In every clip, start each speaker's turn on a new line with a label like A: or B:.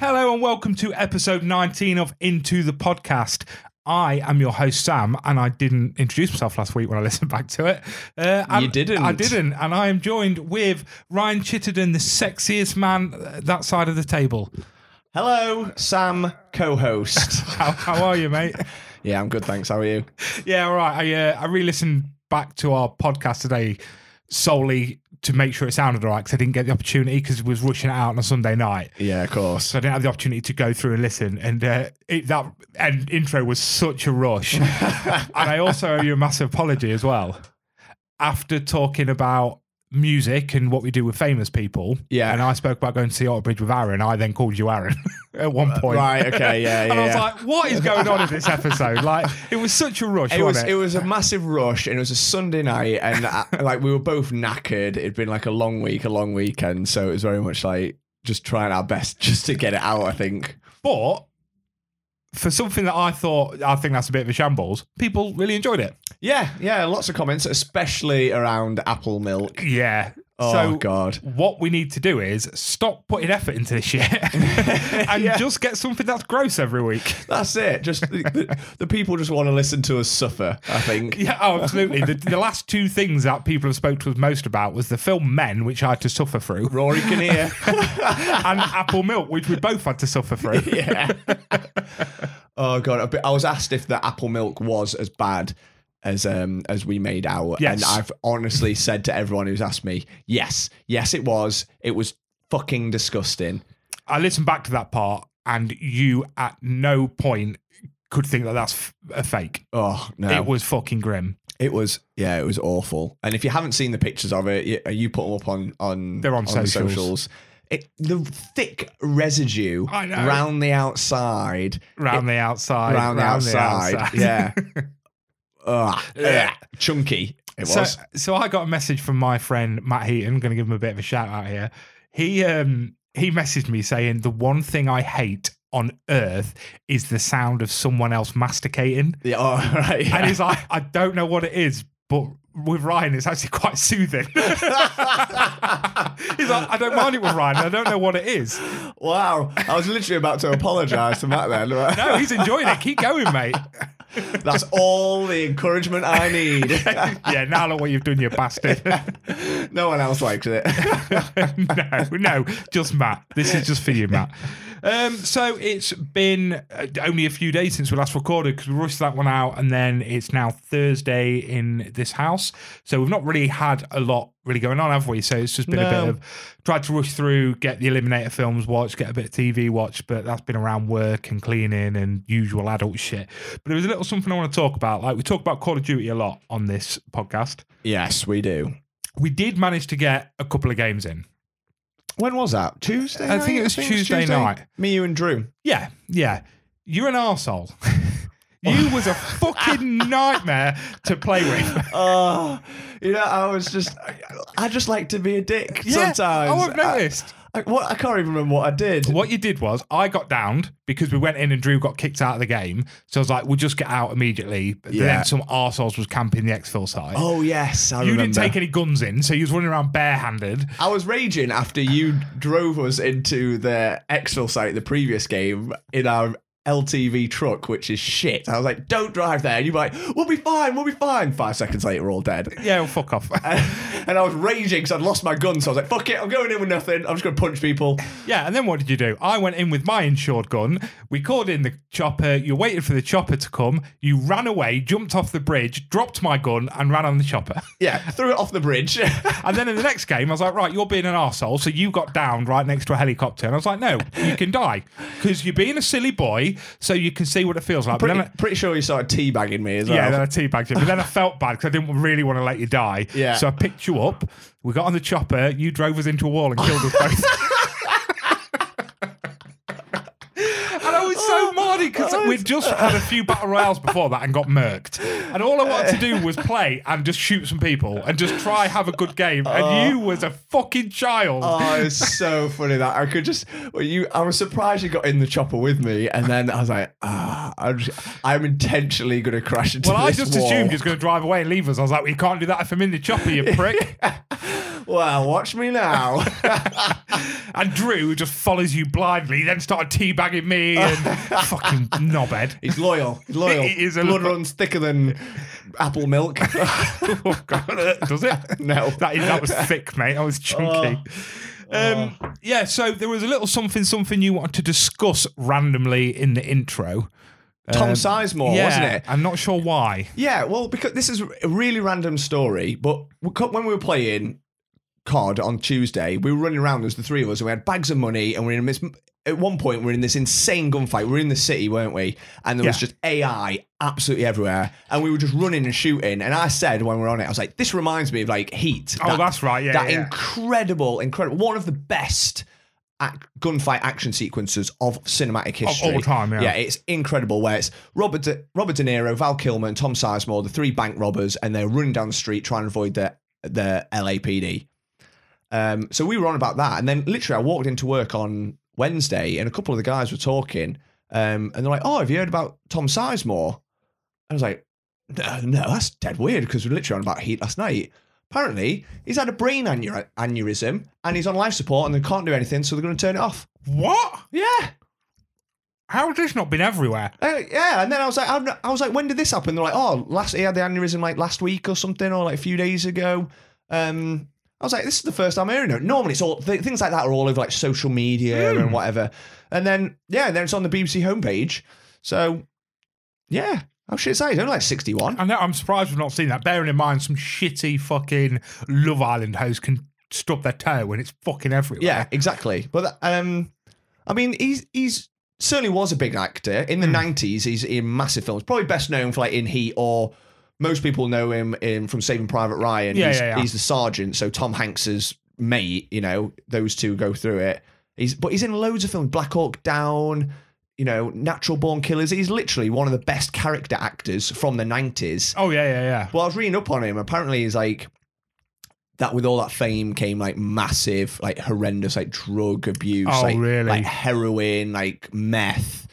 A: welcome to episode 19 of Into the Podcast. I am your host, Sam, and I didn't introduce myself last week when I listened back to it. Uh, and
B: You didn't.
A: I didn't. And I am joined with Ryan Chittenden, the sexiest man uh, that side of the table.
B: Hello, Sam, co-host.
A: How, how are you, mate?
B: yeah, I'm good, thanks. How are you?
A: yeah, all right. I, uh, I re listened back to our podcast today solely to make sure it sounded all right because I didn't get the opportunity because I was rushing it out on a Sunday night.
B: Yeah, of course.
A: so I didn't have the opportunity to go through and listen. And uh, it, that and intro was such a rush. and I also owe you a massive apology as well. After talking about music and what we do with famous people,
B: Yeah.
A: and I spoke about going to see Otter Bridge with Aaron. I then called you Aaron at one point.
B: Uh, Right, okay, yeah, yeah.
A: And I was
B: yeah.
A: like, "What is going on in this episode? Like, it was such a rush,
B: it was
A: wasn't
B: it was a massive rush and it was a Sunday night and I, like we were both knackered. It'd been like a long week, a long weekend, so it was very much like just trying our best just to get it out, I think.
A: But for something that I thought, I think that's a bit of a shambles. People really enjoyed it.
B: Yeah, yeah, lots of comments, especially around apple milk.
A: Yeah.
B: Oh
A: so
B: god.
A: what we need to do is stop putting effort into this shit and
B: Yeah.
A: just get something that's gross every week.
B: That's it. Just the, the, the people just want to listen to us suffer, I think.
A: Yeah, oh, absolutely. The, the last two things that people have spoke to us most about was the film Men, which I had to suffer through,
B: Rory Kinnear.
A: and Apple Milk, which we both had to suffer through.
B: yeah. oh god, a bit- I was asked if the apple milk was as bad as um as we made out,
A: Yes.
B: and I've honestly said to everyone who's asked me, yes, yes, it was. It was fucking disgusting.
A: I listened back to that part, and you at no point could think that that's f- a fake.
B: Oh no,
A: It was fucking grim.
B: yeah, it was awful. And if you haven't seen the pictures of it, you, you put them up on on
A: They're on
B: the
A: socials.
B: socials. It, the thick residue
A: I know.
B: round the outside,
A: Round the outside.
B: round the outside, yeah, Ugh.
A: Yeah.
B: chunky. It
A: so,
B: was.
A: so I got a message from my friend Matt Heaton. I'm going to give him a bit of a shout out here. He um he messaged me saying the one thing I hate on earth is the sound of someone else masticating,
B: Yeah, oh, right.
A: and
B: yeah.
A: he's like, I don't know what it is, but with Ryan, it's actually quite soothing. He's like, I don't mind it with Ryan. I don't know what it is.
B: wow. I was literally about to apologise to Matt then.
A: No, he's enjoying it. Keep going, mate.
B: That's all the encouragement I need.
A: yeah, now look what you've done, you bastard.
B: no one else likes it.
A: no, no, just Matt. This is just for you, Matt. Um, so it's been uh, only a few days since we last recorded because we rushed that one out, and then it's now Thursday in this house. So we've not really had a lot really going on, have we? So it's just been a
B: No.
A: bit of tried to rush through, get the Eliminator films watched, get a bit of TV watched, but that's been around work and cleaning and usual adult shit. But there was a little something I want to talk about. Like we talk about Call of Duty a lot on this podcast.
B: Yes, we do.
A: We did manage to get a couple of games in.
B: When was that? Tuesday.
A: I think
B: night?
A: it was Tuesday night.
B: Me, you, and Drew.
A: Yeah, yeah. You're an arsehole. you was a fucking nightmare to play with.
B: Oh,
A: Ah.
B: you know, I was just, I, I just like to be a dick
A: Yeah,
B: sometimes. uh,
A: Oh, I've noticed.
B: I, I, what, I can't even remember what I did.
A: what you did was I got downed because we went in and Drew got kicked out of the game. So I was like, we'll just get out immediately. But
B: Yeah.
A: then some arseholes was camping the exfil site.
B: Oh, yes. I
A: you
B: remember.
A: didn't take any guns in, so you was running around barehanded.
B: I was raging after you drove us into the Exfil site the previous game in our LTV truck, which is shit. I was like, don't drive there. And you're like, we'll be fine, we'll be fine. Five seconds later, we're all dead.
A: Yeah, well, fuck off.
B: And I was raging because I'd lost my gun. So I was like, fuck it, I'm going in with nothing. I'm just going to punch people.
A: Yeah, and then what did you do? I went in with my insured gun. We called in the chopper. You waited for the chopper to come. You ran away, jumped off the bridge, dropped my gun, and ran on the chopper.
B: Yeah, threw it off the bridge.
A: And then in the next game, I was like, right, you're being an arsehole. So you got down right next to a helicopter. And I was like, no, you can die because you're being a silly boy. So you can see what it feels like. But
B: pretty,
A: then I-
B: pretty sure you started teabagging me as well.
A: yeah, then I teabagged you. But then I felt bad because I didn't really want to let you die.
B: Yeah.
A: So I picked you up. We got on the chopper. You drove us into a wall and killed us both. And I was so
B: Oh,
A: mardy because we'd just had a few battle royales before that and got murked. And all I wanted to do was play and just shoot some people and just try have a good game. And you was a fucking child.
B: Oh, it's so funny that I could just. Well, you, I was surprised you got in the chopper with me, and then I was like, ah, I'm, just, I'm intentionally going to crash into
A: well, I
B: this
A: just
B: wall.
A: assumed he was going to drive away and leave us. I was like, well, you can't do that if I'm in the chopper, you prick.
B: Well, Well, watch me now.
A: and Drew just follows you blindly, then started teabagging me and fucking knobhead.
B: He's loyal. He's loyal.
A: He is a
B: Blood
A: lo-
B: runs thicker than apple milk.
A: Oh, God, does it?
B: no. Oh.
A: That, is, that was thick, mate. That was chunky. Um, yeah, so there was a little something, something you wanted to discuss randomly in the intro.
B: Tom
A: Um,
B: Sizemore,
A: yeah,
B: Oh, wasn't it?
A: I'm not sure why.
B: Yeah, well, because this is a really random story, but we co- when we were playing COD on Tuesday, we were running around, there was the three of us, and we had bags of money, and we are in this. At one point, we we're in this insane gunfight. We We're in the city, weren't we? And there was
A: Yeah.
B: just AI absolutely everywhere, and we were just running and shooting. And I said when we were on it, I was like, "This reminds me of like Heat."
A: Oh,
B: That-
A: that's right. Yeah,
B: that
A: yeah.
B: incredible, incredible, one of the best ac- gunfight action sequences of cinematic history
A: all time, yeah.
B: it's incredible. Where it's Robert De, Robert De Niro, Val Kilmer, and Tom Sizemore, the three bank robbers, and they're running down the street trying to avoid the the LAPD. Um, so we were on about that, and then literally I walked into work on Wednesday, and a couple of the guys were talking, um, and they're like, "Oh, have you heard about Tom Sizemore?" I was like, "No, no, that's dead weird because we were literally on about Heat last night." Apparently, he's had a brain aneur- aneurysm and he's on life support and they can't do anything, so they're going to turn it off.
A: What?
B: Yeah.
A: How has this not been everywhere?
B: Uh, yeah, and then I was like, I'm not- I was like, when did this happen? They're like, oh, last he had the aneurysm like last week or something, or like a few days ago. Um, I was like, this is the first time hearing it. Normally, it's all th- things like that are all over like social media and whatever. And then yeah, and then it's on the BBC homepage. So yeah, how shit is that? He's only like 61.
A: I know. I'm surprised we've not seen that. Bearing in mind, some shitty fucking Love Island host can stub their toe when it's fucking everywhere.
B: Yeah, exactly. But um, I mean, he's he's certainly was a big actor in
A: Hmm.
B: the nineties. He's in massive films, probably best known for like In Heat or. Most people know him in, from Saving Private Ryan.
A: Yeah,
B: he's,
A: yeah, yeah.
B: he's the sergeant, so Tom Hanks's mate. You know, those two go through it. He's but he's in loads of films, Black Hawk Down. You know, Natural Born Killers. He's literally one of the best character actors from the nineties.
A: Oh yeah, yeah, yeah.
B: Well, I was reading up on him. Apparently, he's like that. With all that fame came like massive, like horrendous, like drug abuse.
A: Oh,
B: like,
A: really?
B: Like heroin, like meth.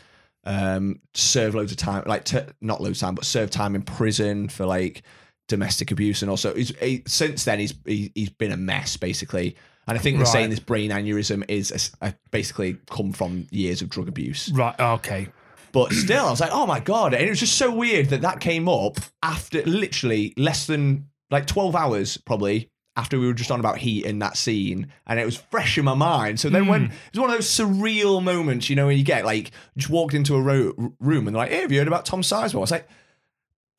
B: Um, serve loads of time, like t- not loads of time, but serve time in prison for like domestic abuse, and also he's, he, since then he's he, he's been a mess basically. And I think they're
A: Right.
B: saying this brain aneurysm is a s- a- basically come from years of drug abuse.
A: Right. Okay.
B: But still, I was like, oh my God. And it was just so weird that that came up after literally less than like 12 hours, probably, after we were just on about heat in that scene. And it was fresh in my mind. So then when
A: Hmm.
B: it was one of those surreal moments, you know, when you get like, just walked into a ro- room and like, hey, have you heard about Tom Sizemore? I was like,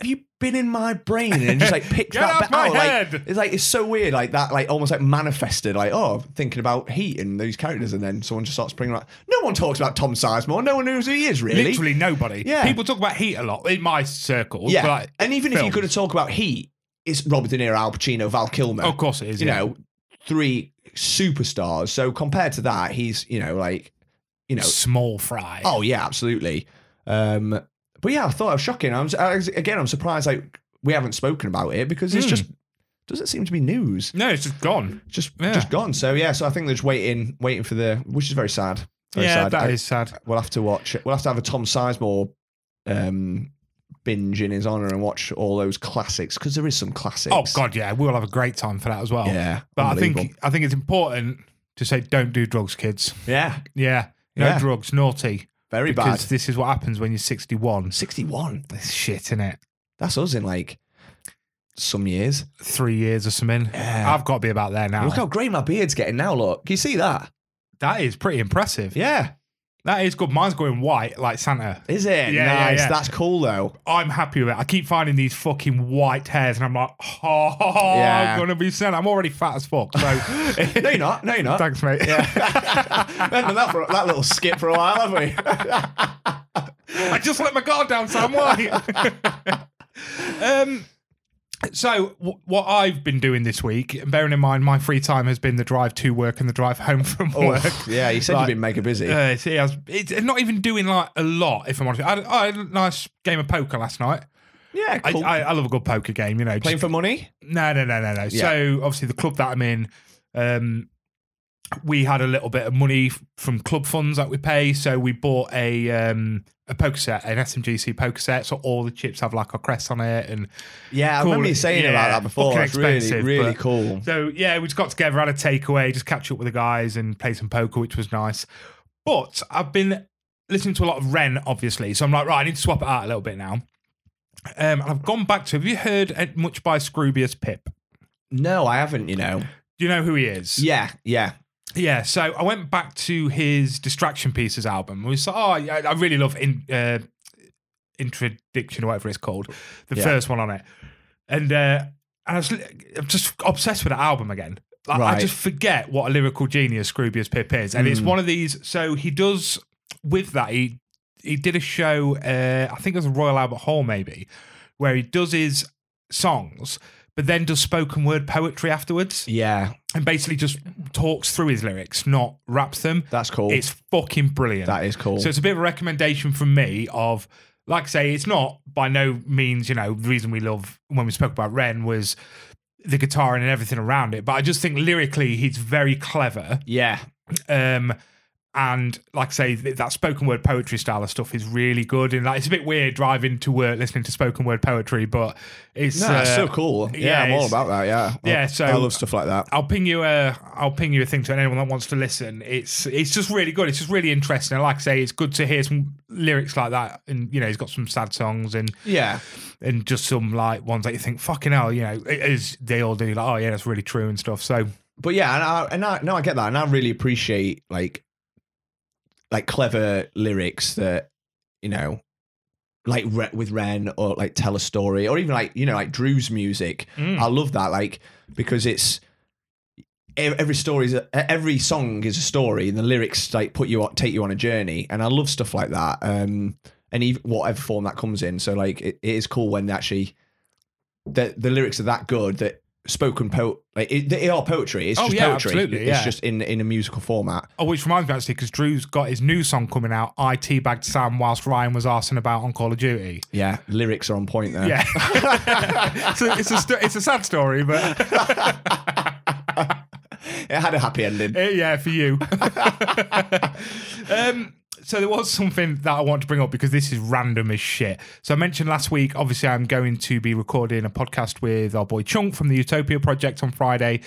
B: have you been in my brain and just like picked
A: Get
B: that
A: off
B: bit
A: my
B: out? Like,
A: head!
B: it's like it's so weird, like that, like almost like manifested, like oh, thinking about heat and these characters, and then someone just starts bringing up. No one talks about Tom Sizemore. No one knows who he is really.
A: Literally nobody.
B: Yeah.
A: People talk about heat a lot in my circles.
B: yeah.
A: But
B: and even if
A: films.
B: you could have talked about heat, it's Robert De Niro, Al Pacino, Val Kilmer.
A: of course it is.
B: you
A: yeah.
B: know, three superstars. So compared to that, he's you know like, you know,
A: small fry.
B: Oh yeah, absolutely. Um, but yeah, I thought it was shocking. I'm I, was- again, I'm surprised like we haven't spoken about it because it's
A: Hmm.
B: just doesn't seem to be news.
A: no, it's just gone.
B: It's just
A: Yeah.
B: just gone. So yeah, so I think they're just waiting, waiting for the, which is very sad. Very sad.
A: that
B: I-
A: is sad.
B: We'll have to watch. We'll have to have a Tom Sizemore um, binge in his honor and watch all those classics because there is some classics.
A: Oh god, yeah, we'll have a great time for that as well.
B: Yeah,
A: but I think
B: unbelievable.
A: I think it's important to say don't do drugs, kids.
B: yeah,
A: Yeah, no
B: Yeah.
A: drugs, naughty.
B: very
A: because
B: bad.
A: this is what happens when you're 61.
B: Sixty-one.
A: It's shit in it.
B: That's us in like some years.
A: Three years or something.
B: Yeah.
A: I've got to be about there now.
B: Look how grey my beard's getting now. Look, can you see that?
A: That is pretty impressive.
B: Yeah.
A: That is good. Mine's going white like Santa.
B: Is it?
A: Yeah, yeah,
B: nice.
A: yeah.
B: That's cool though.
A: I'm happy with it. I keep finding these fucking white hairs, and I'm like, oh,
B: Yeah.
A: I'm gonna be Santa. I'm already fat as fuck. So
B: No, you're not. No, you're not.
A: thanks, mate.
B: Yeah. We've done that, for, that little skip for a while, have we?
A: I just let my guard down, Sam. Why? um, so, w- what I've been doing this week, and bearing in mind my free time has been the drive to work and the drive home from work.
B: Oof. Oh, yeah, you said
A: Like,
B: you've been mega busy.
A: Uh, see, I was, it's not even doing like a lot. If I'm honest, I, I had a nice game of poker last night.
B: yeah,
A: I,
B: cool.
A: I, I love a good poker game, you know. just-
B: Playing for money?
A: no, no, no, no, no.
B: Yeah.
A: So obviously the club that I'm in, um, we had a little bit of money f- from club funds that we pay, so we bought a um, a poker set, an SMGC poker set. So all the chips have like a crest on it, and
B: Yeah, I
A: Cool.
B: remember you saying
A: Yeah,
B: about that before.
A: fucking
B: That's really,
A: expensive,
B: really
A: but-
B: cool.
A: so yeah, we just got together, had a takeaway, just catch up with the guys, and play some poker, which was nice. But I've been listening to a lot of Ren, obviously, so I'm like, right, I need to swap it out a little bit now. Um, and I've gone back to. Have you heard uh, much by Scroobius Pip?
B: No, I haven't. You know.
A: Do you know who he is?
B: Yeah, yeah.
A: Yeah, so I went back to his Distraction Pieces album. We saw, oh, yeah, I really love in, uh, Introduction or whatever it's called, the
B: Yeah.
A: first one on it. And, uh, and I was, li- I'm just obsessed with that album again. Like, I
B: Right.
A: just forget what a lyrical genius Scroobius Pip is. And it's
B: Mm.
A: one of these, so he does, with that, he, he did a show, uh, I think it was Royal Albert Hall maybe, where he does his songs, but then does spoken word poetry afterwards
B: Yeah,
A: and basically just talks through his lyrics, not raps them.
B: that's cool.
A: It's fucking brilliant.
B: that is cool.
A: so it's a bit of a recommendation from me of like I say, it's not by no means, you know, the reason we love when we spoke about Ren was the guitar and everything around it. But I just think lyrically he's very clever.
B: yeah,
A: Um and like I say, th- that spoken word poetry style of stuff is really good. And like, it's a bit weird driving to work listening to spoken word poetry, but it's
B: no,
A: uh,
B: that's so cool.
A: yeah,
B: Yeah, I'm all
A: it's-
B: about that. Yeah,
A: yeah,
B: I-
A: so-
B: I love stuff like that.
A: I'll ping you a I'll ping you a thing to anyone that wants to listen. It's it's just really good. It's just really interesting. And like I say, it's good to hear some lyrics like that. And you know, he's got some sad songs and
B: Yeah,
A: and just some like ones that you think fucking hell, you know, as they all do. Like oh yeah, that's really true and stuff. So
B: but yeah, and I, and I no, I get that, and I really appreciate like like clever lyrics that you know, like re- with Ren or like tell a story or even like you know like Drew's music.
A: mm,
B: I love that, like because it's ev- every story is a- e, every song is a story, and the lyrics like put you on, take you on a journey, and I love stuff like that. Um, and even whatever form that comes in, so like it, it is cool when they actually the the lyrics are that good that spoken po like it, they are poetry. It's
A: Oh,
B: just
A: yeah,
B: poetry.
A: absolutely,
B: it's
A: yeah.
B: just in in a musical format.
A: oh, which reminds me actually, because Drew's got his new song coming out. I teabagged Sam whilst Ryan was arsing about on Call of Duty.
B: Yeah, lyrics are on point there.
A: Yeah, so it's a st- it's a sad story, but
B: it had a happy ending.
A: Eh, yeah, for you. um, so there was something that I want to bring up because this is random as shit. So I mentioned last week, obviously, I'm going to be recording a podcast with our boy Chunk from the Utopia Project on Friday,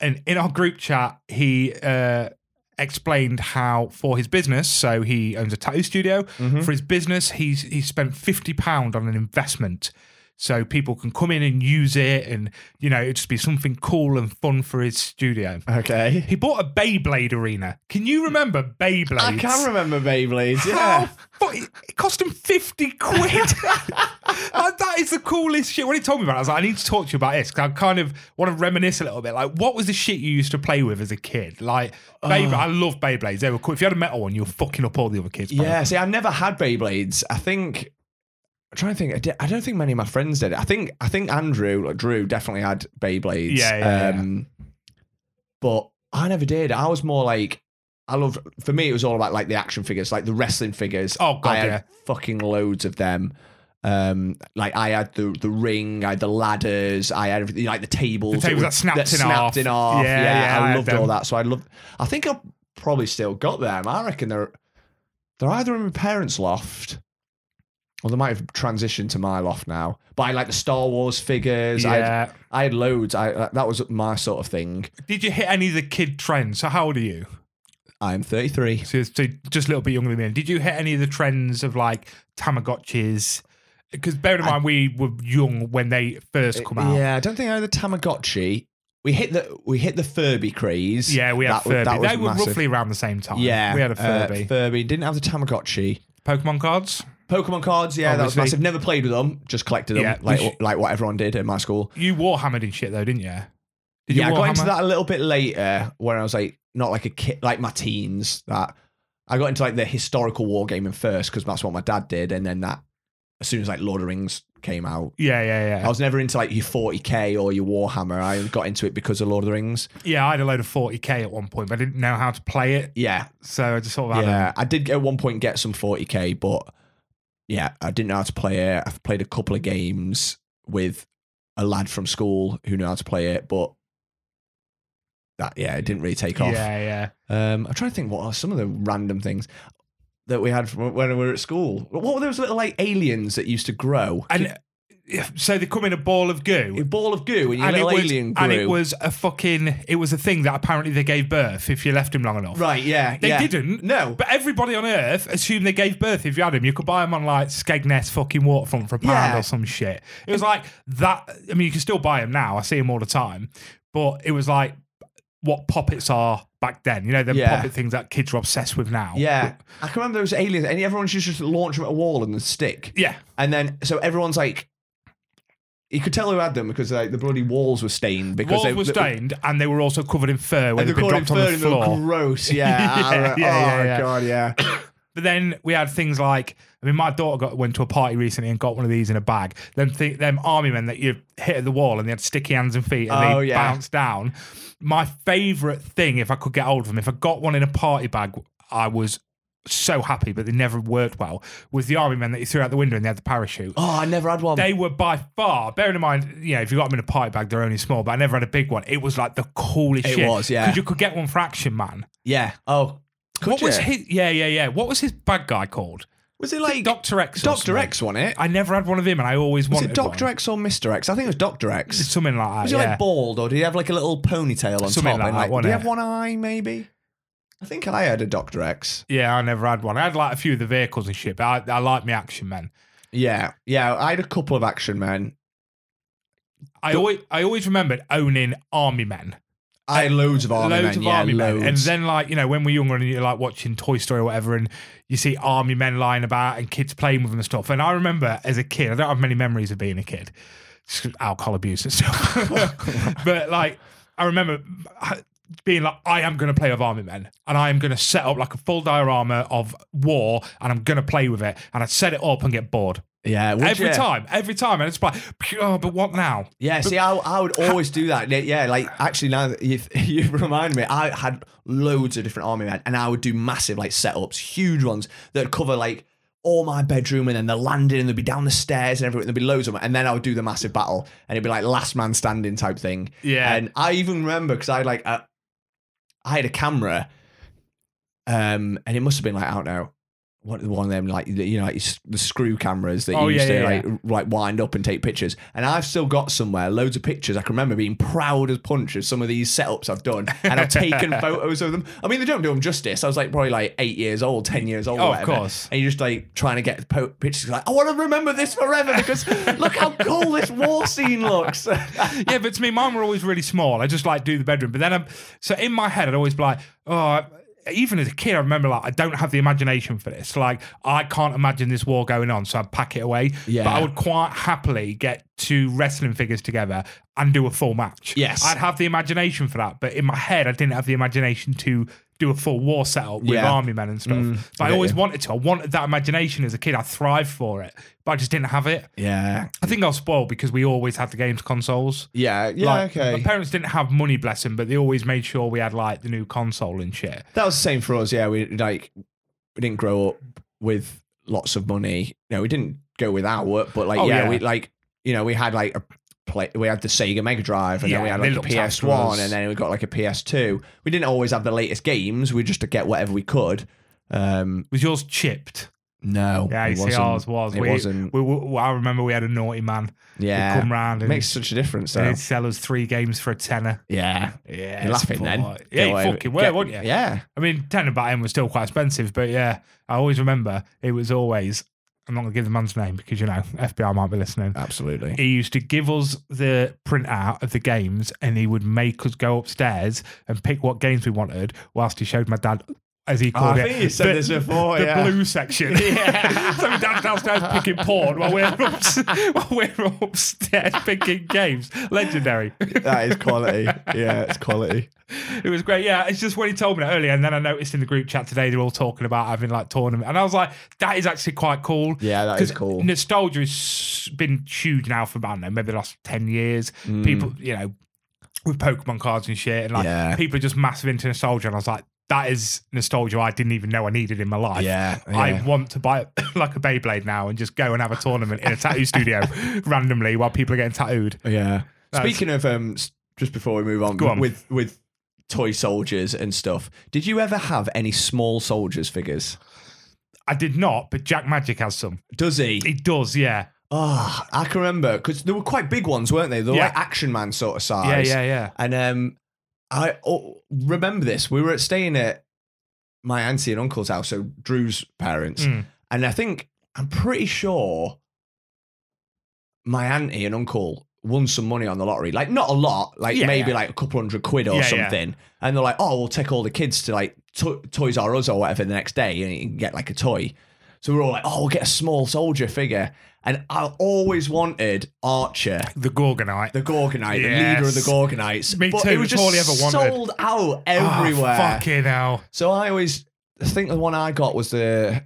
A: and in our group chat, he. Uh, Explained how for his business, so he owns a tattoo studio. For his business, he's he spent fifty pound on an investment, so people can come in and use it, and you know it'd just be something cool and fun for his studio.
B: Okay.
A: He bought a Beyblade arena. Can you remember Beyblades?
B: I can remember Beyblades.
A: How
B: Yeah.
A: fu- it cost him 50 quid. Like, that is the coolest shit. When he told me about it, I was like, I need to talk to you about this 'cause I kind of want to reminisce a little bit. Like, what was the shit you used to play with as a kid? Like, Beyblade, I love Beyblades. They were cool. If you had a metal one, you were fucking up all the other kids. playing.
B: Yeah, see, I've never had Beyblades. I think I'm trying to think. I, di- I don't think many of my friends did. I think I think Andrew, like Drew, definitely had Beyblades.
A: Yeah, yeah, yeah.
B: um, But I never did. I was more like I loved. For me, it was all about like the action figures, like the wrestling figures.
A: Oh, God,
B: I had
A: yeah.
B: fucking loads of them. Um, like I had the the ring, I had the ladders, I had everything, like the tables,
A: tables
B: were-
A: that snapped in half.
B: in half.
A: Yeah,
B: Yeah,
A: yeah, I
B: I,
A: had
B: loved
A: them.
B: all that. So I love. I think I probably still got them. I reckon they're they're either in my parents' loft or they might have transitioned to my loft now. But I like the Star Wars figures. I, had,
A: Yeah.
B: I had loads. I that was my sort of thing.
A: Did you hit any of the kid trends? So, how old are you?
B: I'm 33.
A: So, so just a little bit younger than me. Did you hit any of the trends of like Tamagotchis? Because bear in
B: I- Uh,
A: mind, we were young when they first come out.
B: Yeah, I don't think I had the Tamagotchi. We hit the we hit the Furby craze.
A: Yeah, we had
B: That wa-
A: Furby.
B: that was
A: they were
B: massive.
A: roughly around the same time.
B: Yeah,
A: we had a
B: uh,
A: Furby.
B: Furby didn't have the Tamagotchi.
A: Pokemon cards.
B: Pokemon cards, yeah, that was
A: Obviously.
B: massive. Never played with them, just collected them,
A: Yeah, we
B: like
A: sh-
B: like what everyone did at my school.
A: You wore hammered and shit though, didn't you? Did
B: yeah,
A: you
B: I got into
A: Warhammer?
B: that a little bit later when I was like not like a kid, like my teens. That I got into like the historical wargaming first because that's what my dad did, and then that as soon as like Lord of the Rings came out.
A: Yeah, yeah,
B: I
A: yeah.
B: was never into like your 40k or your Warhammer. I got into it because of Lord of the Rings.
A: Yeah, I had a load of 40k at one point, but I didn't know how to play it,
B: Yeah,
A: so I just sort of had
B: yeah. um, I did at one point get some 40k, but yeah, I didn't know how to play it. I've played a couple of games with a lad from school who knew how to play it, but that yeah, it didn't really take
A: Yeah,
B: off.
A: yeah.
B: Um, I'm trying to think what are some of the random things that we had from when we were at school. What were those little like aliens that used to grow?
A: And uh, so they come in a ball of
B: a
A: goo.
B: ball of goo, and your
A: And it,
B: little
A: was,
B: alien grew.
A: and it was a fucking it was a thing that apparently they gave birth if you left him long enough.
B: right, yeah,
A: They
B: yeah.
A: didn't.
B: No,
A: But everybody on Earth assumed they gave birth if you had them. You could buy them on like Skegness fucking waterfront for a pound
B: Yeah.
A: or some shit. It was like that. I mean, you can still buy them now. I see them all the time. But it was like what poppets are back then. You know, the
B: Yeah.
A: poppet things that kids are obsessed with now.
B: yeah, I can remember those aliens, and everyone should just launch them at a wall and stick,
A: Yeah.
B: and then so everyone's like. You could tell who had them because like the bloody walls were stained because
A: Walls
B: they
A: were
B: the-
A: stained and they were also covered in fur when
B: And
A: they'd
B: the
A: been
B: corn
A: dropped on the
B: inferno
A: floor.
B: gross, yeah.
A: Yeah,
B: I don't-
A: yeah, yeah,
B: oh
A: yeah.
B: god, yeah.
A: But then we had things like, I mean, my daughter got went to a party recently and got one of these in a bag. Them th- them army men that you hit at the wall and they had sticky hands and feet and
B: Oh,
A: they
B: yeah.
A: bounced down. My favourite thing, if I could get hold of them, if I got one in a party bag, I was so happy, but they never worked well. Was the army men that you threw out the window and they had the parachute?
B: Oh, I never had one.
A: They were by far, bearing in mind, you know, if you got them in a party bag, they're only small, but I never had a big one. It was like the coolest
B: It
A: shit.
B: was, yeah.
A: 'Cause you could get one for Action Man.
B: yeah. Oh, could
A: what was
B: ya?
A: his? Yeah, yeah, yeah. What was his bad guy called?
B: Was it like
A: Doctor X. or
B: Doctor
A: something.
B: X on it?
A: I never had one of him, and I always
B: Was
A: wanted
B: it Doctor
A: one.
B: X or Mister X? I think it was Doctor X.
A: Something like that.
B: Was he
A: yeah.
B: like bald or did he have like a little ponytail on
A: Something
B: top?
A: like
B: and,
A: that,
B: did
A: wasn't
B: he
A: it?
B: have one eye maybe? I think I had a Doctor X.
A: yeah, I never had one. I had like a few of the vehicles and shit, but I, I like my action men.
B: Yeah, yeah. I had a couple of Action Men.
A: I always, I always remembered owning army men,
B: I had loads of Army
A: loads
B: Men.
A: of
B: yeah,
A: army
B: loads.
A: men, and then like you know when we're younger and you're like watching Toy Story or whatever, and you see army men lying about and kids playing with them and stuff. And I remember as a kid, I don't have many memories of being a kid, Just 'cause alcohol abuse and stuff. but like I remember being like, I am going to play with army men, and I am going to set up like a full diorama of war, and I'm going to play with it, and I'd set it up and get bored
B: yeah, would
A: every
B: ya?
A: time, every time, and it's like, oh, but what now?
B: Yeah, see, I, I would always do that. Yeah, Yeah, like actually, now that you you remind me, I had loads of different army men, and I would do massive like setups, huge ones that cover like all my bedroom, and then the landing, and they'd be down the stairs and everything. There'd be loads of them, and then I would do the massive battle, and it'd be like last man standing type thing.
A: Yeah.
B: and I even remember because I had like a, I had a camera, um, and it must have been like I don't know. What one of them like you know like s- the screw cameras that
A: Oh,
B: you used
A: yeah,
B: to
A: yeah,
B: like like wind up and take pictures. And I've still got somewhere loads of pictures. I can remember being proud as punch of some of these setups I've done, and I've taken photos of them. I mean, they don't do them justice. I was like probably like eight years old, ten years old. or
A: Oh, of
B: whatever.
A: course.
B: And you're just like trying to get po- pictures. Like I want to remember this forever because look how cool this war scene looks.
A: yeah, but to me, mine were always really small. I just like do the bedroom. But then I'm so in my head, I'd always be like, oh, even as a kid, I remember like I don't have the imagination for this. Like I can't imagine this war going on, so I'd pack it away.
B: Yeah.
A: But I would quite happily get two wrestling figures together and do a full match.
B: Yes.
A: I'd have the imagination for that, but in my head, I didn't have the imagination to. Do a full war setup with
B: Yeah. Mm,
A: army men and stuff, but
B: I
A: I,
B: get
A: always
B: you.
A: wanted to. I wanted that imagination as a kid. I thrived for it, but I just didn't have it.
B: yeah,
A: I think I was spoiled because we always had the games consoles.
B: yeah, yeah.
A: Like,
B: okay.
A: My parents didn't have money, bless them, but they always made sure we had like the new console and shit.
B: That was the same for us. Yeah, we like we didn't grow up with lots of money. No, we didn't go without work, but like
A: Oh,
B: yeah,
A: yeah.
B: we like you know we had like a play. We had the Sega Mega Drive, and
A: Yeah,
B: then we had
A: they
B: like a
A: looked
B: PS
A: after
B: One,
A: us.
B: and then we got like a PS Two. We didn't always have the latest games. We just to get whatever we could. Um,
A: Was yours chipped?
B: no,
A: Yeah, you
B: it
A: see,
B: wasn't.
A: ours was.
B: It
A: we,
B: wasn't.
A: We, we- I remember we had a naughty man who'd
B: Yeah,
A: come round
B: it
A: and,
B: makes such a difference
A: and
B: though.
A: he'd sell us three games for a tenner.
B: Yeah,
A: Yeah,
B: you're laughing then.
A: boy.
B: Get
A: Yeah, you
B: away with-
A: fucking were,
B: get-
A: weren't you?
B: Yeah,
A: I mean, tenner by him was still quite expensive, but yeah, I always remember it was always. I'm not gonna give the man's name because you know FBI might be listening.
B: absolutely.
A: he used to give us the printout of the games and he would make us go upstairs and pick what games we wanted whilst he showed my dad as
B: Oh,
A: he called it the,
B: before.
A: the blue section so my dad's downstairs picking porn while we're, ups, while we're upstairs picking games legendary
B: that is quality. Yeah, it's quality.
A: it was great yeah it's just when he told me that earlier and then I noticed in the group chat today they're all talking about having like tournament and I was like that is actually quite cool
B: Yeah, that is
A: 'Cause
B: cool.
A: Nostalgia has been huge now for I do maybe the last ten years.
B: Mm.
A: People, you know, with Pokemon cards and shit, and like
B: Yeah.
A: people are just massive into nostalgia. And I was like, that is nostalgia I didn't even know I needed in my life.
B: yeah,
A: I want to buy like a Beyblade now and just go and have a tournament in a tattoo studio randomly while people are getting tattooed.
B: yeah.
A: That's-
B: Speaking of um, s- just before we move on,
A: Go on.
B: with with toy soldiers and stuff. Did you ever have any small soldiers figures?
A: I did not, but Jack Magic has some.
B: Does
A: He does, yeah.
B: Ah, I can remember because they were quite big ones, weren't they? They were
A: Yeah.
B: like Action Man sort of
A: Yeah,
B: size.
A: yeah, yeah.
B: And um, I oh, remember this. We were staying at my auntie and uncle's house, so Drew's parents,
A: Mm.
B: and I think I'm pretty sure my auntie and uncle won some money on the lottery. Like not a lot, like
A: Yeah,
B: maybe
A: yeah.
B: like a couple hundred quid or
A: Yeah, yeah.
B: something. And they're like, "Oh, we'll take all the kids to like to- Toys R Us or whatever the next day, and you can get like a toy." So we're all like, "Oh, we'll get a small soldier figure." And I always wanted Archer
A: The Gorgonite.
B: the Gorgonite, the leader of the
A: Yes.
B: Gorgonites.
A: Me
B: but
A: too,
B: It
A: it's
B: was just
A: all he ever wanted.
B: sold out
A: Ah,
B: everywhere.
A: fucking hell.
B: So I always I think the one I got was the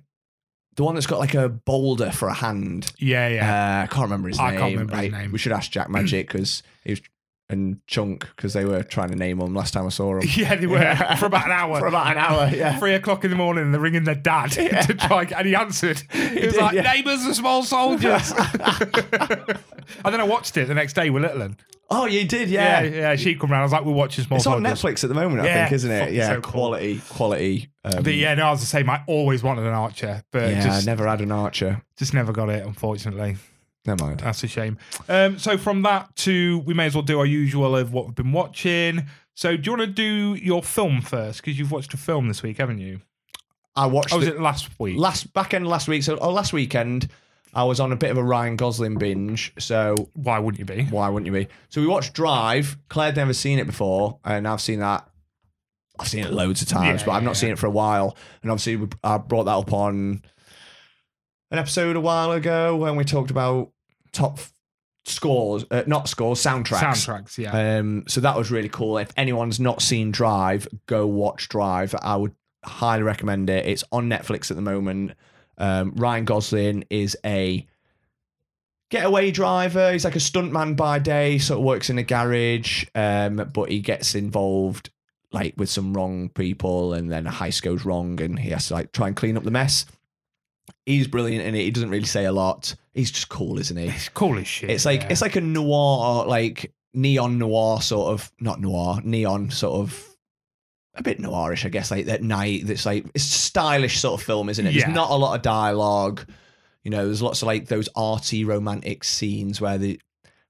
B: the one that's got like a boulder for a hand.
A: Yeah, yeah.
B: Uh, I can't remember his
A: I
B: name.
A: can't remember his
B: Like,
A: name.
B: We should ask Jack Magic because he was and Chunk because they were trying to name him last time I saw him
A: yeah, they were
B: Yeah.
A: for about an hour.
B: for about an hour. Yeah.
A: Three o'clock in the morning, and they're ringing their dad to try, and he answered. He was
B: did,
A: like,
B: yeah.
A: "Neighbours are small soldiers." and then I watched it the next day with Little Un.
B: Oh, you did,
A: Yeah,
B: yeah.
A: yeah. she come round. I was like, "We're watching small
B: It's on
A: soldiers."
B: Netflix at the moment, I
A: Yeah,
B: think, isn't it?
A: fucking
B: Yeah,
A: so cool.
B: quality, quality. Um,
A: But yeah, no, as I say, I always wanted an archer, but
B: yeah, I
A: uh, just
B: never had an archer.
A: just never got it, unfortunately.
B: Never mind.
A: That's a shame. Um, so from that to we may as well do our usual of what we've been watching. So do you want to do your film first? Because you've watched a film this week, haven't you?
B: I watched.
A: Or was
B: the-
A: Oh, it last week?
B: last back end of last week. So oh, last weekend, I was on a bit of a Ryan Gosling binge. So
A: Why wouldn't you be?
B: why wouldn't you be? So we watched Drive. Claire'd never seen it before, and I've seen that. I've seen it loads of times,
A: Yeah,
B: but I've
A: yeah,
B: not seen it for a while. And obviously, we, I brought that up on an episode a while ago when we talked about top f- scores, uh, not scores, soundtracks.
A: Soundtracks, yeah.
B: Um, so that was really cool. If anyone's not seen Drive, go watch Drive. I would highly recommend it. It's on Netflix at the moment. Um, Ryan Gosling is a getaway driver. He's like a stuntman by day, sort of works in a garage, um, but he gets involved like with some wrong people, and then a heist goes wrong, and he has to like try and clean up the mess. He's brilliant in it. He doesn't really say a lot. He's just cool, isn't he?
A: it's cool as shit.
B: It's like
A: yeah.
B: it's like a noir, like neon noir sort of not noir, neon sort of a bit noirish, I guess. Like at night, that's like it's stylish sort of film, isn't it?
A: Yeah.
B: There's not a lot of dialogue. You know, there's lots of like those arty romantic scenes where the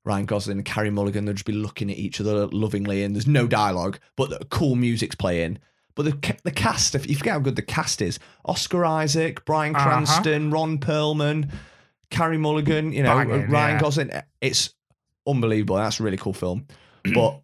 B: Ryan Gosling and Carrie Mulligan they'll just be looking at each other lovingly, and there's no dialogue, but the cool music's playing. But the ca- the cast, if you forget how good the cast is, Oscar Isaac, Brian
A: Uh-huh.
B: Cranston, Ron Perlman, Carrie Mulligan, you know,
A: Banging,
B: Ryan
A: yeah.
B: Gosling. It's unbelievable. That's a really cool film. but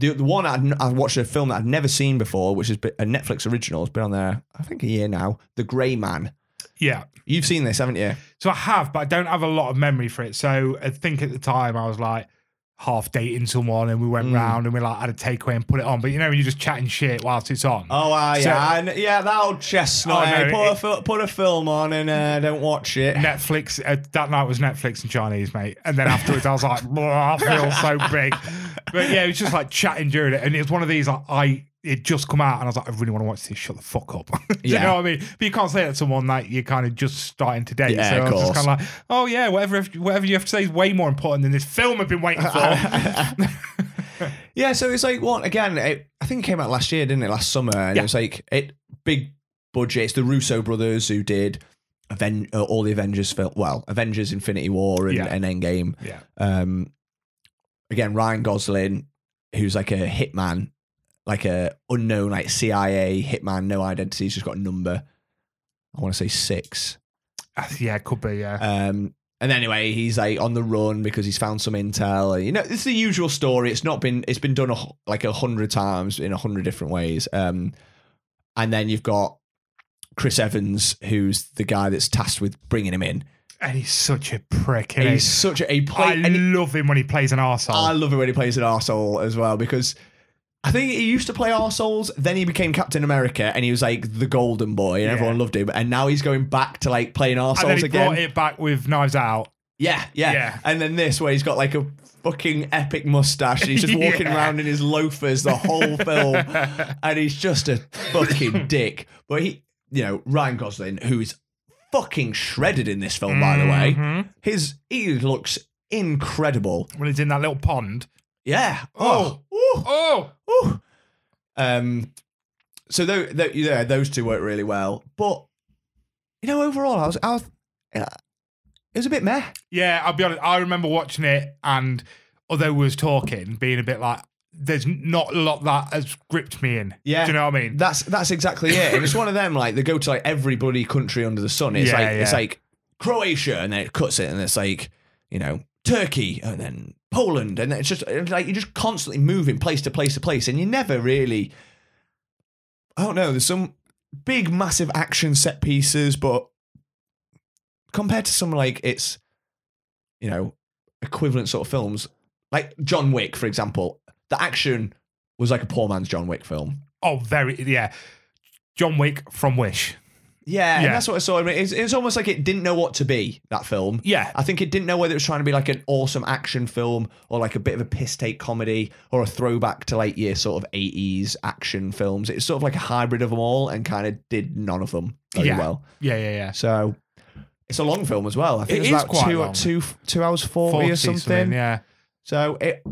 B: the, the one I'd, n- I watched a film that I'd never seen before, which is a Netflix original. It's been on there, I think, a year now. The Grey Man.
A: yeah.
B: You've seen this, haven't you?
A: So I have, but I don't have a lot of memory for it. So I think at the time I was like half dating someone, and we went
B: Mm.
A: round and we like had a takeaway and put it on. But you know, when you're just chatting shit whilst it's on.
B: Oh, uh,
A: So-
B: yeah. and- yeah, that old chestnut.
A: Oh, no,
B: eh? put, a
A: it-
B: fil- put a film on and uh, don't watch it.
A: Netflix uh, that night was Netflix and Chinese, mate. And then afterwards, I was like, "Blah, I feel so big. But yeah, it was just like chatting during it, and it was one of these like I it just come out, and I was like, I really want to watch this. Shut the fuck up. Do
B: Yeah.
A: you know what I mean? But you can't say that to someone like you're kind of just starting today.
B: Yeah,
A: so
B: of
A: I was just
B: course.
A: kind of like, oh yeah, whatever whatever you have to say is way more important than this film I've been waiting for.
B: Yeah, so it's like one again. It, I think it came out last year, didn't it? Last summer, and
A: Yeah.
B: it was like it big budget. It's the Russo brothers who did Aven- uh, all the Avengers film. Well, Avengers: Infinity War and,
A: Yeah.
B: and Endgame.
A: yeah,
B: Um, again, Ryan Gosling, who's like a hitman, like a unknown like CIA hitman, no identity. He's just got a number. I want to say six.
A: Uh, yeah, it could be. Yeah,
B: Um, and anyway, he's like on the run because he's found some intel. You know, it's the usual story. It's not been it's been done a, hu- like a hundred times in a hundred different ways. Um, and then you've got Chris Evans, who's the guy that's tasked with bringing him in.
A: and he's such a prick. isn't he?
B: He's such a he play,
A: I
B: and he-
A: love him when he plays an arsehole.
B: I love it when he plays an arsehole as well because I think he used to play arseholes, then he became Captain America and he was like the golden boy and
A: Yeah.
B: everyone loved him. And now he's going back to like playing
A: and then
B: arseholes
A: he
B: again.
A: brought it back with Knives Out.
B: Yeah, yeah,
A: Yeah.
B: And then this where he's got like a fucking epic mustache and he's just walking
A: Yeah.
B: around in his loafers the whole film and he's just a fucking dick. But he, you know, Ryan Gosling, who is fucking shredded in this film, Oh, by the way,
A: Mhm.
B: his he looks incredible.
A: when he's in that little pond.
B: Yeah. Oh. Ooh.
A: Oh,
B: Ooh. Um, so tho- tho- yeah, those two work really well. But you know, overall, I was, I was, yeah, it was a bit meh.
A: Yeah, I'll be honest. I remember watching it, and although we was talking, being a bit like, "There's not a lot that has gripped me in."
B: Yeah.
A: do you know what I mean?
B: That's that's exactly it. It was one of them like they go to like every bloody country under the sun. It's
A: Yeah,
B: like it's
A: yeah.
B: like Croatia, and then it cuts it, and it's like you know Turkey, and then Poland, and then it's just it's like you're just constantly moving place to place to place, and you never really. I don't know. There's some big, massive action set pieces, but compared to some like it's, you know, equivalent sort of films, like John Wick, for example, the action was like a poor man's John Wick film.
A: Oh, very yeah. John Wick from Wish.
B: Yeah,
A: Yeah.
B: And that's what I saw. I mean, it's, it's almost like it didn't know what to be, that film.
A: Yeah,
B: I think it didn't know whether it was trying to be like an awesome action film or like a bit of a piss take comedy or a throwback to late year sort of 80s action films. It's sort of like a hybrid of them all and kind of did none of them very
A: Yeah.
B: well.
A: yeah, yeah, yeah.
B: So it's a long film as well. I think
A: It
B: it's
A: is
B: about
A: quite
B: two,
A: long.
B: two, two hours 40, or
A: 40
B: something.
A: Yeah,
B: So it,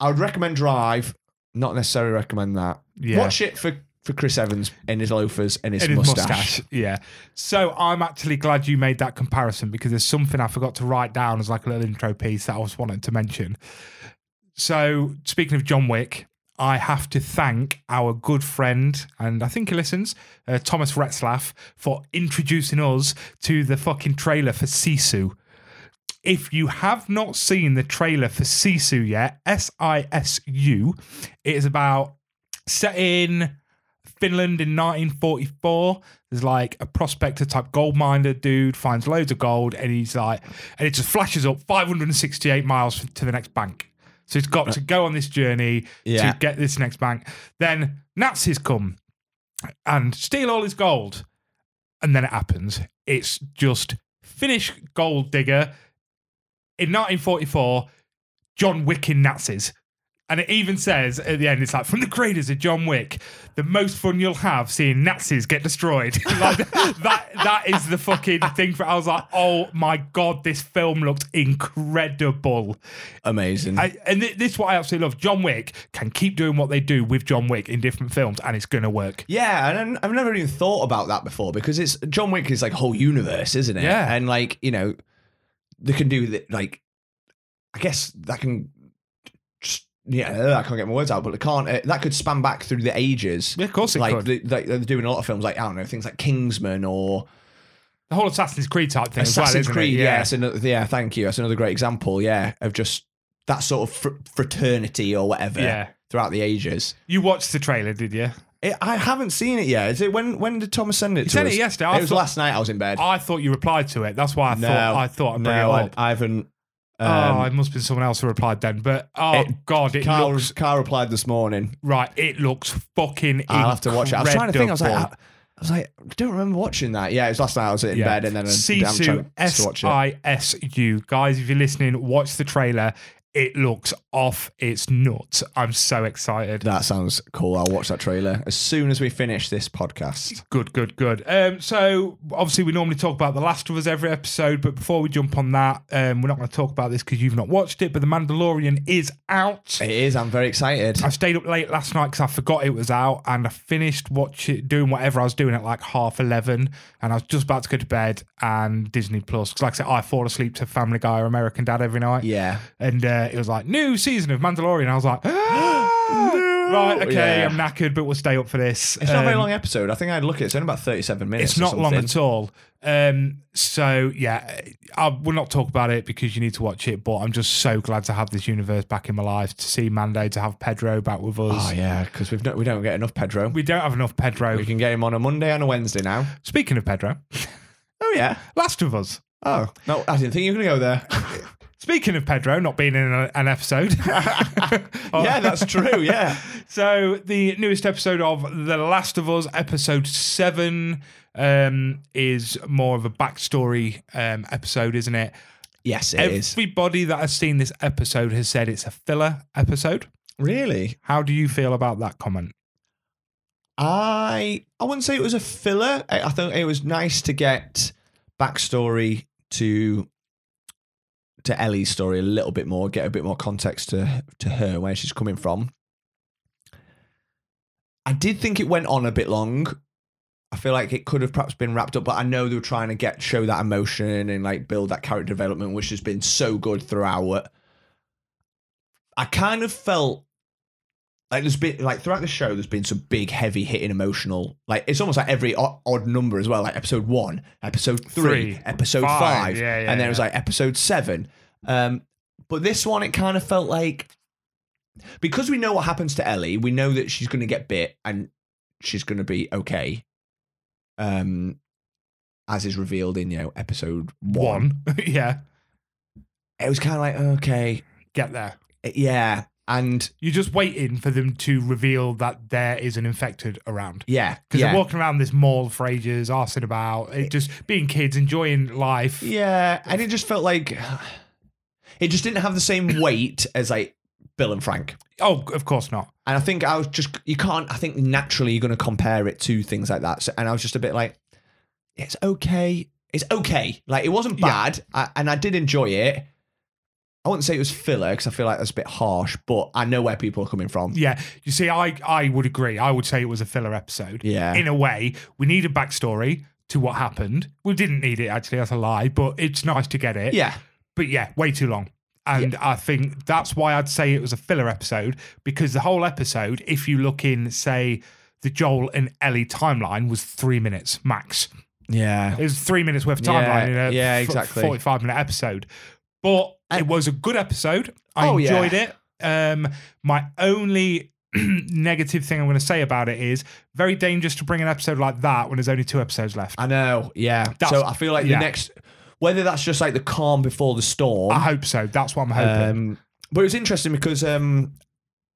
B: I would recommend Drive, not necessarily recommend that.
A: yeah.
B: Watch it for, for Chris Evans and his loafers and his,
A: And his
B: mustache.
A: mustache. Yeah. So I'm actually glad you made that comparison because there's something I forgot to write down as like a little intro piece that I was wanting to mention. So speaking of John Wick, I have to thank our good friend and I think he listens, uh, Thomas Retzlaff, for introducing us to the fucking trailer for Sisu. If you have not seen the trailer for Sisu yet, S I S U, it is about set in Finland in 1944. There's like a prospector type gold miner dude finds loads of gold and he's like, and it just flashes up 568 miles to the next bank. So he's got to go on this journey
B: Yeah.
A: to get this next bank. Then Nazis come and steal all his gold. And then it happens. It's just Finnish gold digger in 1944, John Wick in Nazis. And it even says at the end, it's like from the creators of John Wick, the most fun you'll have seeing Nazis get destroyed. like that that is the fucking thing for I was like, oh my god, this film looked incredible.
B: Amazing.
A: I, and th- this is what I absolutely love. John Wick can keep doing what they do with John Wick in different films, and it's gonna work.
B: Yeah, and I'm- I've never even thought about that before because it's John Wick is like a whole universe, isn't it?
A: Yeah.
B: and like you know, they can do that. Like, I guess that can. Just, yeah, I can't get my words out, but it can't. Uh, that could span back through the ages.
A: of course it
B: Like,
A: could.
B: they, like they're doing a lot of films, like I don't know, things like Kingsman or
A: the whole Assassin's Creed type thing as well,
B: Assassin's
A: isn't
B: Creed.
A: it?
B: Yeah, it's another, yeah, thank you. That's another great example. Yeah, of just that sort of fr- fraternity or whatever
A: yeah.
B: throughout the ages.
A: You watched the trailer, did you?
B: It, I haven't seen it yet. Is it when? When did Thomas send it?
A: You
B: to
A: said
B: us?
A: it yesterday.
B: It
A: I
B: was
A: thought,
B: last night. I was in bed.
A: I thought you replied to it. That's why I
B: No,
A: thought I thought I'd bring
B: no,
A: it
B: I,
A: up.
B: I haven't. Um,
A: oh, it must have been someone else who replied then. But oh
B: It-
A: god, it
B: Carl,
A: looks
B: Carl replied this morning.
A: right. It looks fucking.
B: I'll have to watch it. I was trying to think. I was like, I,
A: incredible.
B: I was like, I don't remember watching that. Yeah, it was last night. I was in
A: Yeah.
B: bed, and then I- I'm trying
A: Sisu
B: to
A: S
B: watch it.
A: I S U. Guys, if you're listening, watch the trailer. It looks off. It's nuts. I'm so excited.
B: That sounds cool. I'll watch that trailer as soon as we finish this podcast.
A: Good, good, good. Um, so obviously we normally talk about The Last of Us every episode, but before we jump on that, um, we're not going to talk about this because you've not watched it. But The Mandalorian is out.
B: It is. I'm very excited.
A: I stayed up late last night because I forgot it was out, and I finished watching, doing whatever I was doing at like half eleven, and I was just about to go to bed. And Disney Plus, because like I said, I fall asleep to Family Guy or American Dad every night,
B: Yeah.
A: and uh, it was like new season of Mandalorian. I was like, right, okay,
B: Yeah.
A: I'm knackered, but we'll stay up for this.
B: It's not a very
A: Um,
B: long episode. I think I'd look at it. It's only about 37 minutes.
A: It's
B: or
A: not long
B: something.
A: at all. Um, so yeah, I will not talk about it because you need to watch it. But I'm just so glad to have this universe back in my life, to see Mando, to have Pedro back with us.
B: Oh, yeah, because we've not, we don't get enough Pedro.
A: We don't have enough Pedro.
B: We can get him on a Monday and a Wednesday now.
A: Speaking of Pedro,
B: Oh, yeah.
A: Last of Us.
B: Oh, no, I didn't think you were going to go there.
A: Speaking of Pedro not being in a- an episode.
B: yeah, that's true. Yeah.
A: So the newest episode of The Last of Us, episode seven, um, is more of a backstory um, episode, isn't it?
B: Yes, it is.
A: Everybody that has seen this episode has said it's a filler episode.
B: Really?
A: How do you feel about that comment?
B: I I wouldn't say it was a filler. I, I thought it was nice to get backstory to to Ellie's story a little bit more, get a bit more context to to her where she's coming from. I did think it went on a bit long. I feel like it could have perhaps been wrapped up, but I know they were trying to get show that emotion and like build that character development, which has been so good throughout. I kind of felt like there's been like throughout the show, there's been some big, heavy hitting emotional. Like it's almost like every odd, odd number as well, like episode one, episode three,
A: Three,
B: episode
A: five,
B: five,
A: yeah, yeah,
B: and then it was
A: yeah.
B: like episode seven. Um, but this one, it kind of felt like because we know what happens to Ellie, we know that she's going to get bit and she's going to be okay. Um, as is revealed in you know episode one.
A: One. yeah.
B: It was kind of like okay,
A: Get there.
B: yeah, and
A: You're just waiting for them to reveal that there is an infected around.
B: yeah,
A: Because
B: yeah.
A: they're walking around this mall for ages, arsing about, it, just being kids, enjoying life.
B: Yeah, and it just felt like it just didn't have the same weight as like Bill and Frank.
A: Oh, of course not.
B: And I think I was just you can't. I think naturally you're going to compare it to things like that. So, and I was just a bit like, it's okay, it's okay. Like it wasn't
A: Yeah.
B: bad, I, and I did enjoy it. I wouldn't say it was filler because I feel like that's a bit harsh, but I know where people are coming from.
A: Yeah. You see, I, I would agree. I would say it was a filler episode.
B: Yeah,
A: in a way, we need a backstory to what happened. We didn't need it actually, that's a lie, but it's nice to get it.
B: yeah,
A: But yeah, way too long. And I think that's why I'd say it was a filler episode, because the whole episode, if you look in, say, the Joel and Ellie timeline was three minutes max.
B: yeah.
A: It was three minutes worth of timeline
B: Yeah,
A: in a
B: yeah, exactly.
A: 45 minute episode. But it was a good episode. I
B: Oh, yeah.
A: enjoyed it. Um, my only negative thing I'm going to say about it is very dangerous to bring an episode like that when there's only two episodes left.
B: I know. Yeah.
A: That's-
B: so I feel like
A: yeah.
B: the next, whether that's just like the calm before the storm,
A: I hope so. That's what I'm hoping.
B: Uh-huh. Um, but it was interesting because um,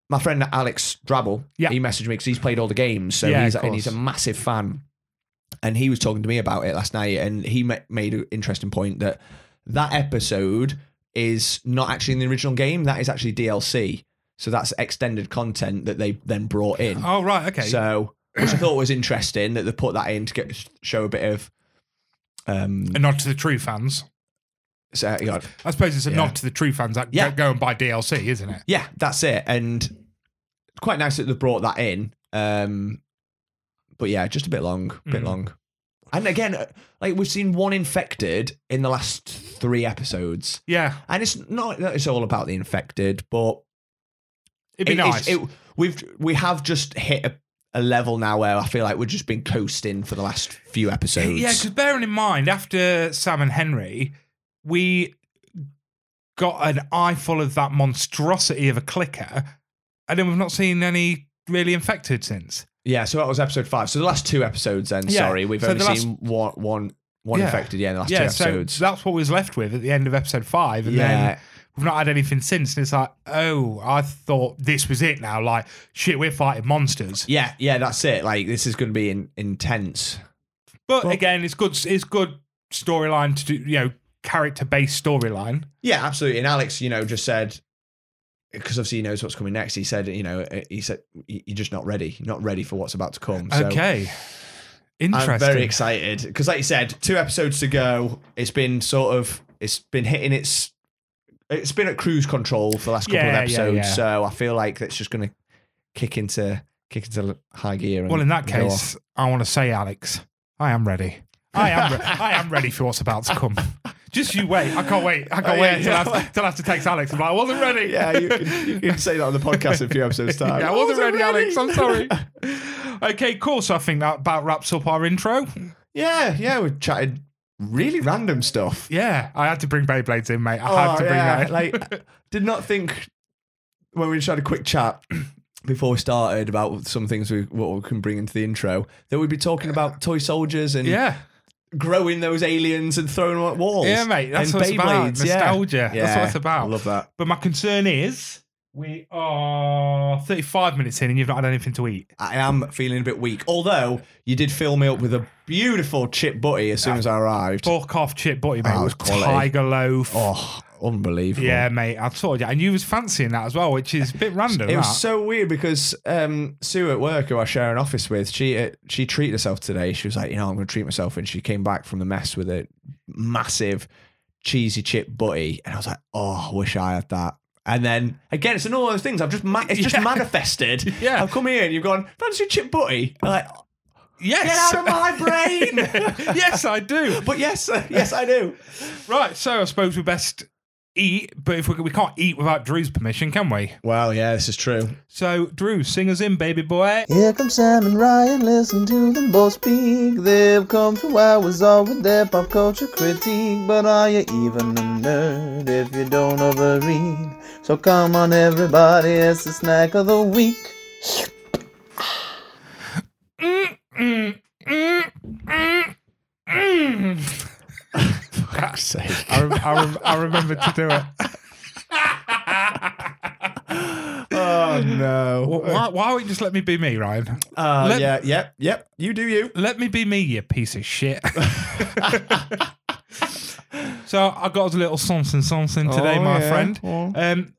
B: my friend Alex Drabble,
A: Yeah.
B: he messaged me because he's played all the games, so
A: Yeah,
B: he's
A: of
B: and he's a
A: course.
B: massive fan. And he was talking to me about it last night, and he ma- made an interesting point that that episode is not actually in the original game; that is actually DLC. So that's extended content that they then brought in.
A: oh, right. Okay.
B: So, which I thought was interesting that they put that in to get, show a bit of. Um,
A: a nod to the true fans.
B: so, you know,
A: I suppose it's a
B: Yeah.
A: nod to the true fans that
B: Yeah.
A: go, go and buy DLC, isn't it?
B: yeah, that's it. And it's quite nice that they brought that in. Um, but yeah, just a bit long, bit
A: Mm.
B: long. And again, uh, like we've seen one infected in the last three episodes,
A: Yeah.
B: and it's not that it's all about the infected, but
A: It'd be
B: it- it's-
A: nice.
B: it- we've we have just hit a, a level now where I feel like we've just been coasting for the last few episodes.
A: Yeah, because bearing in mind, after Sam and Henry, we got an eyeful of that monstrosity of a clicker, and then we've not seen any really infected since.
B: yeah. So that was episode five. So the last two episodes. Then
A: Yeah.
B: sorry, we've
A: So
B: only
A: the last-
B: seen one one one
A: Yeah.
B: infected. Yeah, in the last two
A: yeah, so
B: episodes.
A: that's what we was left with at the end of episode five, and
B: yeah,
A: then we've not had anything since. And it's like, oh, I thought this was it now. Like, shit, we're fighting monsters.
B: Yeah, yeah, that's it. Like this is going to be in, intense.
A: But
B: Well-
A: again, it's good. It's good storyline to do. You know, character based storyline.
B: Yeah, absolutely. And Alex, you know, just said because obviously he knows what's coming next. He said, you know, eh, he said "You- you're just not ready. You're not ready for what's about to come. So
A: okay, interesting.
B: I'm very excited because, like you said, two episodes to go. It's been sort of it's been hitting its it's been at cruise control for the last couple
A: Yeah,
B: of
A: yeah,
B: episodes.
A: yeah.
B: So I feel like it's just going to kick into kick into high gear. And
A: Well, in that
B: go off.
A: case, I want to say, Alex, I am ready. I am. Re- I am ready for what's about to come. Just you wait. I can't wait. I can't
B: Oh, yeah,
A: wait until,
B: yeah.
A: I have, till I have to text Alex. I'm like, I wasn't ready.
B: yeah, you can, you can say that on the podcast in a few episodes time.
A: Yeah, I wasn't ready, Alex. I'm sorry. okay, cool. So I think that about wraps up our intro.
B: Yeah, yeah, we chatted really random stuff.
A: Yeah, I had to bring Beyblades in, mate. I had
B: Oh,
A: to bring
B: yeah,
A: that. In.
B: like, did not think when we just had a quick chat before we started about some things we what we can bring into the intro that we'd be talking about toy soldiers and
A: yeah,
B: growing those aliens and throwing them at walls.
A: yeah, mate. That's
B: and
A: what it's about.
B: Beyblades, yeah.
A: Nostalgia. That's what it's
B: I
A: about.
B: love that.
A: But my concern is we are 35 minutes in and you've not had anything to eat.
B: I am feeling a bit weak. Although you did fill me up with a beautiful chip butty as soon as I arrived.
A: Fuck off, chip butty, mate.
B: Oh,
A: It was
B: quality.
A: tiger loaf.
B: Oh, unbelievable.
A: Yeah, mate, I told you. And you was fancying that as well, which is a bit random.
B: It
A: that.
B: was so weird because um, Sue at work, who I share an office with, she uh, she treated herself today. She was like, you know, I'm going to treat myself, and she came back from the mess with a massive cheesy chip butty, and I was like, oh, I wish I had that. And then again, it's another one of those things. I've just ma- it's just
A: Yeah.
B: manifested.
A: Yeah.
B: I've come here and you've gone fancy chip butty. I'm like get
A: Yes.
B: out of my brain.
A: yes, I do.
B: but yes, yes, I do.
A: Right, so I suppose we best eat, but if we, we can't eat without Drew's permission, can we?
B: Well, yeah, this is true.
A: So, Drew, sing us in, baby boy.
C: Here come Sam and Ryan, listen to them both speak. They've come to hours all with their pop culture critique. But are you even a nerd if you don't overread? So come on, everybody, it's the snack of the week.
B: Fuck's sake.
A: I, rem- I, rem- I remember to do it.
B: Oh no.
A: Why, why won't you just let me be me, Ryan?
B: Uh,
A: Let-
B: yeah, yep, yep. You do you.
A: Let me be me, you piece of shit. so I got us a little something, something today,
B: Oh,
A: my
B: yeah.
A: friend.
B: Oh.
A: Um,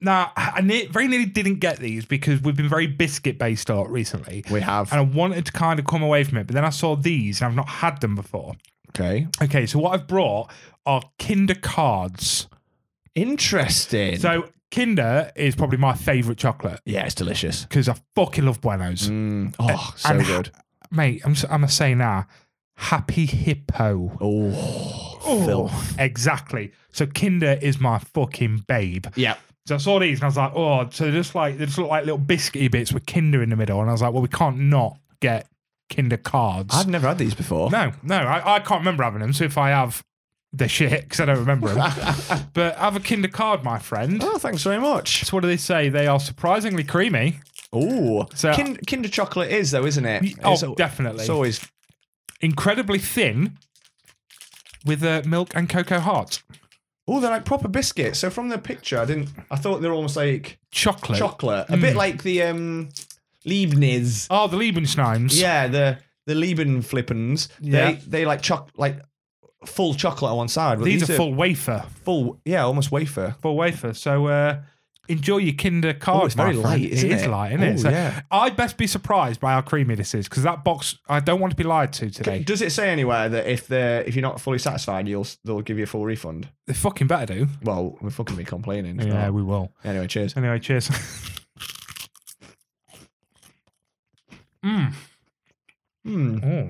A: now I I ne- very nearly didn't get these because we've been very biscuit based art recently,
B: We have.
A: and I wanted to kind of come away from it. But then I saw these, and I've not had them before.
B: Okay.
A: Okay, so what I've brought are Kinder cards.
B: Interesting.
A: So Kinder is probably my favourite chocolate
B: yeah, it's delicious.
A: because I fucking love Buenos,
B: Mm. Oh, so
A: and-
B: good.
A: mate. I'm s- I'm gonna say now, Happy Hippo.
B: Oh,
A: Oh,
B: filth.
A: Exactly. So Kinder is my fucking babe.
B: Yeah.
A: So I saw these and I was like, oh, so they're just like they just look like little biscuity bits with Kinder in the middle, and I was like, well, we can't not get Kinder cards.
B: I've never had these before.
A: no, no, I, I can't remember having them. So if I have, the shit because I don't remember them. but have a Kinder card, my friend.
B: Oh, thanks very much.
A: So what do they say? They are surprisingly creamy.
B: Oh,
A: So-
B: kind, Kinder chocolate is though, isn't it?
A: Oh,
B: It's al-
A: definitely.
B: It's always
A: Incredibly thin, with uh, milk and cocoa heart.
B: oh, they're like proper biscuits. So from the picture, I didn't. I thought they were almost like
A: Chocolate.
B: chocolate, a bit like the um Leibniz.
A: oh, the Liebensteims.
B: Yeah, the the Liebenflippens.
A: Yeah.
B: They they like choc like full chocolate on one side. but
A: These, are, full wafer.
B: full. Yeah, almost wafer.
A: Full wafer. So uh, enjoy your Kinder card.
B: Oh, it's very
A: my friend.
B: light, isn't
A: it is
B: it?
A: light, isn't
B: Oh,
A: it? So
B: yeah.
A: I'd best be surprised by how creamy this is because that box, I don't want to be lied to today.
B: Does it say anywhere that if they're if you're not fully satisfied, you'll they'll give you a full refund?
A: They fucking better do.
B: Well, we're fucking be complaining. if
A: Yeah,
B: not.
A: we will.
B: Anyway, cheers.
A: Anyway, cheers. Mm.
B: Hmm.
A: Oh.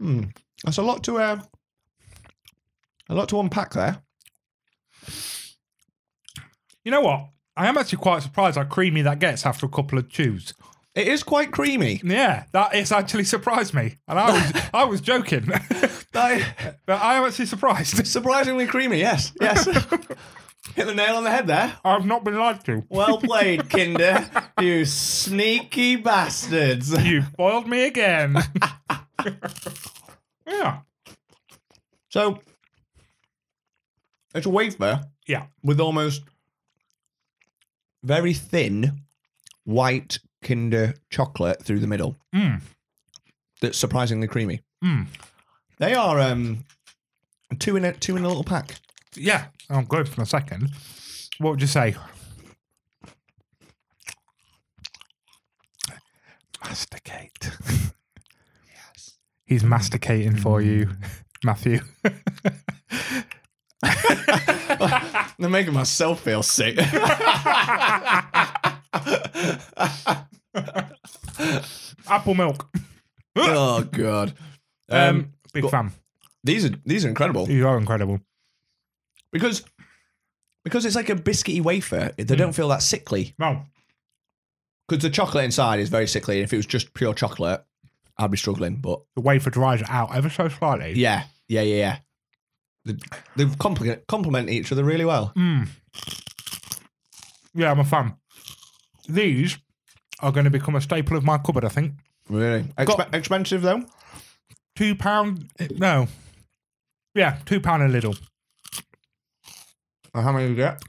B: Hmm. That's a lot to uh, a lot to unpack there.
A: You know what? I am actually quite surprised how creamy that gets after a couple of chews.
B: It is quite creamy.
A: Yeah, that it's actually surprised me, and I was I was joking,
B: That-
A: but I am actually surprised.
B: surprisingly creamy. Yes, yes. Hit the nail on the head there.
A: I've not been lied to.
B: Well played, Kinder. you sneaky bastards.
A: You foiled me again. yeah,
B: So it's a wafer
A: yeah,
B: with almost very thin white Kinder chocolate through the middle.
A: Mm.
B: That's surprisingly creamy.
A: Mm.
B: They are um, two in a two in a little pack.
A: yeah. Oh, I'm good for a second. What would you say? Masticate. yes. He's masticating for you, Matthew.
B: I'm making myself feel sick. Oh,
A: Apple milk.
B: oh god. Um,
A: Um, big
B: go-
A: fan.
B: these are these are incredible
A: You are incredible.
B: because because it's like a biscuity wafer. They
A: Mm.
B: don't feel that sickly
A: Well,
B: because the chocolate inside is very sickly. If it was just pure chocolate, I'd be struggling. But
A: the wafer dries it out ever so slightly.
B: yeah, yeah, yeah, yeah. They, they complement complement each other really well.
A: Mm. Yeah, I'm a fan. These are going to become a staple of my cupboard, I think.
B: Really Expe-
A: Got-
B: expensive though.
A: Two pound, no. Yeah, two pound a little.
B: Uh, How many do you get?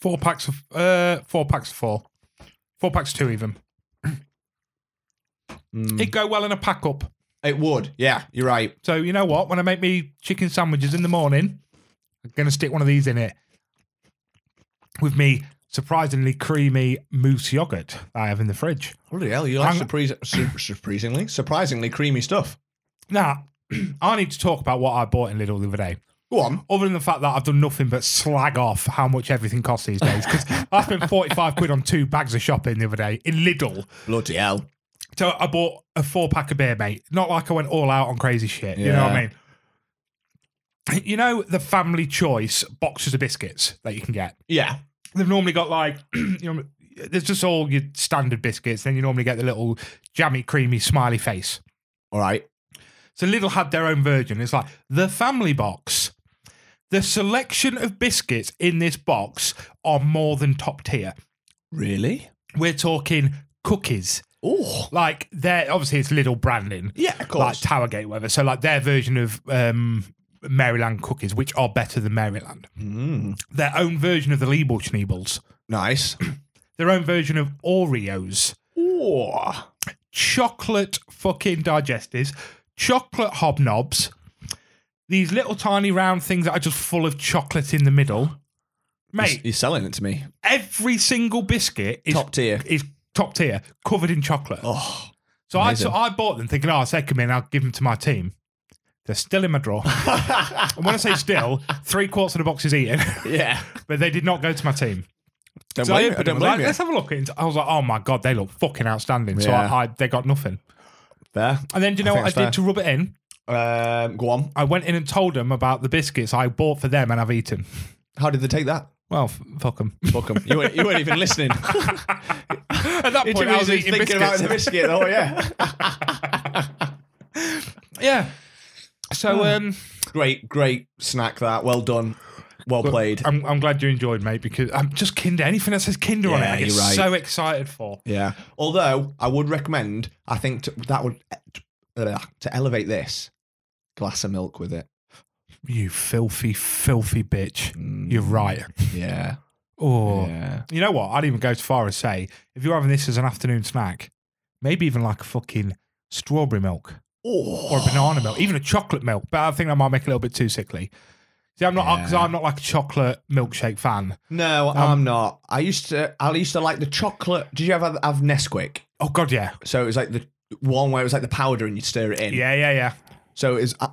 A: Four packs of, uh, four packs of four. Four packs of two even. It'd go well in a pack up.
B: It would. Yeah, you're right.
A: So you know what? When I make me chicken sandwiches in the morning, I'm gonna stick one of these in it with me surprisingly creamy mousse yogurt that I have in the fridge.
B: Bloody hell, you
A: I'm-
B: like surprise, su- surprisingly, surprisingly creamy stuff.
A: Now, I need to talk about what I bought in Lidl the other day.
B: Go on.
A: Other than the fact that I've done nothing but slag off how much everything costs these days, because I spent 45 quid on two bags of shopping the other day in Lidl.
B: Bloody hell.
A: So I bought a four pack of beer, mate. Not like I went all out on crazy shit. You know what I
B: Yeah.
A: mean? You know the family choice boxes of biscuits that you can get.
B: Yeah.
A: They've normally got like you know there's just all your standard biscuits. Then you normally get the little jammy, creamy, smiley face.
B: All right.
A: So Lidl had their own version. It's like the family box. The selection of biscuits in this box are more than top tier.
B: Really?
A: We're talking cookies.
B: Oh.
A: Like they're obviously it's Lidl branding.
B: Yeah, of
A: like
B: course.
A: Towergate, whatever. So like their version of um, Maryland cookies, which are better than Maryland.
B: Mm.
A: Their own version of the Liebelschneebles.
B: Nice.
A: Their own version of Oreos.
B: Oh.
A: Chocolate fucking digestives. Chocolate hobnobs. These little tiny round things that are just full of chocolate in the middle. Mate,
B: You're selling it to me.
A: every single biscuit is
B: Top tier.
A: is top tier, covered in chocolate.
B: Oh.
A: so I
B: amazing.
A: so I bought them thinking, oh, I'll take them in, I'll give them to my team. They're still in my drawer. And when I say still, three quarters of the box is eaten,
B: yeah.
A: but they did not go to my team.
B: Don't
A: So I
B: blame me.
A: opened it,
B: I
A: I
B: don't
A: was
B: blame
A: like,
B: you.
A: let's have a look. And I was like, oh my God, they look fucking outstanding. So
B: Yeah.
A: I, I, they got nothing.
B: Fair.
A: And then do you know
B: I
A: what I
B: think
A: did
B: that's
A: to rub it in?
B: Um, go on.
A: I went in and told them about the biscuits I bought for them and I've eaten.
B: How did they take that?
A: Well, f- fuck them.
B: Fuck 'em. You weren't, you weren't even listening.
A: At that
B: You're
A: point, I was eating
B: thinking about
A: biscuits.
B: the biscuit. Oh yeah.
A: yeah.
B: Hmm.
A: So um,
B: great, great snack. That. Well done. Well played.
A: I'm, I'm glad you enjoyed, mate, because I'm just Kinder. Anything that says Kinder on it,
B: Yeah,
A: I get
B: you're right.
A: so excited for.
B: Yeah. Although I would recommend, I think to, that would uh, to elevate this glass of milk with it.
A: You filthy, filthy bitch. You're right.
B: Mm. Yeah.
A: Oh.
B: Yeah.
A: You know what? I'd even go as far as say, if you're having this as an afternoon snack, maybe even like a fucking strawberry milk or a
B: Oh.
A: banana milk, even a chocolate milk. But I think that might make it a little bit too sickly. See, I'm not because
B: Yeah.
A: I'm not like a chocolate milkshake fan.
B: No,
A: Um,
B: I'm not. I used to. I used to like the chocolate. Did you ever have Nesquik?
A: Oh god, yeah,
B: So it was like the one where it was like the powder and you stir it in.
A: yeah, yeah, yeah.
B: So is uh,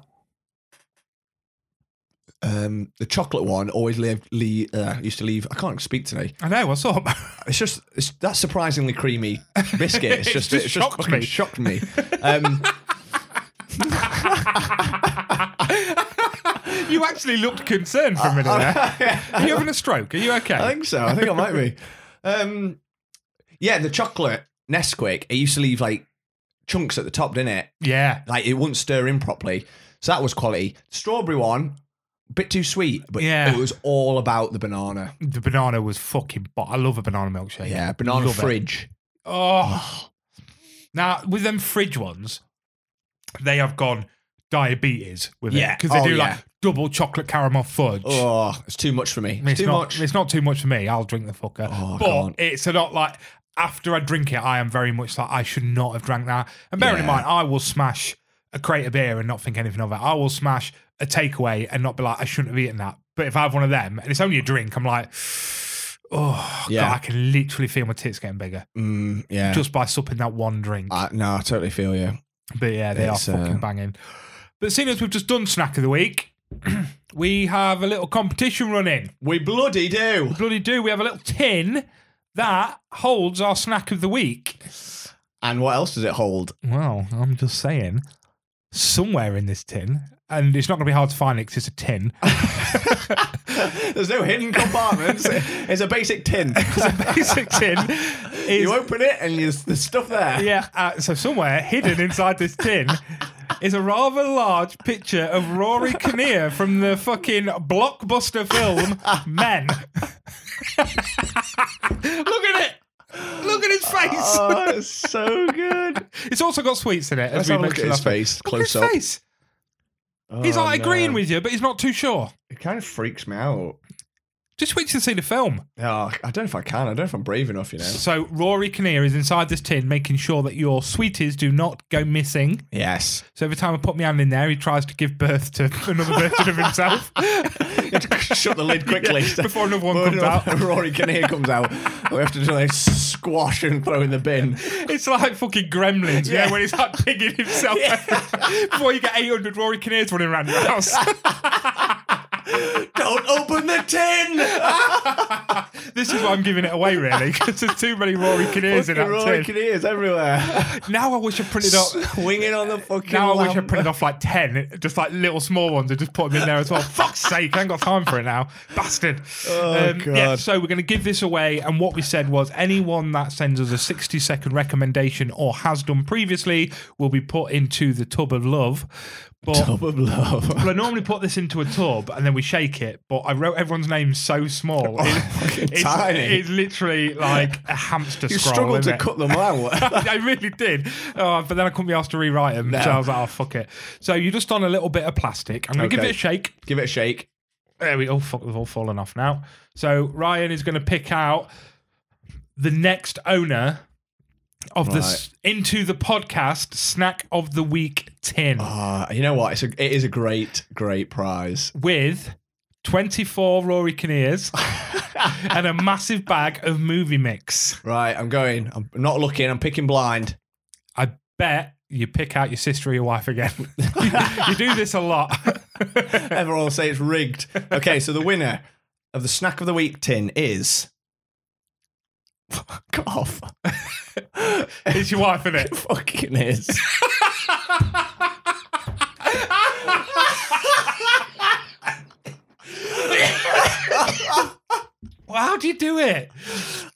B: um the chocolate one always leave, leave uh, used to leave. I can't speak today.
A: I know. What's up?
B: It's just it's that surprisingly creamy biscuit. It's
A: It's
B: just
A: just
B: it's just
A: shocked
B: fucking
A: me.
B: shocked me. Um,
A: you actually looked concerned for a minute there. Are you having a stroke? Are you okay?
B: I think so. I think I might be. Um, yeah, the chocolate Nesquik. It used to leave like chunks at the top, didn't it?
A: yeah,
B: Like it wouldn't stir in properly. So that was quality. Strawberry one, bit too sweet, but
A: Yeah. Mm,
B: it was all about the banana.
A: the banana was fucking. Bo- I love a banana milkshake.
B: Yeah, banana
A: Love it.
B: fridge.
A: Oh. Now, with them fridge ones, they have gone diabetes with
B: Yeah.
A: it. Because they
B: Oh,
A: do
B: yeah.
A: like double chocolate caramel fudge.
B: Oh, it's too much for
A: I
B: me.
A: mean,
B: It's, too
A: not,
B: much.
A: It's not too much for me. I'll drink the fucker.
B: Oh, I
A: but
B: can't.
A: it's a lot like after I drink it, I am very much like I should not have drank that. And bearing in
B: Yeah.
A: mind, I will smash a crate of beer and not think anything of it. I will smash a takeaway and not be like I shouldn't have eaten that. But if I have one of them and it's only a drink, I'm like, oh
B: Yeah.
A: god, I can literally feel my tits getting bigger
B: Mm, yeah.
A: just by supping that one drink.
B: I, no, I totally feel you.
A: But yeah, they are
B: It's, uh,
A: fucking banging. But seeing as we've just done snack of the week, we have a little competition running.
B: We bloody do.
A: Bloody do, we have a little tin that holds our snack of the week.
B: And what else does it hold?
A: Well, I'm just saying, somewhere in this tin, and it's not going to be hard to find it 'cause it's a tin.
B: There's no hidden compartments. it's a basic tin.
A: Basic tin is
B: You open it and there's there's stuff there.
A: yeah. Uh, so somewhere hidden inside this tin. Is a rather large picture of Rory Kinnear from the fucking blockbuster film Men. Look at it! Look at his face!
B: Oh, it's so good.
A: It's also got sweets in it. As
B: Let's
A: we
B: have a look at
A: mentioned last
B: his
A: week.
B: face
A: Look at
B: close
A: his
B: up.
A: face. He's like agreeing with you, but he's not too sure.
B: It kind of freaks me out.
A: Just wait to see the film.
B: Oh, I don't know if I can. I don't know if I'm brave enough, you know.
A: So Rory Kinnear is inside this tin, making sure that your sweeties do not go missing.
B: Yes.
A: So every time I put my hand in there, he tries to give birth to another version of himself
B: Shut the lid quickly.
A: before another one
B: Well,
A: comes
B: no,
A: out.
B: Rory Kinnear comes out. We have to do like squash and throw in the bin.
A: It's like fucking Gremlins, yeah,
B: Yeah.
A: when he's like pigging himself before you get 800 Rory Kinnears running around your house.
B: Don't open the tin!
A: This is why I'm giving it away, really, because there's too many Rory Kinnears in that
B: Fucking
A: tin.
B: Rory Kinnears everywhere.
A: Now I wish I printed off.
B: Swinging on the fucking
A: Now I wish I
B: lamp.
A: printed off like ten, just like little small ones, and just put them in there as well. Fuck's sake, I ain't got time for it now, bastard. Um,
B: Oh,
A: Yeah,
B: God.
A: so we're going to give this away, and what we said was anyone that sends us a sixty-second recommendation or has done previously will be put into the tub of love. But
B: Tub of love.
A: Well, I normally put this into a tub and then we shake it, but I wrote everyone's name so small. It- it's,
B: Oh, tiny.
A: it's literally like a hamster
B: You
A: scroll.
B: struggled
A: isn't it?
B: to cut them out.
A: I really did. Oh, but then I couldn't be asked to rewrite them. So I was like, oh, fuck it. So you're just on a little bit of plastic. I'm going to give
B: Okay.
A: it a shake.
B: Give it a shake.
A: There we go. Oh, fuck, they've all fallen off now. So Ryan is going to pick out the next owner of the s- Into the Podcast Snack of the Week tin.
B: Ah, you know what? It's a, it is a great, great prize.
A: with 24 Rory Kinnears and a massive bag of movie mix.
B: Right, I'm going. I'm not looking. I'm picking blind.
A: I bet you pick out your sister or your wife again. you do this a lot.
B: Everyone will say it's rigged. Okay, so the winner of the snack of the week tin is. Fuck off. it
A: it's your wife, isn't it?
B: fucking is.
A: Well, how do you do it?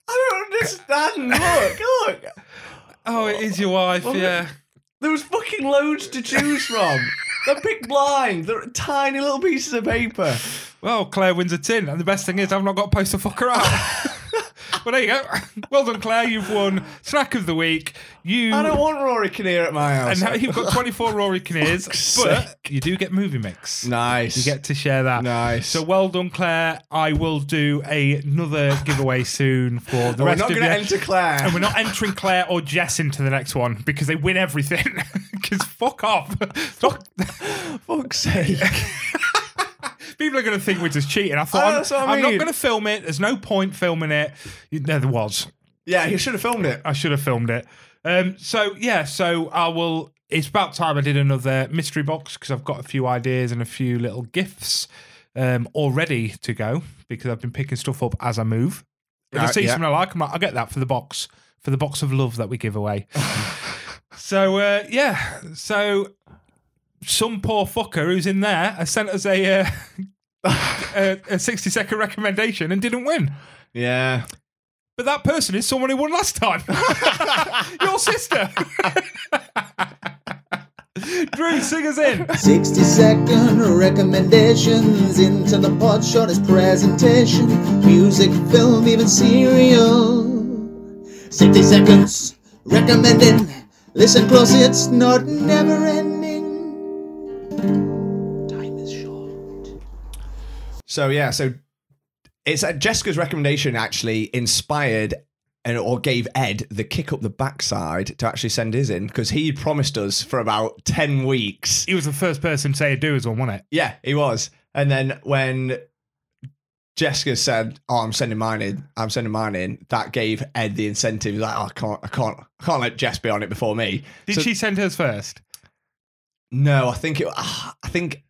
B: I don't understand. Look, look.
A: Oh, it is your wife,
B: Well,
A: yeah.
B: There was fucking loads to choose from. They're picked blind. They're tiny little pieces of paper.
A: Well, Claire wins a tin, and the best thing is I've not got to post the fucker out. well, there you go. Well done, Claire. You've won snack of the week. You
B: I don't want Rory Kinnear at my house.
A: and now you've got 24 Rory Kinnears, but
B: Fuck's
A: you do get movie mix.
B: nice.
A: You get to share that.
B: nice.
A: So well done, Claire. I will do a- another giveaway soon for the
B: we're
A: rest
B: not
A: of
B: going
A: you.
B: to enter Claire.
A: and we're not entering Claire or Jess into the next one because they win everything. Because fuck off. Fuck.
B: Fuck's sake.
A: People are going to think we're just cheating. I
B: I know,
A: thought
B: that's what
A: I'm,
B: I
A: I'm not
B: mean.
A: going to film it. There's no point filming it. You- No, there was.
B: yeah, you should have filmed it.
A: I should have filmed it. Um, so yeah, so I will. It's about time I did another mystery box because I've got a few ideas and a few little gifts um, already to go because I've been picking stuff up as I move. If I
B: Right,
A: see
B: yeah.
A: something I like, I'm like, I'll get that for the box for the box of love that we give away. so uh, yeah, so some poor fucker who's in there has sent us a. Uh, A, a 60 second recommendation and didn't win.
B: Yeah.
A: But that person is someone who won last time. Your sister. Drew, sing us in.
C: 60 second recommendations into the pod shortest presentation. Music, film, even serial. 60 seconds recommending. Listen close, it's not never ending. Time is short.
B: So, yeah, so it's uh, Jessica's recommendation actually inspired and or gave Ed the kick up the backside to actually send his in because he promised us for about 10 weeks
A: He was the first person to say a do as one, wasn't it?
B: Yeah, he was. And then when Jessica said, "Oh, I'm sending mine in. I'm sending mine in," that gave Ed the incentive. He was like, oh, "I can't, I can't, I can't let Jess be on it before me."
A: Did
B: So-
A: she send hers first?
B: No, I think it. ah, I think.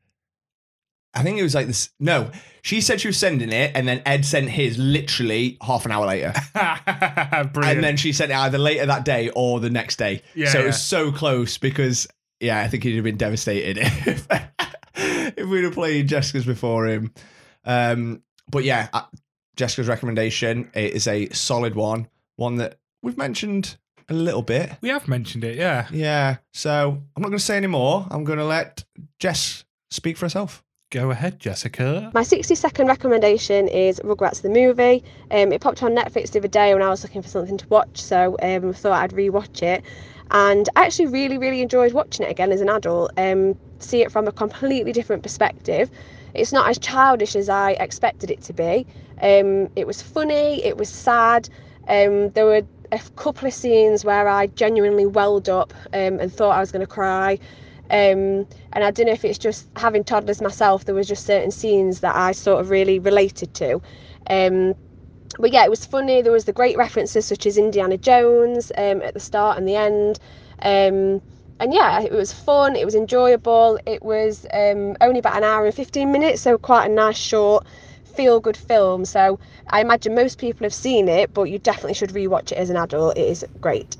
B: I think it was like this. No, she said she was sending it, and then Ed sent his literally half an hour later,
A: Brilliant.
B: and then she sent it either later that day or the next day.
A: Yeah,
B: so
A: yeah.
B: it was so close because yeah, I think he'd have been devastated if, if we'd have played Jessica's before him. Um, but yeah, uh, Jessica's recommendation it is a solid one, one that we've mentioned a little bit.
A: we have mentioned it, yeah.
B: Yeah, so I'm not going to say any more. I'm going to let Jess speak for herself.
A: Go ahead, Jessica.
D: My 60 second recommendation is Rugrats the movie. Um, it popped on Netflix the other day when I was looking for something to watch, so um, thought I'd rewatch it. And I actually really, really enjoyed watching it again as an adult. Um, see it from a completely different perspective. It's not as childish as I expected it to be. Um, it was funny, it was sad. Um, there were a couple of scenes where I genuinely welled up um, and thought I was going to cry. Um, and I don't know if it's just having toddlers myself, there was just certain scenes that I sort of really related to. Um, but yeah, it was funny. There was the great references such as Indiana Jones um, at the start and the end. Um, and yeah, it was fun. It was enjoyable. It was um, only about an hour and fifteen minutes, so quite a nice short feel good film. So I imagine most people have seen it, but you definitely should rewatch it as an adult. It is great.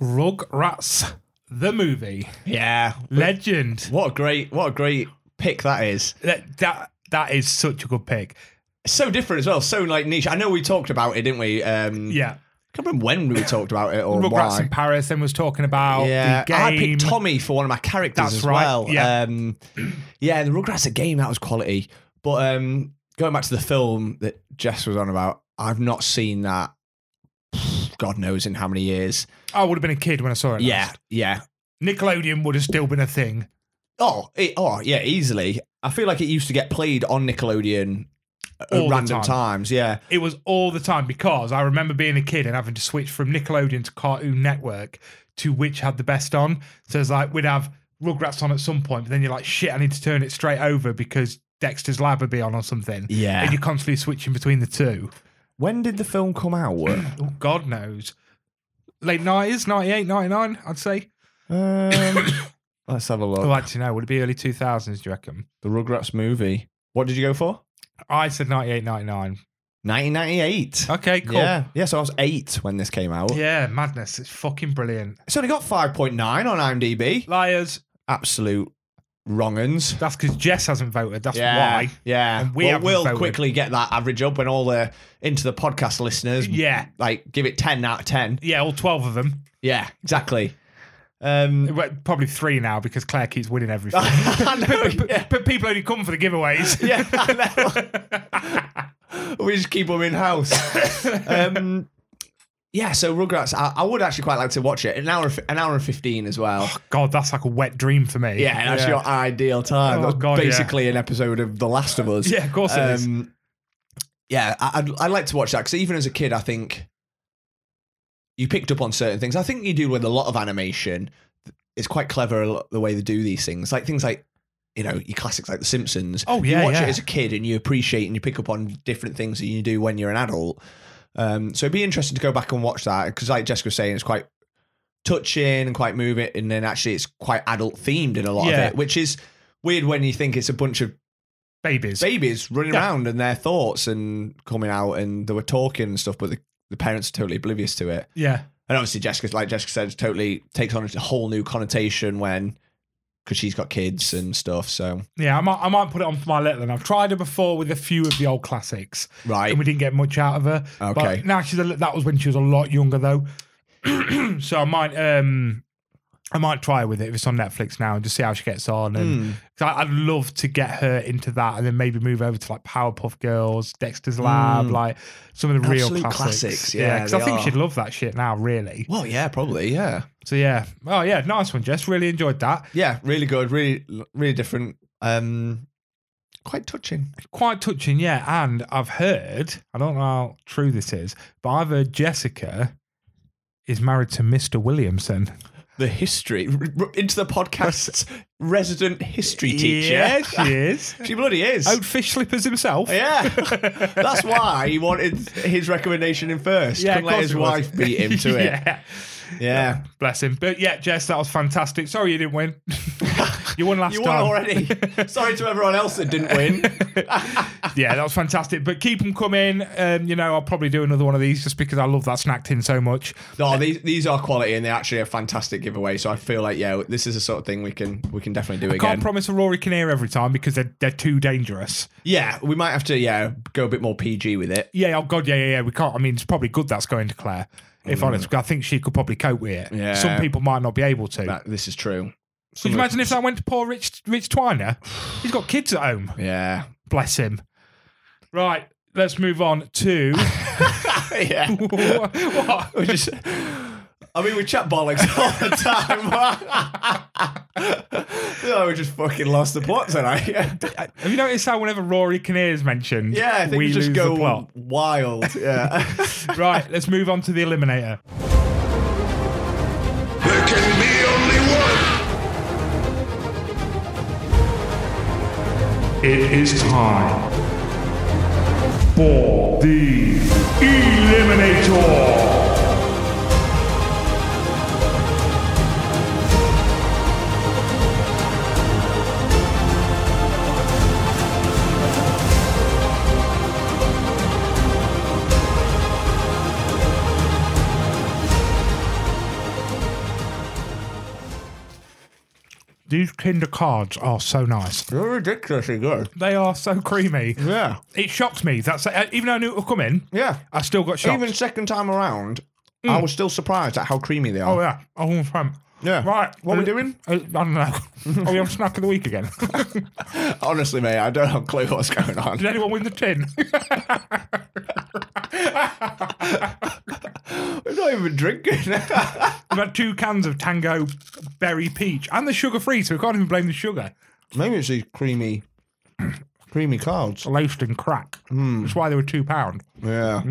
A: Rugrats, the movie,
B: Yeah.
A: legend.
B: What a great, what a great pick that is.
A: That that, that is such a good pick.
B: So different as well. So like niche. I know we talked about it, didn't we? Um,
A: Yeah,
B: I can't remember when we talked about it or
A: Rugrats
B: Oh, why.
A: in Paris. Then was talking about
B: Yeah,
A: the game.
B: I picked Tommy for one of my characters
A: That's
B: as
A: right,
B: well.
A: yeah.
B: um, yeah. The Rugrats a game that was quality, but um, going back to the film that Jess was on about, I've not seen that. God knows in how many years.
A: I would have been a kid when I saw it.
B: Yeah,
A: last.
B: yeah.
A: Nickelodeon would have still been a thing.
B: Oh, it, oh, yeah. Easily, I feel like it used to get played on Nickelodeon at
A: All the time.
B: random times. Yeah,
A: It was all the time because I remember being a kid and having to switch from Nickelodeon to Cartoon Network to which had the best on. So it's like we'd have Rugrats on at some point, but then you're like, shit, I need to turn it straight over because Dexter's Lab would be on or something.
B: Yeah.
A: And you're constantly switching between the two.
B: When did the film come out?
A: Oh, God knows. Late 90s, 98, 99, I'd say.
B: um, let's have a look.
A: Oh, actually, no. Would it be early 2000s, do you reckon?
B: The Rugrats movie. What did you go for?
A: I said 98, 99.
B: 1998.
A: Okay, cool.
B: Yeah, yeah. So I was eight when this came out.
A: Yeah, madness. It's fucking brilliant.
B: It's only got 5.9 on IMDb.
A: Liars.
B: Absolute wrongins.
A: That's because Jess hasn't voted. That's why.
B: yeah.
A: And we
B: well,
A: haven't
B: we'll
A: voted.
B: quickly get that average up when all the into the podcast listeners,
A: Yeah.
B: like give it 10 out of 10.
A: Yeah, all 12 of them.
B: Yeah, exactly. Um,
A: Well, Probably three now because Claire keeps winning everything.
B: I know,
A: but, but-
B: yeah.
A: but people only come for the giveaways.
B: yeah, I know. we just keep them in house. Um, yeah, so Rugrats, I, I would actually quite like to watch it. An hour, an hour and fifteen as well.
A: oh, God, that's like a wet dream for me.
B: Yeah, that's your ideal time.
A: Oh,
B: that's
A: God, yeah.
B: basically an episode of The Last of Us.
A: Yeah, of course it is.
B: Um, yeah, I- I'd, I'd like to watch that because even as a kid, I think you picked up on certain things. I think you do with a lot of animation. It's quite clever a lot, the way they do these things, like things like you know your classics like The Simpsons.
A: Oh, yeah,
B: you watch
A: yeah.
B: it as a kid and you appreciate and you pick up on different things that you do when you're an adult. Um, so it'd be interesting to go back and watch that because, like Jessica was saying, it's quite touching and quite moving, and then actually it's quite adult themed in a lot
A: Yeah.
B: of it, which is weird when you think it's a bunch of
A: Babies.
B: babies running
A: Yeah.
B: around and their thoughts and coming out and they were talking and stuff, but the, the parents are totally oblivious to it.
A: yeah.
B: And obviously, Jessica, like Jessica said, totally takes on a whole new connotation when because she's got kids and stuff. So
A: Yeah, I might, I might put it on for my little one. I've tried her before with a few of the old classics,
B: right,
A: and we didn't get much out of her.
B: Okay.
A: But now she's a, li- that was when she was a lot younger though, so I might um, I might try with it if it's on Netflix now and just see how she gets on. And
B: Mm.
A: 'cause I, would love to get her into that, and then maybe move over to like Powerpuff Girls, Dexter's Lab,
B: Mm.
A: like some of the real
B: Absolute
A: classics.
B: classics, yeah,
A: because
B: they
A: I think
B: are.
A: she'd love that shit now, really.
B: well, yeah, probably, yeah,
A: So yeah, oh yeah, nice one, Jess. Really enjoyed that.
B: yeah, really good, really, really different, um, quite touching.
A: quite touching, yeah. And I've heard, I don't know how true this is, but I've heard Jessica is married to Mr. Williamson.
B: The history r- r- into the podcast's resident history teacher.
A: Yeah, she is.
B: she bloody is.
A: Old fish slippers himself.
B: Yeah. That's why he wanted his recommendation in first.
A: Yeah, of
B: Couldn't let
A: course
B: his
A: it was.
B: wife beat him to it.
A: yeah.
B: Yeah.
A: Bless him. But yeah, Jess, that was fantastic. Sorry you didn't win. you won last
B: You
A: time.
B: won already. Sorry to everyone else that didn't win.
A: yeah, that was fantastic. But keep them coming. Um, you know, I'll probably do another one of these just because I love that snack tin so much.
B: No, these these are quality and they're actually a fantastic giveaway. So I feel like yeah, this is the sort of thing we can we can definitely do again.
A: Can't promise a Rory Kinnear every time because they're, they're too dangerous.
B: yeah, we might have to yeah go a bit more PG with it.
A: Yeah, oh god, yeah, yeah, yeah. We can't. I mean, it's probably good that's going to Claire. If honest, I think she could probably cope with it.
B: Mm. Yeah.
A: Some people might not be able to.
B: That, this is true.
A: Could you imagine if that went to poor Rich Rich Twiner? He's got kids at home.
B: Yeah.
A: Bless him. Right, let's move on to
B: yeah.
A: what?
B: We just, I mean, we chat bollocks all the time. no, we just fucking lost the plot tonight. Yeah,
A: Have you noticed how whenever Rory Kinnear is mentioned,
B: I think we, just
A: lose
B: go
A: the plot?
B: wild. Yeah.
A: right, let's move on to the eliminator.
E: There can be only one.
F: It is time for the Eliminator.
A: These Kinder cards are so nice.
B: They're ridiculously good.
A: They are so creamy.
B: Yeah.
A: It shocked me. That's uh, even though I knew it would come in,
B: Yeah.
A: I still got shocked.
B: Even second time around, I was still surprised at how creamy they
A: oh
B: are.
A: yeah, I won't front.
B: Yeah.
A: Right,
B: What
A: uh,
B: we doing?
A: uh, I don't know. Are we on snack of the week again?
B: Honestly, mate, I don't have a clue what's going on.
A: Did anyone win the tin?
B: We're not even drinking.
A: We've had two cans of Tango Berry Peach and the sugar free, so we can't even blame the sugar.
B: Maybe it's these creamy, creamy cards.
A: Laced in crack.
B: Hmm.
A: That's why they were two pound.
B: Yeah.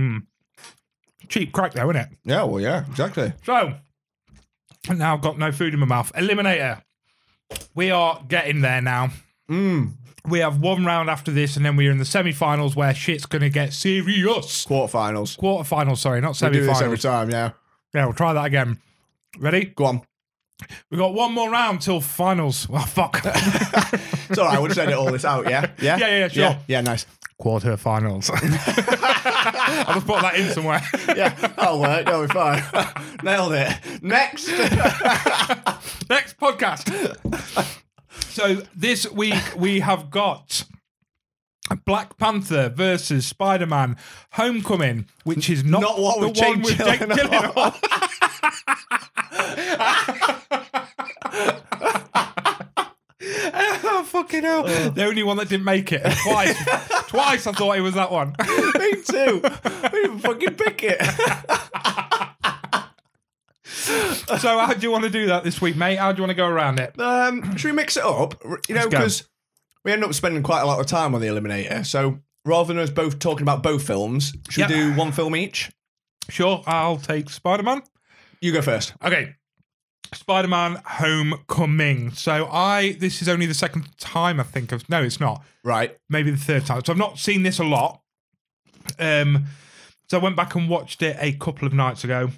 A: Cheap crack though, isn't it?
B: Yeah. Well, yeah. Exactly.
A: So and now I've got no food in my mouth. Eliminator. We are getting there now.
B: Hmm.
A: We have one round after this, and then we're in the semi-finals where shit's gonna get serious.
B: Quarterfinals.
A: Quarterfinals, sorry, not
B: We do this every
A: semi-finals.
B: time. Yeah.
A: Yeah, we'll try that again. Ready?
B: Go on.
A: We've got one more round till finals. Oh fuck.
B: It's all right. We'll just edit all this out. Yeah. Yeah.
A: Yeah, yeah, yeah, sure.
B: Yeah. yeah nice.
A: Quarterfinals. I'll just put that in somewhere.
B: Yeah. That'll work. That'll be fine. Nailed it. Next.
A: Next podcast. so this week we have got Black Panther versus Spider Man Homecoming, which is not,
B: Not what
A: the
B: with
A: one with
B: Jake
A: Jake
B: Gyllenhaal.
A: Gyllenhaal. oh, fucking hell. The only one that didn't make it. Twice. Twice I thought it was that one.
B: Me too. We didn't fucking pick it.
A: So how do you want to do that this week, mate? How do you want to go around it?
B: Um, should we mix it up? R- You know,
A: go.
B: because we end up spending quite a lot of time on the Eliminator. So rather than us both talking about both films, should
A: Yep.
B: we do one film each?
A: Sure, I'll take Spider Man.
B: You go first.
A: Okay. Spider Man Homecoming. So I this is only the second time I think of no, it's not.
B: Right.
A: Maybe the third time. So I've not seen this a lot. Um so I went back and watched it a couple of nights ago.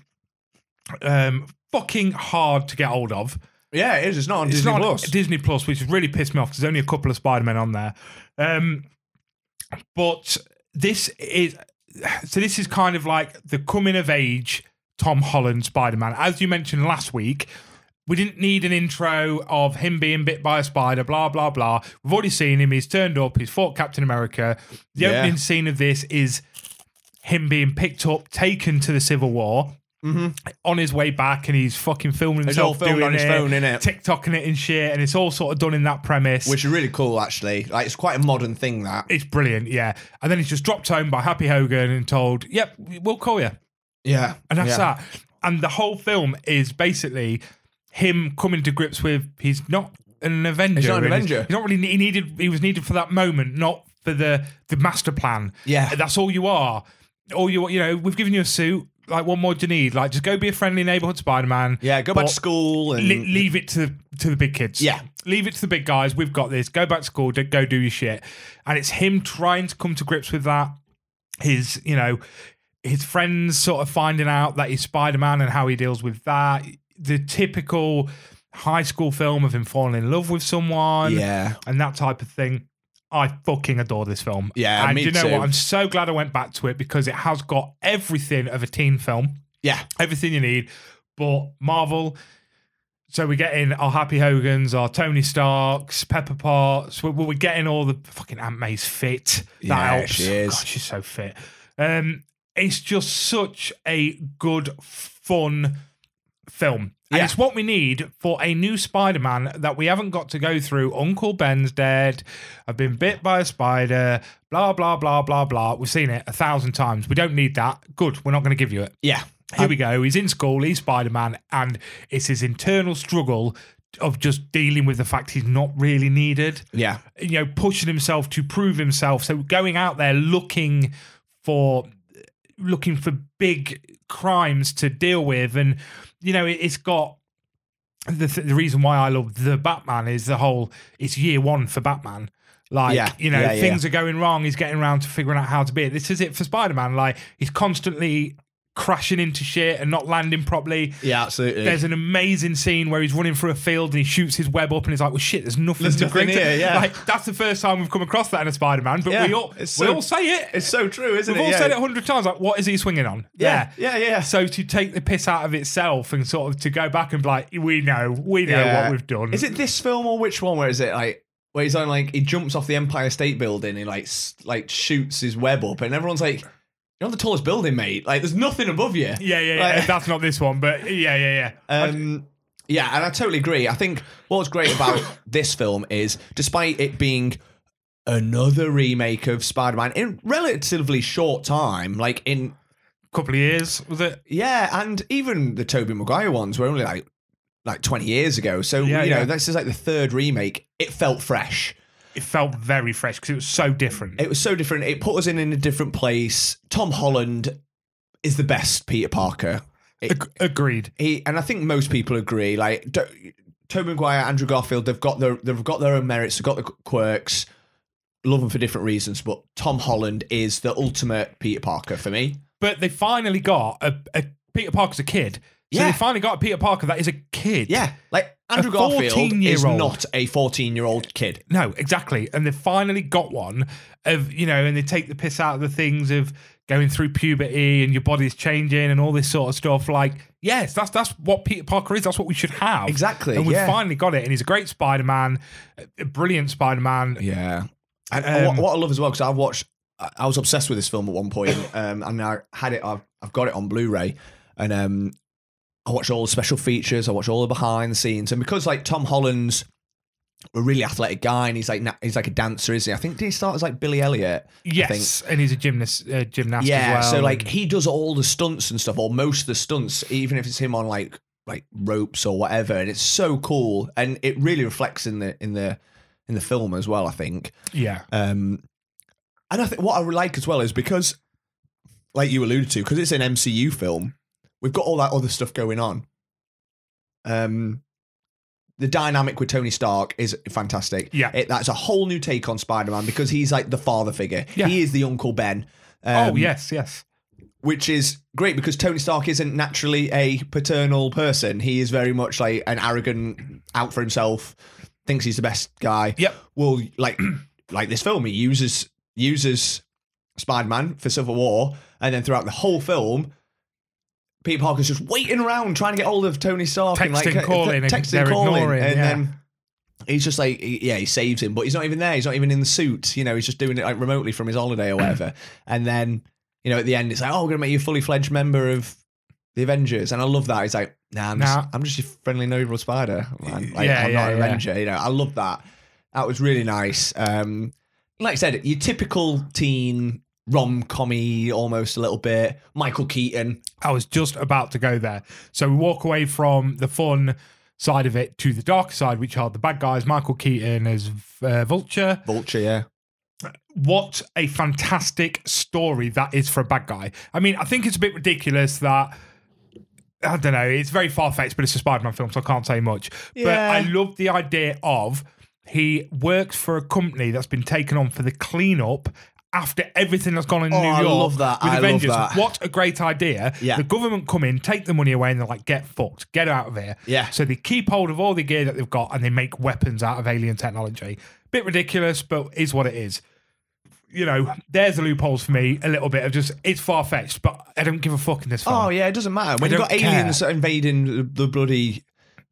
A: Um fucking hard to get hold of.
B: Yeah, it is. It's not on Disney
A: it's not
B: Plus.
A: Disney Plus, which has really pissed me off because there's only a couple of Spider Men on there. Um, but this is so this is kind of like the coming of age Tom Holland Spider Man. As you mentioned last week, we didn't need an intro of him being bit by a spider, blah blah blah. We've already seen him. He's turned up. He's fought Captain America. The
B: Yeah.
A: opening scene of this is him being picked up, taken to the Civil War. On his way back, and he's fucking filming
B: It's Mm-hmm. all
A: himself
B: filmed
A: doing
B: on his
A: it,
B: phone, innit?
A: TikToking it and shit, and it's all sort of done in that premise.
B: which is really cool, actually. Like, it's quite a modern thing, that.
A: it's brilliant, yeah. And then he's just dropped home by Happy Hogan and told, "Yep, we'll call you,"
B: Yeah.
A: and that's
B: yeah.
A: that. And the whole film is basically him coming to grips with he's not an Avenger.
B: not an
A: and
B: Avenger.
A: He's not really he needed. He was needed for that moment, not for the the master plan.
B: Yeah.
A: that's all you are. All you, you know, we've given you a suit. Like, what more do you need? Like, just go be a friendly neighborhood Spider Man.
B: Yeah, go back to school and.
A: Le- leave it to to the big kids.
B: Mm. Yeah.
A: leave it to the big guys. We've got this. Go back to school. d- Go do your shit. And it's him trying to come to grips with that. His, you know, his friends sort of finding out that he's Spider Man and how he deals with that. The typical high school film of him falling in love with someone
B: yeah.
A: and that type of thing. I fucking adore this film.
B: Yeah,
A: and
B: me
A: you know
B: too.
A: what? I'm so glad I went back to it because it has got everything of a teen film
B: Yeah.
A: everything you need. But Marvel, so we're getting our Happy Hogans, our Tony Starks, Pepper Potts. We're, we're getting all the fucking Aunt May's fit. That
B: Yeah,
A: helps.
B: she is.
A: God, she's so fit. Um, it's just such a good, fun film. And
B: Yeah.
A: it's what we need for a new Spider Man that we haven't got to go through. Uncle Ben's dead. I've been bit by a spider. Blah, blah, blah, blah, blah. We've seen it a thousand times. We don't need that. Good. We're not going to give you it
B: Yeah.
A: here we go. He's in school. He's Spider Man, and it's his internal struggle of just dealing with the fact he's not really needed.
B: Yeah.
A: You know, pushing himself to prove himself. So going out there looking for looking for big crimes to deal with, and you know, it, it's got. The, th- the reason why I love the Batman is the whole it's year one for Batman. Like
B: Yeah,
A: you know
B: yeah, yeah.
A: things are going wrong. He's getting around to figuring out how to be it. This is it for Spider Man. Like he's constantly crashing into shit and not landing properly.
B: Yeah, absolutely.
A: There's an amazing scene where he's running through a field and he shoots his web up and he's like, "Well, shit, there's nothing
B: There's
A: to
B: nothing
A: cling to."
B: here, yeah.
A: Like that's the first time we've come across that in a Spider-Man, but
B: Yeah,
A: we all we
B: it's so-
A: all say it.
B: it's so true, isn't
A: We've
B: it?
A: all
B: yeah.
A: said it a hundred times. Like, what is he swinging on?
B: Yeah,
A: There.
B: yeah, yeah.
A: So to take the piss out of itself and sort of to go back and be like, we know, we know
B: Yeah.
A: what we've done.
B: Is it this film or which one? Where is it like where he's on like he jumps off the Empire State Building and like s- like shoots his web up and everyone's like, "You're on the tallest building, mate. Like there's nothing above you."
A: Yeah, yeah, yeah.
B: Like-
A: That's not this one, but yeah, yeah, yeah.
B: Um, yeah, and I totally agree. I think what's great about this film is, despite it being another remake of Spider-Man in relatively short time, like in
A: couple of years was it?
B: yeah, and even the Toby Maguire ones were only like like twenty years ago. So
A: Yeah,
B: you know,
A: yeah.
B: this is like the third remake. It felt fresh.
A: It felt very fresh because it was so different.
B: It was so different. It put us in in a different place. Tom Holland is the best Peter Parker. It-
A: Ag- agreed.
B: he and I think most people agree. Like do, Tobey Maguire, Andrew Garfield, they've got their they've got their own merits, they've got the quirks. Love them for different reasons, but Tom Holland is the ultimate Peter Parker for me.
A: But they finally got a, a Peter Parker's a kid. So
B: Yeah.
A: they finally got a Peter Parker that is a kid.
B: Yeah, like Andrew
A: A
B: Garfield is
A: 14-year-old.
B: not a fourteen-year-old kid.
A: No, exactly. And they finally got one of, you know, and they take the piss out of the things of going through puberty and your body's changing and all this sort of stuff. Like, yes, that's that's what Peter Parker is. That's what we should have.
B: Exactly,
A: And we've
B: yeah.
A: finally got it. And he's a great Spider Man, a brilliant Spider Man.
B: Yeah. And
A: Um,
B: what, what I love as well, because I've watched, I I was obsessed with this film at one point, um, and I had it, I've, I've got it on Blu ray, and um, I watched all the special features, I watched all the behind the scenes, and because like Tom Holland's a really athletic guy, and he's like na- he's like a dancer, isn't he? I think did he start as like Billy Elliot?
A: Yes. And he's a gymnast, uh, gymnast
B: yeah.
A: as well.
B: So like he does all the stunts and stuff, or most of the stunts, even if it's him on like like ropes or whatever, and it's so cool, and it really reflects in the in the in the film as well. I think.
A: yeah.
B: Um, and I think what I would like as well is because, like you alluded to, because it's an MCU film, we've got all that other stuff going on. Um, the dynamic with Tony Stark is fantastic.
A: Yeah.
B: it, that's a whole new take on Spider-Man because he's like the father figure.
A: Yeah.
B: He is the Uncle Ben.
A: oh,
B: um,
A: yes, yes.
B: which is great because Tony Stark isn't naturally a paternal person. He is very much like an arrogant, out for himself, thinks he's the best guy.
A: Yep.
B: Well, like like this film, he uses uses Spider Man for Civil War, and then throughout the whole film. Peter Parker's just waiting around trying to get hold of Tony Stark and like uh,
A: Texting, calling, and
B: texting,
A: they're
B: calling,
A: ignoring,
B: and
A: yeah.
B: then he's just like, he- yeah, he saves him, but he's not even there. He's not even in the suit. You know, he's just doing it like remotely from his holiday or whatever. and then, you know, at the end, it's like, oh, we're gonna make you a fully fledged member of the Avengers, and I love that. He's like, nah, I'm
A: Nah.
B: just, I'm just your friendly noble spider, man. Like,
A: Yeah,
B: I'm
A: yeah,
B: not an
A: yeah.
B: Avenger. You know, I love that. That was really nice. Um, like I said, your typical teen rom commy almost a little bit. Michael Keaton.
A: I was just about to go there. So we walk away from the fun side of it to the dark side, which are the bad guys. Michael Keaton as uh, Vulture.
B: Vulture, yeah.
A: What a fantastic story that is for a bad guy. I mean, I think it's a bit ridiculous that. I don't know. It's very far fetched, but it's a Spider-Man film, so I can't say much. But
B: Yeah.
A: I love the idea of he works for a company that's been taken on for the cleanup after everything that's gone on in
B: Oh,
A: New
B: I
A: York.
B: love that.
A: With
B: I love
A: Avengers.
B: that.
A: What a great idea.
B: Yeah.
A: The government come in, take the money away, and they're like, get fucked, get out of here.
B: Yeah.
A: So they keep hold of all the gear that they've got and they make weapons out of alien technology. Bit ridiculous, but is what it is. You know, there's the loopholes for me, a little bit of just it's far fetched, but I don't give a fuck in this film.
B: Oh yeah, it doesn't matter. When
A: I
B: you've got
A: don't care.
B: aliens invading the, the bloody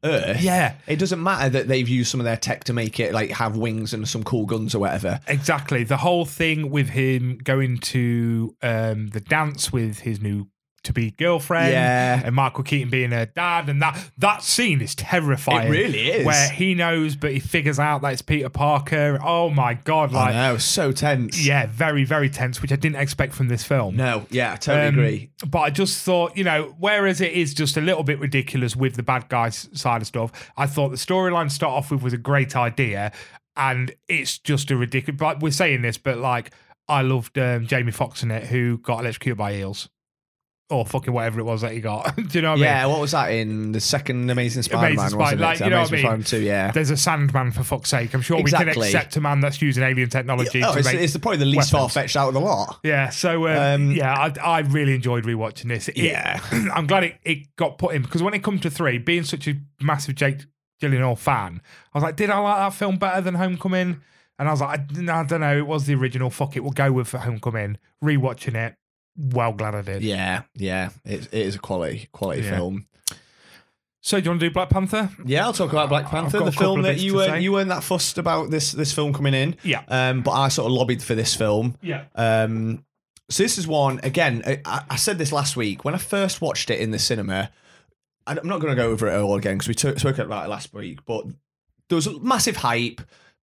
B: Earth,
A: Yeah.
B: it doesn't matter that they've used some of their tech to make it like have wings and some cool guns or whatever.
A: Exactly. The whole thing with him going to um, the dance with his new to be
B: Um,
A: girlfriend
B: Yeah.
A: and Michael Keaton being her dad and that that scene is terrifying.
B: It really is.
A: Where he knows but he figures out that it's Peter Parker. Oh my god,
B: I
A: like
B: know, so tense.
A: yeah, very, very tense, which I didn't expect from this film.
B: No, yeah, I totally
A: Um,
B: agree.
A: But I just thought, you know, whereas it is just a little bit ridiculous with the bad guys side of stuff, I thought the storyline to start off with was a great idea, and it's just a ridiculous. Like we're saying this, but like I loved um, Jamie Foxx in it, who got electrocuted by eels. or fucking whatever it was that he got. Do you know what I mean?
B: oh, yeah, what was that in the second Amazing Spider-Man?
A: Amazing
B: wasn't
A: Spider-
B: it?
A: like, you know what I
B: Amazing
A: mean?
B: Spider-Man 2, yeah.
A: There's a Sandman for fuck's sake. I'm sure we can
B: Exactly.
A: accept a man that's using alien technology.
B: Oh,
A: to
B: it's,
A: make
B: it's probably the least
A: weapons.
B: far-fetched out of the lot.
A: Yeah, so um,
B: Um,
A: yeah, I, I really enjoyed rewatching this. It-
B: Yeah.
A: I'm glad it, it got put in because when it come to three, being such a massive Jake Gyllenhaal fan, I was like, did I like that film better than Homecoming? And I was like, I, d- I don't know, it was the original. Fuck it, we'll go with Homecoming. Rewatching it, well glad I did.
B: Yeah, yeah. It, it is a quality quality
A: Yeah.
B: film.
A: So do you want to do Black Panther?
B: Yeah, I'll talk about Black
A: I've
B: Panther,
A: got a
B: the
A: couple
B: film
A: of
B: that
A: bits
B: you
A: to
B: weren't
A: say.
B: you weren't that fussed about this this film coming in.
A: Yeah,
B: Um, but I sort of lobbied for this film.
A: yeah,
B: Um, so this is one again. I- I, I said this last week when I first watched it in the cinema. I- I'm not going to go over it all again because we took spoke about it last week. But there was a massive hype,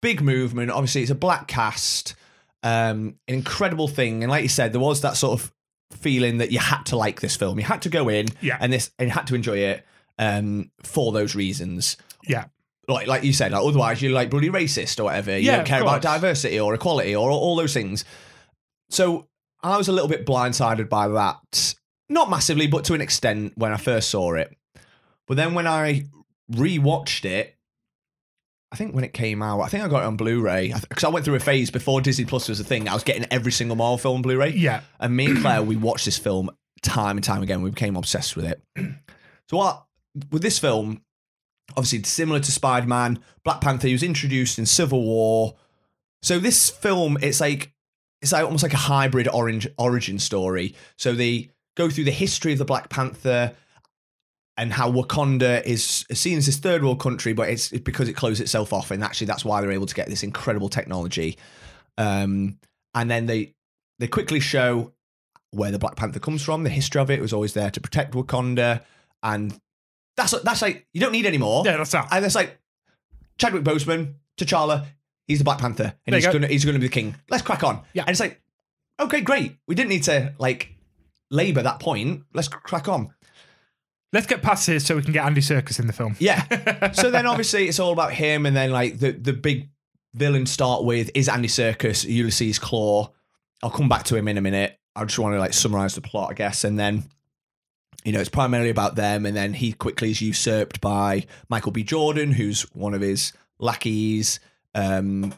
B: big movement. Obviously, it's a black cast, um, an incredible thing. And like you said, there was that sort of feeling that you had to like this film. You had to go in,
A: Yeah.
B: and this and you had to enjoy it um, for those reasons
A: yeah,
B: like like you said, like otherwise you're like bloody racist or whatever. You
A: Yeah,
B: don't care
A: of
B: about
A: course.
B: diversity or equality or all, all those things. So I was a little bit blindsided by that, not massively, but to an extent when I first saw it. But then when I rewatched it, I think when it came out, I think I got it on Blu-ray because I went through a phase before Disney Plus was a thing. I was getting every single Marvel film on Blu-ray.
A: yeah,
B: And me and Claire, we watched this film time and time again. We became obsessed with it. So what with this film, obviously similar to Spider-Man, Black Panther, he was introduced in Civil War. So this film, it's like it's like almost like a hybrid orange origin story. So they go through the history of the Black Panther and how Wakanda is seen as this third world country, but it's, it's because it closed itself off, and actually that's why they're able to get this incredible technology. Um, and then they they quickly show where the Black Panther comes from. The history of it was always there to protect Wakanda, and that's that's like you don't need any more.
A: yeah. That's that.
B: And it's like Chadwick Boseman, T'Challa, he's the Black Panther, and
A: There you
B: he's
A: go.
B: gonna he's gonna be the king. Let's crack on.
A: Yeah.
B: And it's like, okay, great. We didn't need to like labour that point. Let's crack on.
A: Let's get past this so we can get Andy Circus in the film.
B: Yeah. so then obviously it's all about him, and then like the the big villain start with is Andy Circus, Ulysses Claw. I'll come back to him in a minute. I just want to like summarize the plot, I guess, and then you know it's primarily about them, and then he quickly is usurped by Michael B. Jordan, who's one of his lackeys. Um,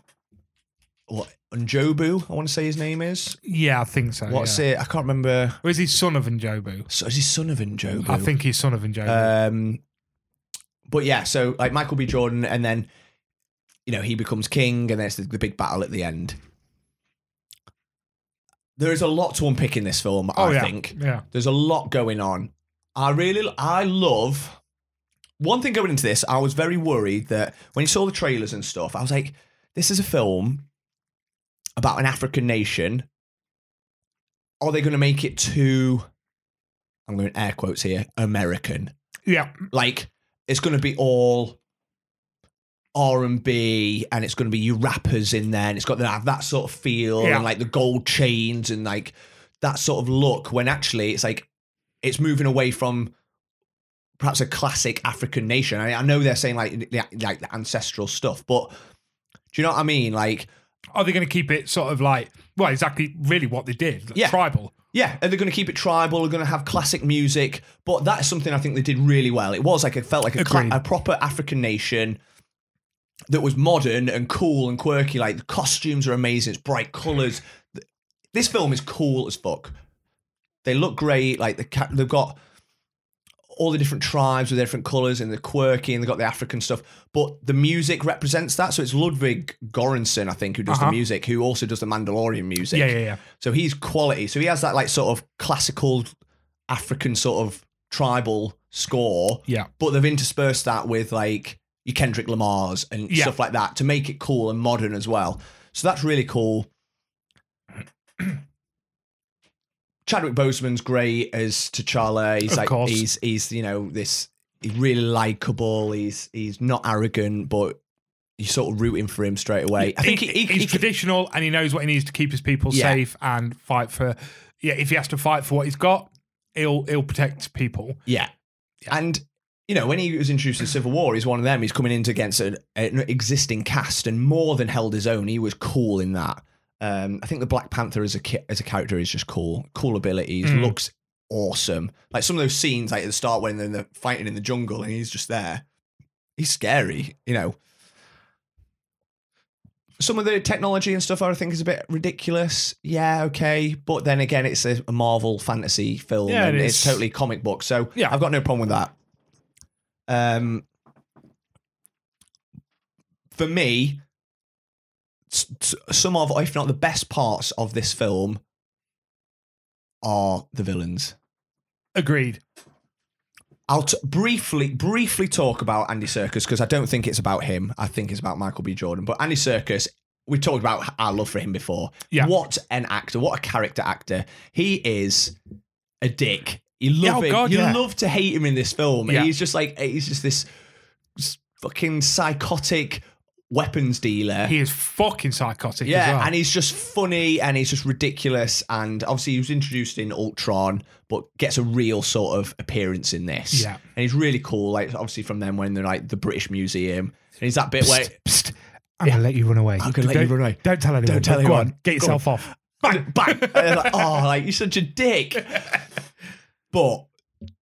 B: what Njobu, I want to say his name is.
A: Yeah, I think so.
B: What's
A: Oh, yeah.
B: it? I can't remember.
A: Or is he son of Njobu?
B: So is he son of Njobu?
A: I think he's son of Njobu.
B: Um, but yeah, so like Michael B. Jordan, and then you know he becomes king, and there's the, the big battle at the end. There is a lot to unpick in this film.
A: oh
B: I
A: yeah,
B: think
A: yeah.
B: there's a lot going on. I really, I love. One thing going into this, I was very worried that when you saw the trailers and stuff, I was like, "This is a film about an African nation. Are they going to make it too?" I'm going to air quotes here. American
A: Yeah,
B: like it's going to be all r&b and it's going to be your rappers in there and it's got to have that sort of feel
A: Yeah.
B: and like the gold chains and like that sort of look when actually it's like it's moving away from perhaps a classic african nation i, I know they're saying like the- like the ancestral stuff but do you know what i mean like
A: are they going to keep it sort of like well exactly really what they did like
B: Yeah.
A: tribal
B: Yeah, are they going to keep it tribal? Are going to have classic music? But that's something I think they did really well. It was like it felt like a, cla-
A: Agreed.
B: a proper African nation that was modern and cool and quirky. Like the costumes are amazing. It's bright colors. This film is cool as fuck. They look great. Like the ca- they've got all the different tribes with different colors and they're quirky and they've got the African stuff. But the music represents that. So it's Ludwig Göransson, I think, who does
A: Uh-huh.
B: the music, who also does the Mandalorian music.
A: yeah yeah yeah
B: So he's quality. So he has that like sort of classical African sort of tribal score,
A: yeah
B: but they've interspersed that with like your Kendrick Lamar's and
A: Yeah.
B: stuff like that to make it cool and modern as well. So that's really cool. Chadwick Boseman's great as T'Challa. He's
A: Of
B: like
A: course.
B: he's he's you know this he's really likable. He's he's not arrogant, but you're sort of rooting for him straight away. I think he, he,
A: he's
B: he,
A: traditional and he knows what he needs to keep his people
B: Yeah.
A: safe and fight for yeah if he has to fight for what he's got he'll he'll protect people
B: Yeah. And, you know, when he was introduced to Civil War, he's one of them. He's coming in against an, an existing cast and more than held his own. He was cool in that. Um, I think the Black Panther as a ki- as a character is just cool, cool abilities,
A: Mm.
B: looks awesome. Like some of those scenes, like at the start when they're in the- fighting in the jungle and he's just there. He's scary, you know. Some of the technology and stuff I think is a bit ridiculous. Yeah, okay. But then again, it's a a Marvel fantasy film
A: Yeah,
B: and
A: it
B: it's
A: is.
B: totally comic book. So
A: Yeah.
B: I've got no problem with that. Um, for me, s- s- some of, if not the best parts of this film, are the villains.
A: Agreed.
B: I'll t- briefly, briefly talk about Andy Circus because I don't think it's about him. I think it's about Michael B. Jordan. But Andy Circus, we talked about our love for him before.
A: Yeah.
B: What an actor! What a character actor! He is a dick. You love
A: Oh,
B: him.
A: God,
B: you
A: yeah.
B: love to hate him in this film.
A: Yeah.
B: He's just like he's just this s- fucking psychotic weapons dealer.
A: He is fucking psychotic as
B: Yeah,
A: well.
B: and he's just funny and he's just ridiculous. And obviously, he was introduced in Ultron, but gets a real sort of appearance in this.
A: Yeah.
B: And he's really cool. Like, obviously, from them when they're like the British Museum. And he's that bit where.
A: Psst, psst. I'm gonna let you run away.
B: I'm gonna let you
A: Don't-
B: run away.
A: Don't tell anyone.
B: Don't tell
A: Go
B: anyone.
A: on, get
B: Go
A: yourself off.
B: bang, bang. And they're like, oh, like you're such a dick. But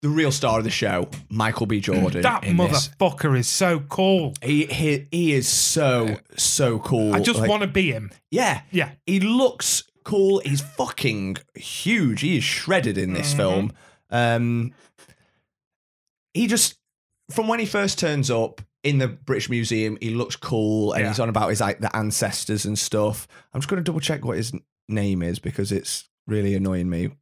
B: the real star of the show, Michael B. Jordan.
A: That
B: in this.
A: motherfucker is so cool.
B: He, he he is so so cool.
A: I just
B: Like,
A: want to be him.
B: yeah
A: Yeah.
B: He looks cool. He's fucking huge. He is shredded in this film. Um, he just, from when he first turns up in the British Museum, he looks cool and
A: Yeah.
B: he's on about his like the ancestors and stuff. I'm just going to double check what his n- name is because it's really annoying me.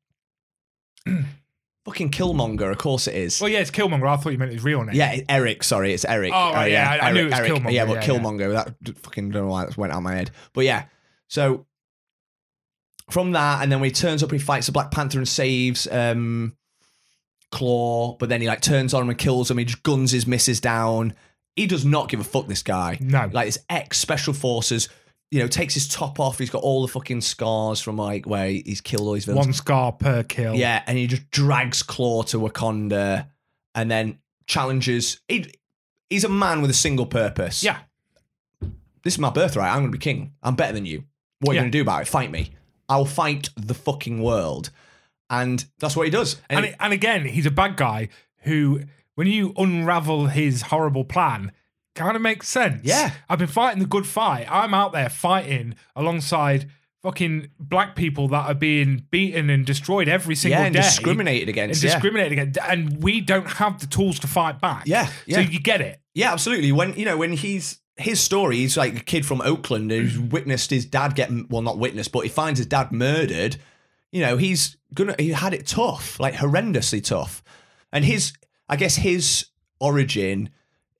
B: fucking Killmonger, of course it is.
A: Well, yeah, it's Killmonger. I thought you meant his real name.
B: Yeah, Eric. Sorry, it's Eric.
A: Oh, right, yeah, I- I knew it was Killmonger,
B: Yeah, but
A: yeah, yeah.
B: Killmonger. That d- fucking don't know why that went out of my head. But yeah, so from that, and then when he turns up, he fights the Black Panther and saves um, Claw. But then he like turns on him and kills him. He just guns his missus down. He does not give a fuck. This guy,
A: No.
B: like his ex special forces. You know, takes his top off. He's got all the fucking scars from like where he's killed all his villains.
A: One scar per kill.
B: Yeah, and he just drags Claw to Wakanda and then challenges. He, he's a man with a single purpose.
A: Yeah.
B: This is my birthright. I'm going to be king. I'm better than you. What are you
A: Yeah.
B: going to do about it? Fight me. I'll fight the fucking world. And that's what he does. And,
A: And, and again, he's a bad guy who, when you unravel his horrible plan, kind of makes sense.
B: Yeah.
A: I've been fighting the good fight. I'm out there fighting alongside fucking black people that are being beaten and destroyed every
B: yeah,
A: single
B: and
A: day. And
B: discriminated against. yeah.
A: discriminated against. And we don't have the tools to fight back.
B: Yeah, yeah.
A: So you get it.
B: Yeah, absolutely. When you know when he's his story, he's like a kid from Oakland who's
A: Mm.
B: witnessed his dad get well, not witnessed, but he finds his dad murdered. You know, he's gonna he had it tough, like horrendously tough. And his, I guess, his origin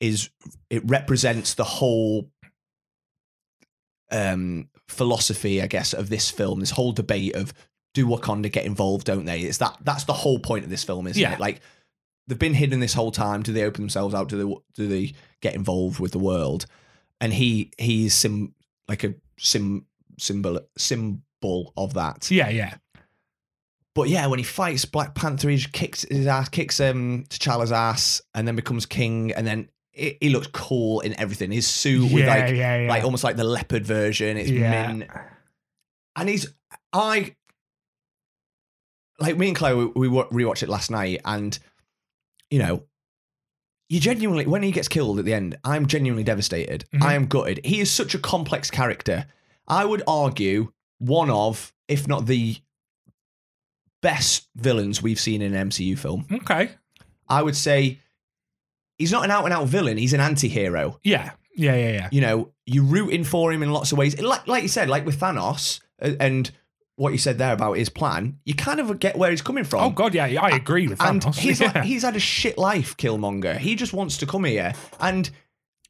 B: is it represents the whole um philosophy, I guess, of this film. This whole debate of do Wakanda get involved? Don't they? It's that that's the whole point of this film, isn't
A: Yeah.
B: it? Like they've been hidden this whole time. Do they open themselves out? Do they do they get involved with the world? And he he's sim like a sim symbol symbol of that.
A: Yeah, yeah.
B: But yeah, when he fights Black Panther, he just kicks his ass, kicks um T'Challa's ass, and then becomes king. And then he, he looks cool in everything. His suit with
A: yeah,
B: like
A: yeah, yeah.
B: like almost like the leopard version. It's
A: Yeah.
B: mint. And he's I like me and Chloe we, we wa- rewatched it last night and you know you genuinely when he gets killed at the end I'm genuinely devastated.
A: Mhm.
B: I am gutted. He is such a complex character. I would argue one of if not the best villains we've seen in an MCU film.
A: okay.
B: I would say he's not an out and out villain, he's an anti-hero
A: Yeah. Yeah, yeah, yeah.
B: you know, you're rooting for him in lots of ways. Like, like you said, like with Thanos a- and what you said there about his plan, you kind of get where he's coming from.
A: Oh god, yeah, yeah, I agree with
B: Uh, and
A: Thanos.
B: he's
A: yeah.
B: like, he's had a shit life, Killmonger. He just wants to come here, and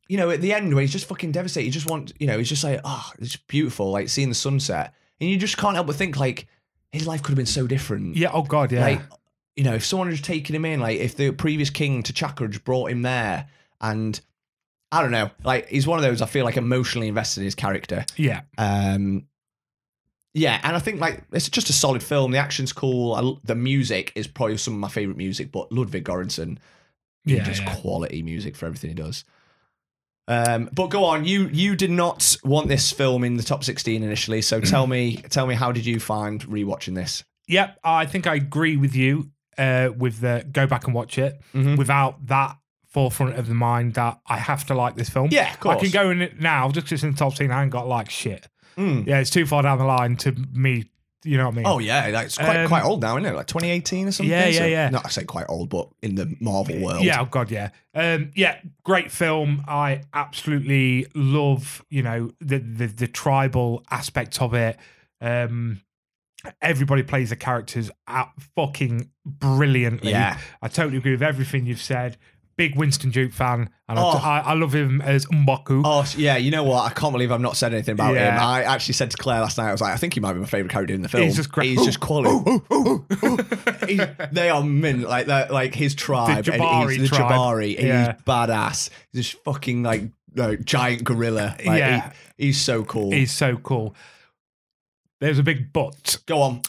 B: you know, at the end where he's just fucking devastated, he just wants, you know, he's just like, oh, it's beautiful, like seeing the sunset, and you just can't help but think like his life could have been so different.
A: yeah, oh god, yeah.
B: Like, you know, if someone had just taken him in, like if the previous king T'Chaka had just brought him there, and I don't know, like he's one of those I feel like emotionally invested in his character.
A: yeah.
B: Um, yeah, and I think like it's just a solid film. The action's cool. I l the music is probably some of my favorite music, but Ludwig Göransson, he
A: Yeah.
B: does
A: yeah.
B: quality music for everything he does. Um, but go on, you you did not want this film in the top sixteen
A: Mm-hmm.
B: initially, so tell me tell me how did you find rewatching this?
A: Yep, I think I agree with you. uh, with the go back and watch it
B: Mhm.
A: without that forefront of the mind that I have to like this film.
B: Yeah, of course.
A: I can go in it now just 'cause it's in the top scene. I ain't got like shit.
B: Mm.
A: Yeah, it's too far down the line to me. You know what I mean?
B: Oh yeah, that's quite
A: Um,
B: quite old now, isn't it? Like 2018 or something.
A: Yeah, yeah,
B: So-
A: yeah.
B: Not I say quite old, but in the Marvel world.
A: Yeah, oh god, yeah, um, yeah. Great film. I absolutely love, you know, the the, the tribal aspect of it. Um, everybody plays the characters out fucking brilliantly.
B: Yeah.
A: I totally agree with everything you've said. Big Winston Duke fan, and I
B: Oh.
A: I, I love him as Mbaku.
B: Oh sh- yeah, you know what? I can't believe I've not said anything about
A: Yeah.
B: him. I actually said to Claire last night, I was like, I think he might be my favorite character in the film.
A: He's just great.
B: He's just quality. oh, He's- they are mint, like that, like his tribe. and
A: Jabari
B: he's the
A: tribe.
B: Jabari, and
A: Yeah.
B: he's badass. He's this fucking like, like giant gorilla. Like,
A: Yeah.
B: he- he's so cool.
A: He's so cool. There's a big but.
B: Go on.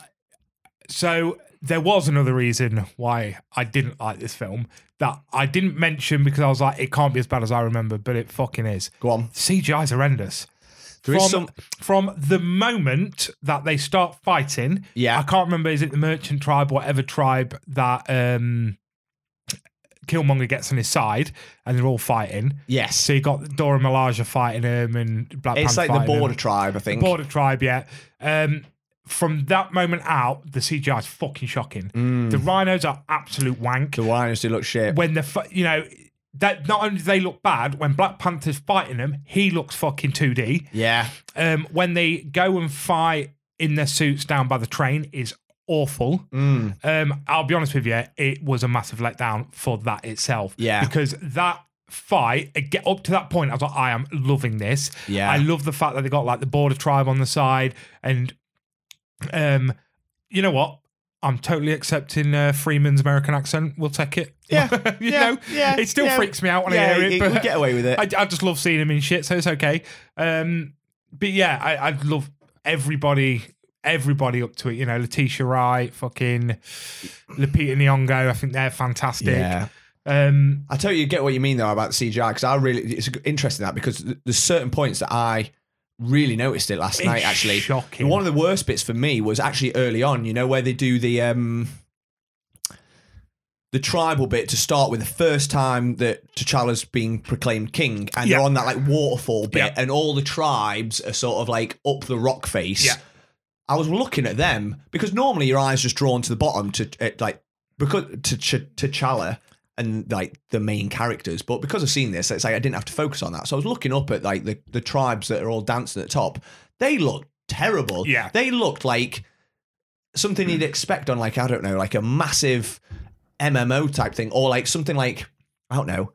A: So there was another reason why I didn't like this film that I didn't mention because I was like, it can't be as bad as I remember, but it fucking is.
B: Go on.
A: CGI's horrendous.
B: There
A: from,
B: is some-
A: from the moment that they start fighting,
B: Yeah.
A: I can't remember, is it the merchant tribe, whatever tribe that um, Killmonger gets on his side, and they're all fighting.
B: Yes.
A: So you got Dora Milaje fighting him and Black
B: It's
A: Panther
B: like the
A: fighting him.
B: border tribe, I think.
A: Border Tribe, yeah. Um, from that moment out, the CGI is fucking shocking. The rhinos are absolute wank.
B: Mm. The Warriors do look shit.
A: When the fu- you know that not only do they look bad when Black Panther's fighting them, he looks fucking two D.
B: yeah.
A: Um, when they go and fight in their suits down by the train is awful.
B: Mm.
A: Um, I'll be honest with you, it was a massive letdown for that itself.
B: Yeah.
A: Because that fight, get up to that point, I was like, I am loving this.
B: Yeah.
A: I love the fact that they got like the border tribe on the side, and um, you know what? I'm totally accepting uh, Freeman's American accent. We'll take it.
B: Yeah.
A: you
B: Yeah.
A: know,
B: Yeah.
A: it still
B: Yeah.
A: freaks me out when
B: yeah,
A: I hear it.
B: he-
A: but
B: we get away with it.
A: I, I just love seeing him in shit, so it's okay. Um, but yeah, I, I love everybody, everybody up to it. You know, Letitia Wright, fucking Lupita Nyong'o. I think they're fantastic.
B: yeah.
A: Um,
B: I tell you, get what you mean though about the CGI because I really it's interesting that because th- there's certain points that I really noticed it last
A: It's
B: night. Actually,
A: shocking.
B: One of the worst bits for me was actually early on. You know where they do the um the tribal bit to start with the first time that T'Challa's being proclaimed king, and
A: Yeah.
B: they're on that like waterfall bit,
A: Yeah.
B: and all the tribes are sort of like up the rock face.
A: Yeah.
B: I was looking at them because normally your eyes just drawn to the bottom to it, like because to Ch- T'Challa and like the main characters, but because I've seen this, it's like I didn't have to focus on that. So I was looking up at like the the tribes that are all dancing at the top. They looked terrible.
A: Yeah.
B: they looked like something you'd expect on like I don't know, like a massive MMO type thing, or like something like I don't know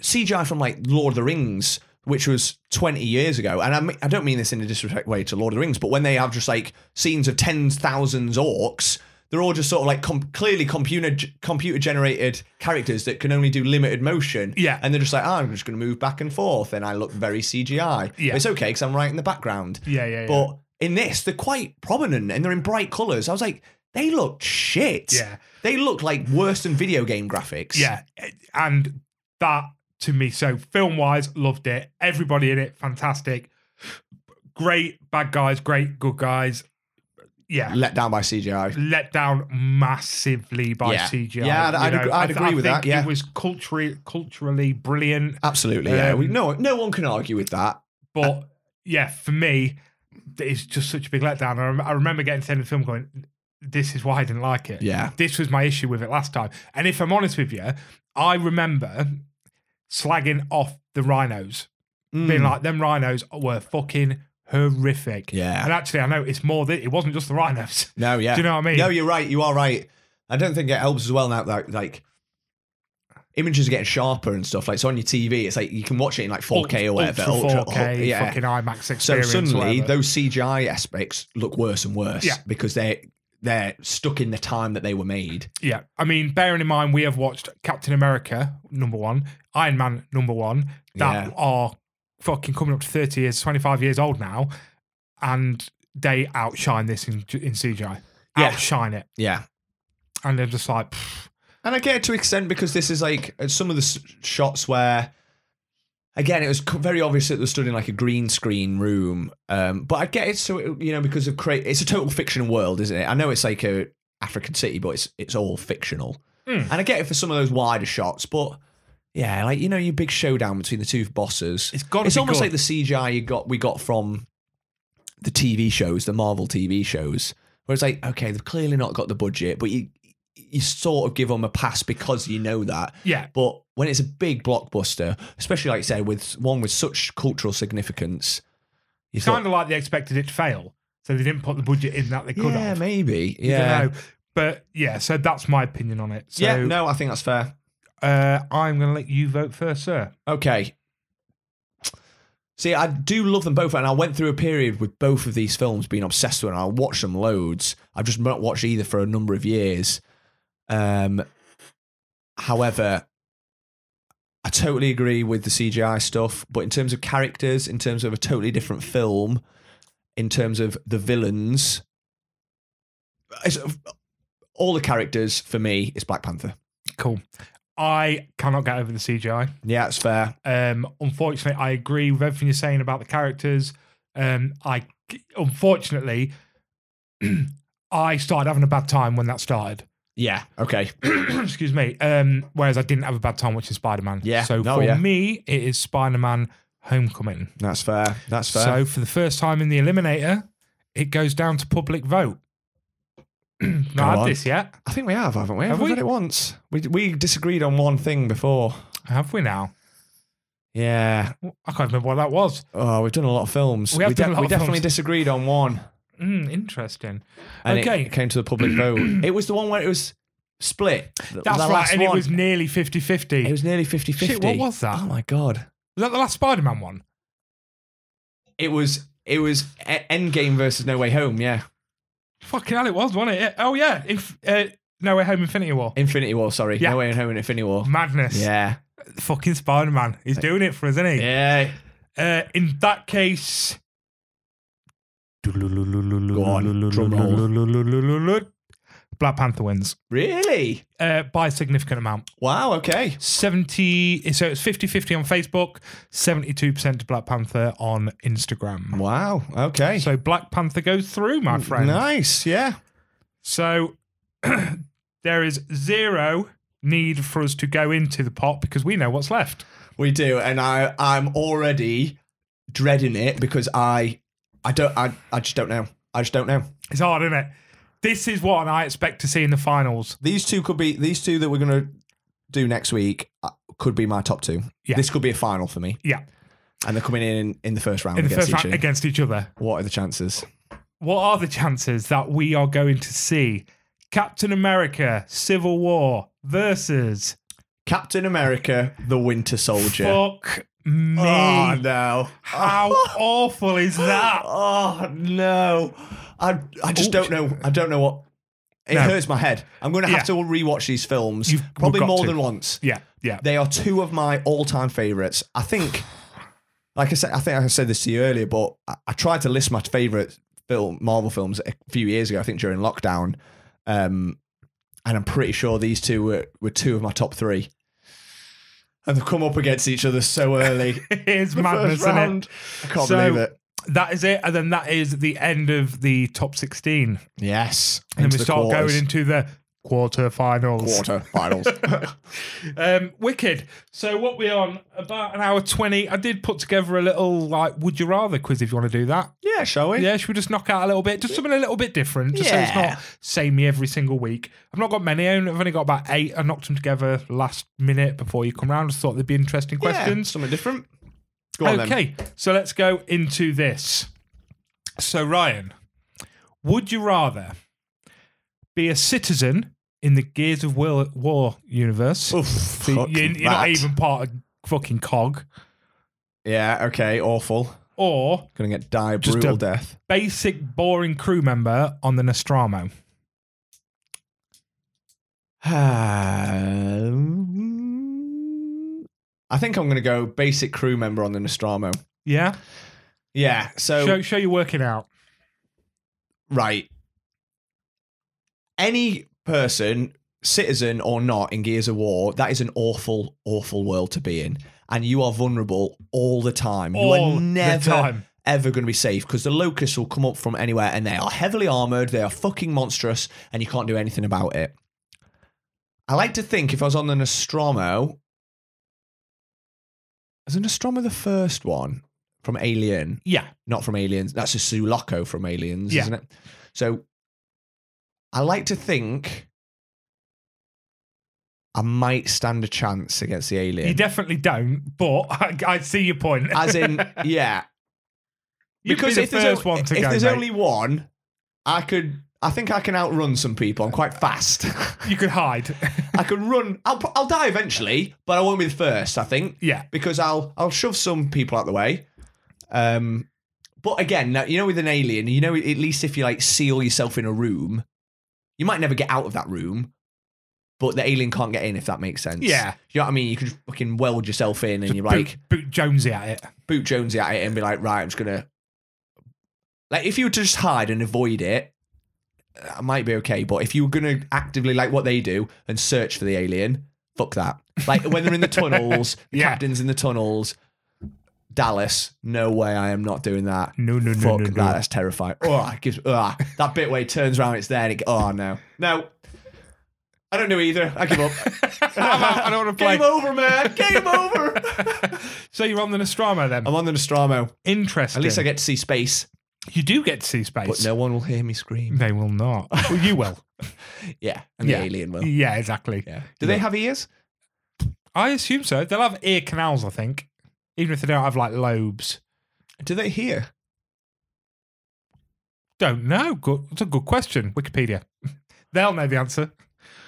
B: CGI from like Lord of the Rings, which was 20 years ago. And I, mean, I don't mean this in a disrespect way to Lord of the Rings, but when they have just like scenes of tens thousands orcs, they're all just sort of like com- clearly computer computer generated characters that can only do limited motion.
A: Yeah.
B: and they're just like, "Ah, I'm just going to move back and forth, and I look very CGI.
A: Yeah.
B: it's okay because I'm right in the background.
A: yeah, yeah, yeah.
B: But in this, they're quite prominent and they're in bright colours. I was like, they look shit.
A: Yeah.
B: They look like worse than video game graphics.
A: Yeah, and that to me, so film wise, loved it. Everybody in it, fantastic. Great bad guys, great good guys. Yeah,
B: Let down by CGI.
A: let down massively by
B: Yeah.
A: CGI.
B: Yeah, I'd-
A: you
B: I'd
A: know.
B: agree- I'd
A: I th-
B: agree
A: I
B: with
A: think
B: that, yeah.
A: it was culturally culturally brilliant,
B: Absolutely, yeah.
A: Um,
B: we, no, no one can argue with that.
A: but yeah, for me, it's just such a big letdown. I, rem- I remember getting to the end of the film going, "This is why I didn't like it."
B: Yeah.
A: this was my issue with it last time. And if I'm honest with you, I remember slagging off the rhinos, Mm. being like, them rhinos were fucking horrific.
B: Hmm. Yeah.
A: And actually, I know it's more that it wasn't just the rhinos.
B: no, yeah.
A: Do you know what I mean?
B: No, you're right. You are right. I don't think it helps as well now. Like, like images are getting sharper and stuff. Like, so on your TV, it's like you can watch it in like 4K or whatever.
A: Ultra
B: ultra-
A: 4K,
B: yeah.
A: fucking IMAX experience.
B: so suddenly,
A: whatever.
B: those CGI aspects look worse and worse
A: Yeah.
B: because they're they're stuck in the time that they were made.
A: Yeah, I mean, bearing in mind we have watched Captain America number one, Iron Man number one, that
B: Yeah.
A: are fucking coming up to thirty years, twenty five years old now, and they outshine this in in CGI,
B: Yeah.
A: outshine it,
B: Yeah,
A: and they're just like, pff,
B: And I get it to an extent because this is like uh, some of the s- shots where, again, it was c- very obvious that they stood in like a green screen uh, room. Um, but I get it, so it, you know, because of create, it's a total fiction world, isn't it? I know it's like a African city, but it's it's all fictional.
A: Hmm.
B: And I get it for some of those wider shots, but yeah, like you know, your big showdown between the two bosses.
A: It's gotta
B: It's
A: be
B: almost
A: good.
B: like the CGI you got we got from the TV shows, the Marvel TV shows, where it's like, okay, they've clearly not got the budget, but you you sort of give them a pass because you know that.
A: Yeah.
B: But when it's a big blockbuster, especially like you say with one with such cultural significance, you
A: It's
B: thought,
A: kind of like they expected it to fail, so they didn't put the budget in that they could
B: yeah,
A: have.
B: maybe,
A: You don't
B: yeah,
A: know. But yeah, so that's my opinion on it. So
B: yeah. No, I think that's fair.
A: uh, I'm going to let you vote first, sir.
B: Okay. See, I do love them both, and I went through a period with both of these films being obsessed with, and I watched them loads. I've just not watched either for a number of years. Um, however, I totally agree with the CGI stuff, but in terms of characters, in terms of a totally different film, in terms of the villains, it's, uh, all the characters for me is Black Panther.
A: Cool. I cannot get over the CGI.
B: Yeah, it's fair.
A: Um, unfortunately, I agree with everything you're saying about the characters. Um, I unfortunately, I started having a bad time when that started.
B: Yeah. Okay.
A: Excuse me. Um, whereas I didn't have a bad time watching Spider Man.
B: Yeah.
A: So
B: No,
A: for
B: yeah.
A: me, it is Spider Man Homecoming.
B: That's fair. That's fair.
A: So for the first time in the Eliminator, it goes down to public vote. Not
B: on.
A: had this yet,
B: I think we have, haven't we?
A: Have
B: We've
A: we?
B: had it once. We we disagreed on one thing before.
A: have we? Now
B: Yeah.
A: I can't remember what that was.
B: Oh, we've done a lot of films.
A: We have done a lot
B: we
A: of
B: definitely
A: films.
B: disagreed on one.
A: Mm, interesting.
B: And
A: Okay.
B: it, it came to the public vote. It was the one where it was split. Th- the
A: That's right,
B: last
A: and it
B: one.
A: was nearly 50 50.
B: It
A: Was
B: was nearly 50 50.
A: Shit, what was that?
B: Oh, my God.
A: that the last Spider Man one?
B: It was it was E- Endgame versus No Way Home. Yeah.
A: Fucking hell, it was, wasn't it? Oh, yeah. If uh, No Way Home Infinity War.
B: Infinity War, sorry.
A: Yeah.
B: No Way Home and Infinity War.
A: Madness.
B: Yeah.
A: Fucking Spider Man. He's doing it for us, isn't he?
B: Yeah.
A: Uh, in that case. Go
B: on, drum roll.
A: Black Panther wins
B: Really?
A: uh, by a significant amount.
B: Wow. Okay.
A: 70. So it's 50 50 on Facebook, 72% to Black Panther on Instagram.
B: Wow. Okay.
A: So Black Panther goes through, my friend.
B: Nice. Yeah.
A: So there is zero need for us to go into the pot because we know what's left.
B: We do, and I I'm already dreading it because I I don't I, I just don't know. I just don't know.
A: It's hard, isn't it? This is what I expect to see in the finals.
B: These two could be these two that we're gonna do next week uh, could be my top two.
A: Yeah.
B: This could be a final for me,
A: Yeah,
B: and they're coming in in the first round
A: in the first
B: against each
A: round
B: other.
A: against each other.
B: What are the chances?
A: What are the chances that we are going to see Captain America Civil War versus
B: Captain America, the Winter Soldier.
A: Fuck me?
B: Oh no!
A: How awful is that?
B: Oh no! I I just
A: Oh,
B: don't know. I don't know what. It
A: No.
B: hurts my head. I'm going to have
A: Yeah.
B: to rewatch these films
A: You've- we've
B: probably
A: got
B: more
A: to.
B: than once.
A: Yeah, yeah.
B: They are two of my all-time favorites. I think, like I said, I think I said this to you earlier, but I, I tried to list my favorite film Marvel films a few years ago. I think during lockdown, um, and I'm pretty sure these two were, were two of my top three. And they've come up against each other so early.
A: It is
B: The
A: madness,
B: first
A: isn't it?
B: round. I can't
A: So-
B: believe it.
A: That is it, and then that is the end of the top sixteen.
B: Yes.
A: And then
B: into
A: we
B: the
A: start
B: quarters.
A: going into the quarterfinals.
B: quarter finals.
A: Um, wicked. So what we on about an hour twenty? I did put together a little like would you rather quiz if you want to do that.
B: yeah, shall we?
A: Yeah, should we just knock out a little bit? Just something a little bit different. Just so it's
B: Yeah.
A: not samey every single week. I've not got many. I only- I've only got about eight. I knocked them together last minute before you come round. Just thought they'd be interesting questions.
B: something different. Go on then.
A: okay, so let's go into this. So, Ryan, would you rather be a citizen in the Gears of War, War universe?
B: Oof,
A: So
B: fuck
A: you're, you're not
B: Oh, that.
A: even part of fucking COG,
B: Yeah. Okay. Awful.
A: or
B: Gonna get die
A: Just
B: brutal
A: a-
B: death.
A: basic boring crew member on the Nostromo.
B: Um, I think I'm gonna go basic crew member on the Nostromo.
A: Yeah,
B: Yeah. So
A: show show you working out.
B: right. Any person, citizen or not, in Gears of War, that is an awful, awful world to be in, and you are vulnerable all the time. you
A: All
B: are
A: the
B: never
A: time.
B: ever going to be safe because the locusts will come up from anywhere and they are heavily armored, they are fucking monstrous, and you can't do anything about it. I like to think if I was on the Nostromo, was the Nostromo the first one from Alien?
A: Yeah.
B: not from Aliens. That's a Sulaco from Aliens,
A: Yeah.
B: isn't it? So I like to think I might stand a chance against the
A: You
B: alien.
A: definitely don't, but I, I see your point.
B: As in, yeah,
A: You'd
B: because
A: be the
B: if there's,
A: first
B: o-
A: one to
B: if
A: go,
B: there's
A: mate.
B: only one, I could. I think I can outrun some people. I'm quite fast.
A: you could hide.
B: I can run. I'll pro- I'll die eventually, but I won't be the first. I think.
A: yeah.
B: because I'll I'll shove some people out the way. Um, but again, now, you know, with an alien, you know, at least if you like seal yourself in a room, you might never get out of that room. But the alien can't get in, if that makes sense.
A: Yeah.
B: you know what I mean. You could just fucking weld yourself in, and
A: Just
B: you're
A: boot-
B: like
A: boot, Jonesy at it.
B: boot Jonesy at it, and be like, right, I'm just gonna. Like, if you were to just hide and avoid it, I might be okay. But if you were gonna actively like what they do and search for the alien, fuck that. Like when they're in the tunnels, the
A: Yeah.
B: captain's in the tunnels. Dallas, no way, I am not doing that.
A: No, no, no,
B: Fuck
A: no,
B: that,
A: no.
B: that's terrifying. Oh, it gives, oh, that bit where he turns around, it's there. And it, oh no, no, I don't know either. I give up.
A: I'm out. I don't wanna play.
B: Game over, man. Game over.
A: So you're on the Nostromo then.
B: I'm on the Nostromo.
A: Interesting.
B: At least I get to see space,
A: You do get to see space.
B: but no one will hear me scream.
A: They will not. Well, you will.
B: Yeah, and
A: Yeah.
B: the alien will.
A: yeah, exactly.
B: Yeah. Do they have ears?
A: I assume so. They'll have ear canals, I think, even if they don't have like lobes.
B: Do they hear?
A: Don't know. Good. That's a good question. Wikipedia. They'll know the answer.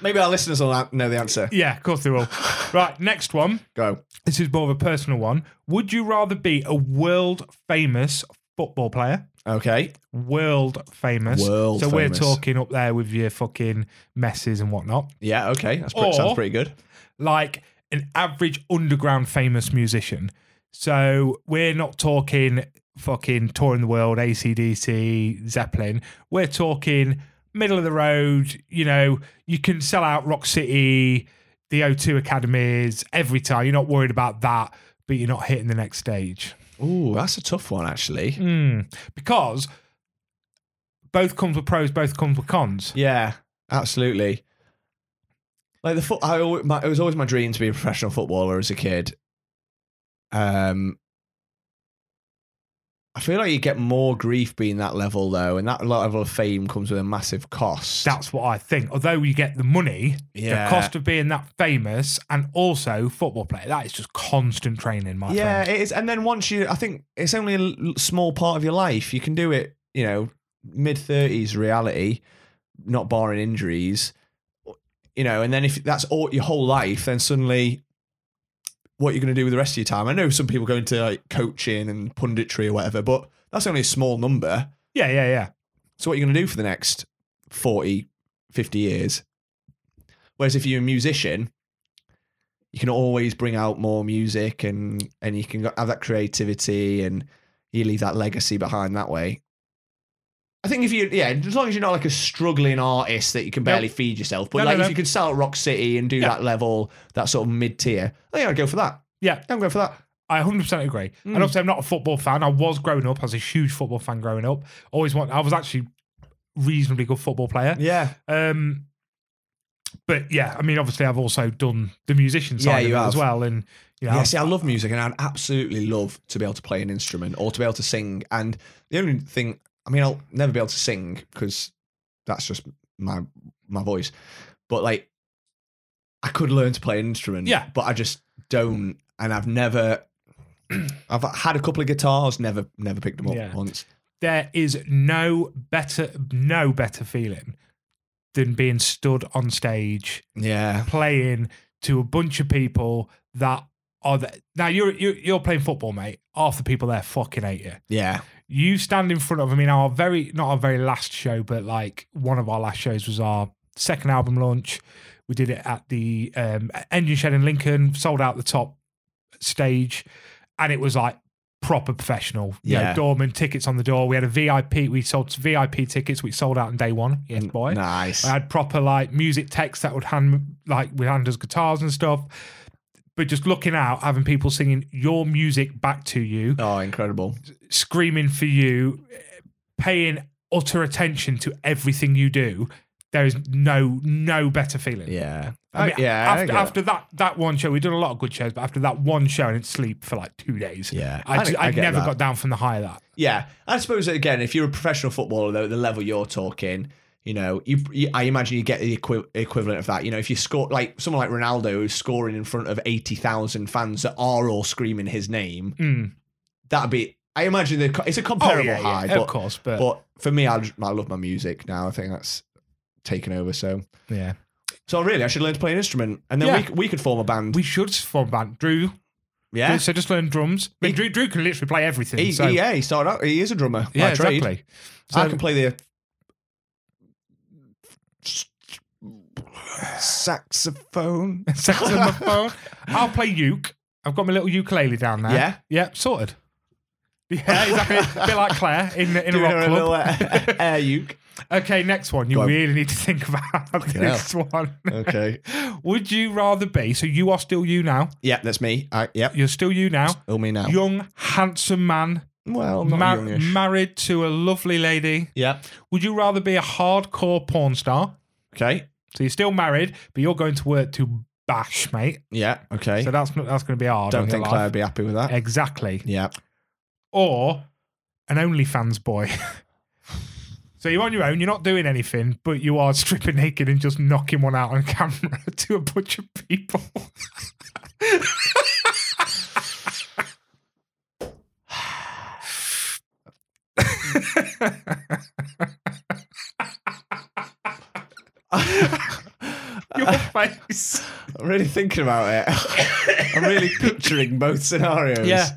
B: Maybe our listeners will know the answer.
A: Yeah, of course they will. right, next one.
B: Go.
A: This is more of a personal one. Would you rather be a world famous football player?
B: Okay.
A: World famous.
B: World
A: so
B: famous.
A: we're talking up there with your fucking messes and whatnot.
B: Yeah. Okay. That's pretty,
A: Or-
B: sounds pretty good.
A: like an average underground famous musician. So we're not talking fucking touring the world, ACDC, Zeppelin. We're talking middle of the road. You know, you can sell out Rock City, the O2 academies every time. You're not worried about that, but you're not hitting the next stage.
B: Ooh, that's a tough one, actually.
A: Mm. Because both comes with pros, both comes with cons.
B: Yeah, absolutely. Like the foot, I always, my, it was always my dream to be a professional footballer as a kid. Um, I feel like you get more grief being that level though, and that level of fame comes with a massive cost.
A: That's what I think. Although you get the money,
B: Yeah.
A: the cost of being that famous and also football player, that is just constant training, my
B: yeah,
A: friend.
B: it is. And then once you, I think it's only a l- small part of your life. You can do it, you know, mid thirties reality, not barring injuries, you know. And then if that's all your whole life, then suddenly, what you're going to do with the rest of your time? I know some people go into like coaching and punditry or whatever, but that's only a small number.
A: Yeah, yeah, yeah.
B: So what you're going to do for the next 40, 50 years? Whereas if you're a musician, you can always bring out more music and and you can have that creativity and you leave that legacy behind that way. I think if you yeah, as long as you're not like a struggling artist that you can barely feed yourself, but
A: No, no,
B: like
A: no.
B: if you can sell at Rock City and do
A: Yeah.
B: that level, that sort of mid tier, I think I'd go for that.
A: Yeah.
B: I'm going for that.
A: I 100% agree.
B: Mm.
A: And obviously, I'm not a football fan. I was growing up. I was a huge football fan growing up. Always want. I was actually reasonably good football player.
B: Yeah,
A: Um, but yeah, I mean, obviously, I've also done the musician
B: Yeah,
A: side
B: you
A: of it as
B: have.
A: well. And you know,
B: Yeah, see, I love music and I'd absolutely love to be able to play an instrument or to be able to sing. And the only thing, I mean, I'll never be able to sing because that's just my my voice. But like, I could learn to play an instrument.
A: Yeah.
B: but I just don't, and I've never. I've had a couple of guitars, never never picked them up
A: Yeah.
B: once.
A: there is no better, no better feeling than being stood on stage
B: Yeah,
A: playing to a bunch of people that are the, now you're, you're you're playing football, mate. Half the people there fucking hate you.
B: yeah,
A: You stand in front of. I mean, our very not our very last show, but like one of our last shows was our second album launch. We did it at the um, Engine Shed in Lincoln. Sold out the top stage, and it was like proper professional. You know,
B: Yeah.
A: doorman tickets on the door. We had a VIP. We sold VIP tickets, which sold out in day one. Yes, boy.
B: nice.
A: I had proper like music techs that would hand like would hand us guitars and stuff. but just looking out, having people singing your music back to you,
B: Oh, incredible.
A: screaming for you, paying utter attention to everything you do. There is no no better feeling.
B: Yeah.
A: I mean,
B: yeah. I
A: after,
B: get it.
A: after that that one show, we've done a lot of good shows, but after that one show, I didn't sleep for like two days.
B: Yeah,
A: I,
B: I
A: ju-
B: get- I
A: I
B: get
A: never
B: that.
A: got down from the high of that.
B: Yeah, I suppose that, again, if you're a professional footballer, though, at the level you're talking, you know, you, you I imagine you get the equi- equivalent of that. You know, if you score like someone like Ronaldo who's scoring in front of eighty thousand fans that are all screaming his name,
A: Mm.
B: that'd be. I imagine the, co- it's a
A: Oh,
B: comparable
A: yeah, yeah,
B: high,
A: of
B: but,
A: course, but,
B: but for me, I, just- I love my music now. I think that's taken over. So,
A: yeah,
B: so really, I should learn to play an instrument, and then
A: Yeah.
B: we c- we could form a band.
A: we should form a band. Drew,
B: yeah,
A: so just learn drums. I mean,
B: He-
A: Drew, Drew can literally play everything.
B: he,
A: so,
B: he- yeah, he started out. He is a drummer.
A: yeah,
B: by trade.
A: exactly.
B: I
A: So-
B: can play the saxophone.
A: saxophone. I'll play uke. I've got my little ukulele down there.
B: Yeah?
A: yeah, sorted. Yeah, exactly. a bit like Claire in in a
B: Doing
A: rock
B: a little
A: club.
B: uh, air uke.
A: Okay, next one. You
B: Go on.
A: really need to think about this one.
B: Okay.
A: Would you rather be? So you are still you now.
B: Yep, that's me. I, yep.
A: You're still you now.
B: Oh, me now.
A: Young, handsome man,
B: well, not
A: mar-
B: youngish.
A: married to a lovely lady.
B: yep.
A: Would you rather be a hardcore porn star?
B: Okay.
A: So you're still married, but you're going to work to bash, mate.
B: Yeah. Okay.
A: So that's not, that's going to be hard.
B: Eh? Don't
A: on your
B: think
A: life.
B: Claire would be happy with that.
A: Exactly.
B: yeah.
A: or an OnlyFans boy. so you're on your own, you're not doing anything, but you are stripping naked and just knocking one out on camera to a bunch of people. Your face.
B: I'm really thinking about it. I'm really picturing both scenarios.
A: Yeah.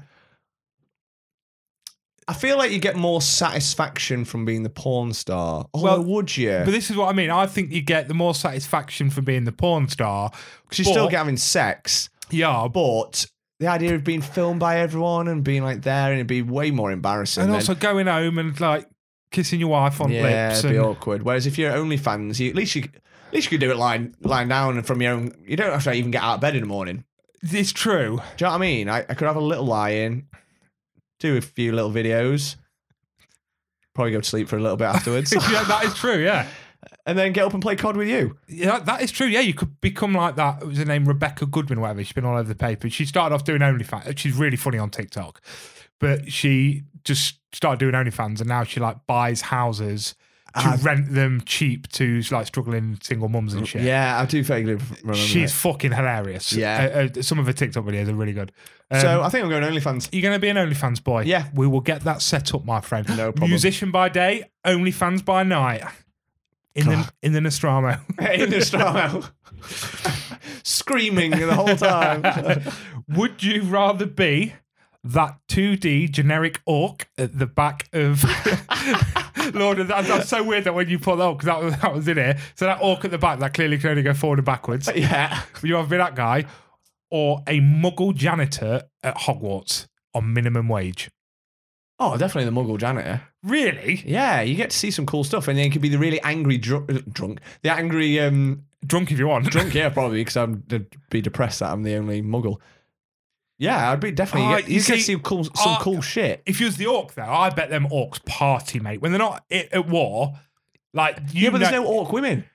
B: I feel like you get more satisfaction from being the porn star. Although,
A: Well,
B: would you?
A: But this is what I mean. I think you get the more satisfaction from being the porn star.
B: Because you're still
A: but-
B: having sex,
A: Yeah, but
B: but the idea of being filmed by everyone and being like there and it'd be way more embarrassing.
A: and
B: than-
A: also going home and like kissing your wife on
B: yeah,
A: lips.
B: it'd be
A: and-
B: awkward. Whereas if you're OnlyFans, you at least you at least you could do it lying lying down and from your own. You don't have to even get out of bed in the morning.
A: It's true.
B: Do you know what I mean? I, I could have a little lie in, do a few little videos, probably go to sleep for a little bit afterwards,
A: yeah, that is true. Yeah.
B: and then get up and play COD with you.
A: Yeah, that is true. Yeah, you could become like that. It was her name Rebecca Goodwin, whatever. She's been all over the paper. She started off doing OnlyFans. uh, She's really funny on TikTok, but she just started doing OnlyFans, and now she like buys houses to
B: Ah. Oh,
A: rent them cheap to like struggling single mums and shit.
B: Yeah, I do vaguely remember.
A: she's
B: it.
A: fucking hilarious.
B: Yeah.
A: uh, uh, some of her TikTok videos are really good. Um,
B: so I think I'm going OnlyFans.
A: you're going to be an OnlyFans boy.
B: Yeah.
A: we will get that set up, my friend.
B: No problem.
A: Musician by day, OnlyFans by night. In the in the Nostromo.
B: in the style. Screaming the whole time.
A: Would you rather be that 2D generic orc at the back of Lord? of- That, that's so weird that when you put that because that was, that was in here. So that orc at the back that clearly can only go forward and backwards.
B: yeah.
A: Would you rather be that guy or a Muggle janitor at Hogwarts on minimum wage?
B: Oh, definitely the Muggle janitor.
A: Really?
B: Yeah, you get to see some cool stuff, and then you could be the really angry dr- uh, drunk. The angry um,
A: Drunk if you want.
B: drunk, yeah, probably because I'm would be depressed that I'm the only Muggle. Yeah, I'd be definitely.
A: Oh,
B: you get,
A: you
B: you get to
A: see-
B: see cool, some
A: oh,
B: cool shit.
A: If you was the orc though, I bet them orcs party, mate. When they're not i- at war, like you
B: Yeah, but there's
A: know-
B: no orc women.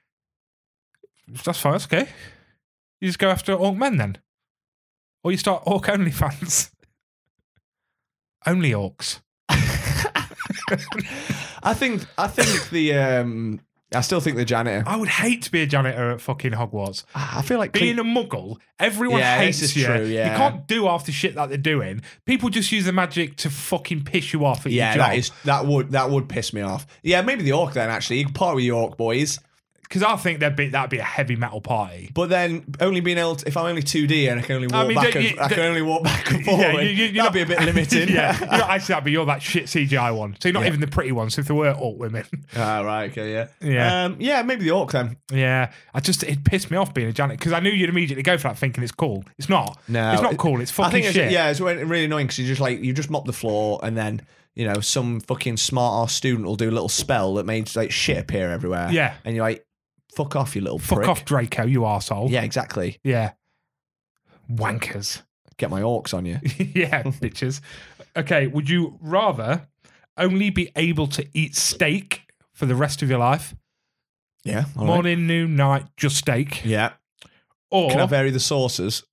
A: That's fine. That's okay. You just go after orc men then, or you start orc only fans. only orcs.
B: I think. I think the. Um, I still think the janitor.
A: I would hate to be a janitor at fucking Hogwarts.
B: Ah, I feel like
A: Being
B: Cle-
A: a muggle, everyone
B: Yeah,
A: hates
B: this is
A: you.
B: true, yeah.
A: You can't do half the shit that they're doing. People just use the magic to fucking piss you off at
B: yeah,
A: your job.
B: that is that would that would piss me off. Yeah, maybe the orc then. Actually, you could part with your orc boys.
A: Because I think that'd be that'd be a heavy metal party.
B: But then only being able to, if I'm only 2D and I can only
A: I
B: walk
A: mean,
B: back
A: don't
B: and
A: you-
B: I can
A: don't-
B: only walk back and forward,
A: you're
B: that'd
A: not-
B: be a bit limited.
A: yeah, you're not actually that, but you're that shit CGI one. So you're not even the pretty one. So if there were orc women,
B: Ah, right, okay, yeah.
A: Yeah.
B: Um, yeah, maybe the orc then.
A: Yeah, I just it pissed me off being a janitor because I knew you'd immediately go for that thinking it's cool. It's not.
B: No.
A: it's not cool. It's
B: I
A: fucking
B: think
A: shit.
B: It's, yeah, it's re- really annoying because you just like you just mop the floor and then you know some fucking smart ass student will do a little spell that makes like shit appear everywhere.
A: Yeah.
B: and you're like, fuck off, you little
A: Fuck
B: prick.
A: off, Draco, you arsehole.
B: Yeah, exactly.
A: yeah. Wankers.
B: Get my orcs on you.
A: yeah, bitches. Okay, would you rather only be able to eat steak for the rest of your life?
B: Yeah. all right.
A: Morning, noon, night, just steak.
B: Yeah.
A: Or
B: Can I vary the sauces?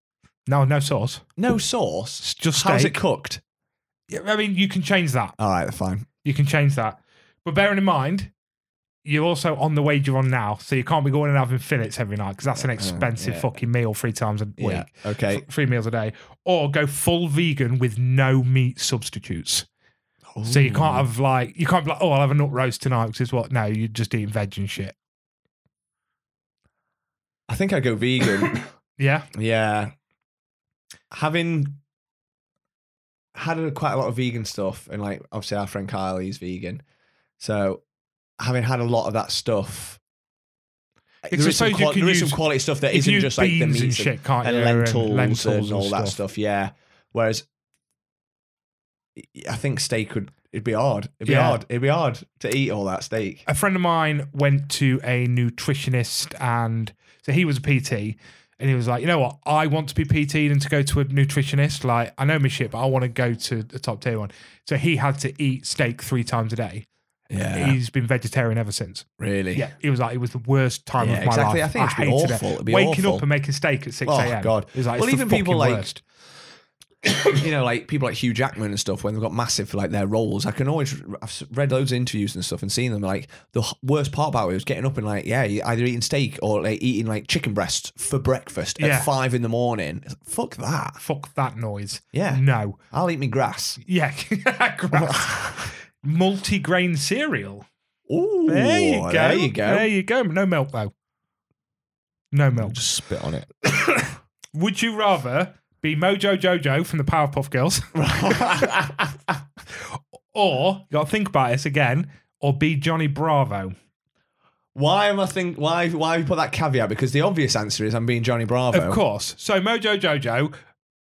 A: no, no sauce.
B: No sauce.
A: It's just steak.
B: How's it cooked?
A: Yeah, I mean, you can change that.
B: All right, fine.
A: You can change that. But bearing in mind, you're also on the wage you're on now, so you can't be going and having fillets every night because that's an expensive
B: Uh, yeah.
A: fucking meal three times a week,
B: Yeah. Okay.
A: Th- three meals a day. Or go full vegan with no meat substitutes. So you can't have like you can't be like, oh, I'll have a nut roast tonight because it's what? No, you're just eating veg and shit.
B: I think I go vegan.
A: Yeah,
B: yeah. Having had a, quite a lot of vegan stuff, and like obviously our friend Kylie's vegan, so having had a lot of that stuff,
A: Because
B: there is,
A: I
B: some,
A: suppose
B: qual-
A: you can
B: there is some
A: use-
B: quality stuff that
A: you can
B: isn't
A: use
B: just like the
A: beans
B: meat
A: and shit, can't
B: and
A: you?
B: lentils, and, all that
A: stuff.
B: stuff. Yeah. Whereas I think steak would it'd be hard. It'd be
A: Yeah.
B: hard. It'd be hard to eat all that steak.
A: a friend of mine went to a nutritionist and so he was a PT and he was like, you know what, I want to be PT'd and to go to a nutritionist. Like, I know my shit, but I want to go to a top tier one. So he had to eat steak three times a day. He's been vegetarian ever since.
B: really.
A: Yeah. He was like, it was the worst time
B: Yeah,
A: of my
B: exactly.
A: life.
B: I think it'd be
A: hated
B: awful.
A: It.
B: It'd be
A: Waking
B: awful.
A: up and making steak at 6
B: Oh,
A: a.m.
B: God.
A: It was like,
B: Well,
A: it's
B: even
A: the
B: people
A: fucking
B: like-
A: worst.
B: you know, like people like Hugh Jackman and stuff, when they've got massive for like their roles, I can always I've s- read loads of interviews and stuff and seen them. Like the h- worst part about it was getting up and like yeah, you're either eating steak or like eating like chicken breast for breakfast
A: Yeah.
B: at five in the morning. It's like, Fuck that.
A: Fuck that noise.
B: Yeah.
A: No.
B: I'll eat me grass.
A: Yeah. Multi grain cereal.
B: Ooh,
A: There you go.
B: There you go.
A: There you go. No milk though. No milk.
B: Just spit on it.
A: Would you rather be Mojo Jojo from the Powerpuff Girls, or you got to think about this again, or be Johnny Bravo?
B: why am I think? Why why have you put that caveat? Because the obvious answer is I'm being Johnny Bravo.
A: Of course. So Mojo Jojo,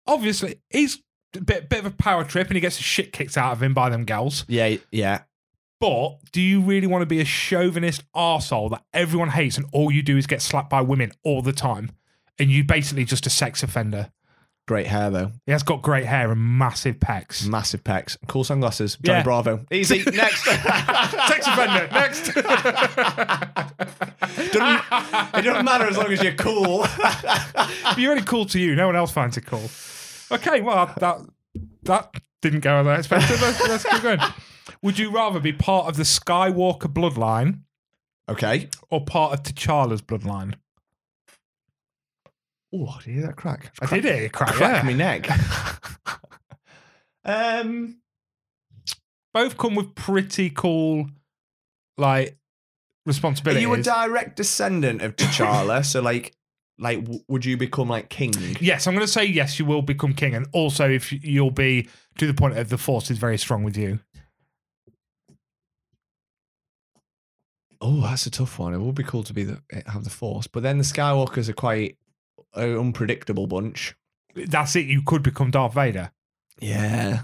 A: obviously, he's a bit, bit of a power trip, and he gets the shit kicked out of him by them girls.
B: Yeah, yeah.
A: But do you really want to be a chauvinist arsehole that everyone hates, and all you do is get slapped by women all the time, and you basically just a sex offender?
B: Great hair though.
A: He has got great hair and massive pecs.
B: Massive pecs. Cool sunglasses. Johnny
A: Yeah.
B: Bravo. Easy. Next.
A: Sex offender, next.
B: It doesn't matter as long as you're cool.
A: You're only cool to you. No one else finds it cool. Okay, well, that that didn't go as I expected. Let's, let's keep going. Would you rather be part of the Skywalker bloodline
B: okay.
A: or part of T'Challa's bloodline?
B: Oh, do you hear that crack?
A: I did hear you crack.
B: Crack
A: yeah.
B: me neck. um,
A: Both come with pretty cool, like,
B: are
A: responsibilities.
B: you a direct descendant of T'Challa? so, like, like, w- would you become like king?
A: yes, I'm going to say yes. You will become king, and also if you- you'll be to the point of the force is very strong with you.
B: Oh, that's a tough one. It would be cool to be the have the Force, but then the Skywalkers are quite an unpredictable bunch.
A: That's it. You could become Darth Vader.
B: Yeah.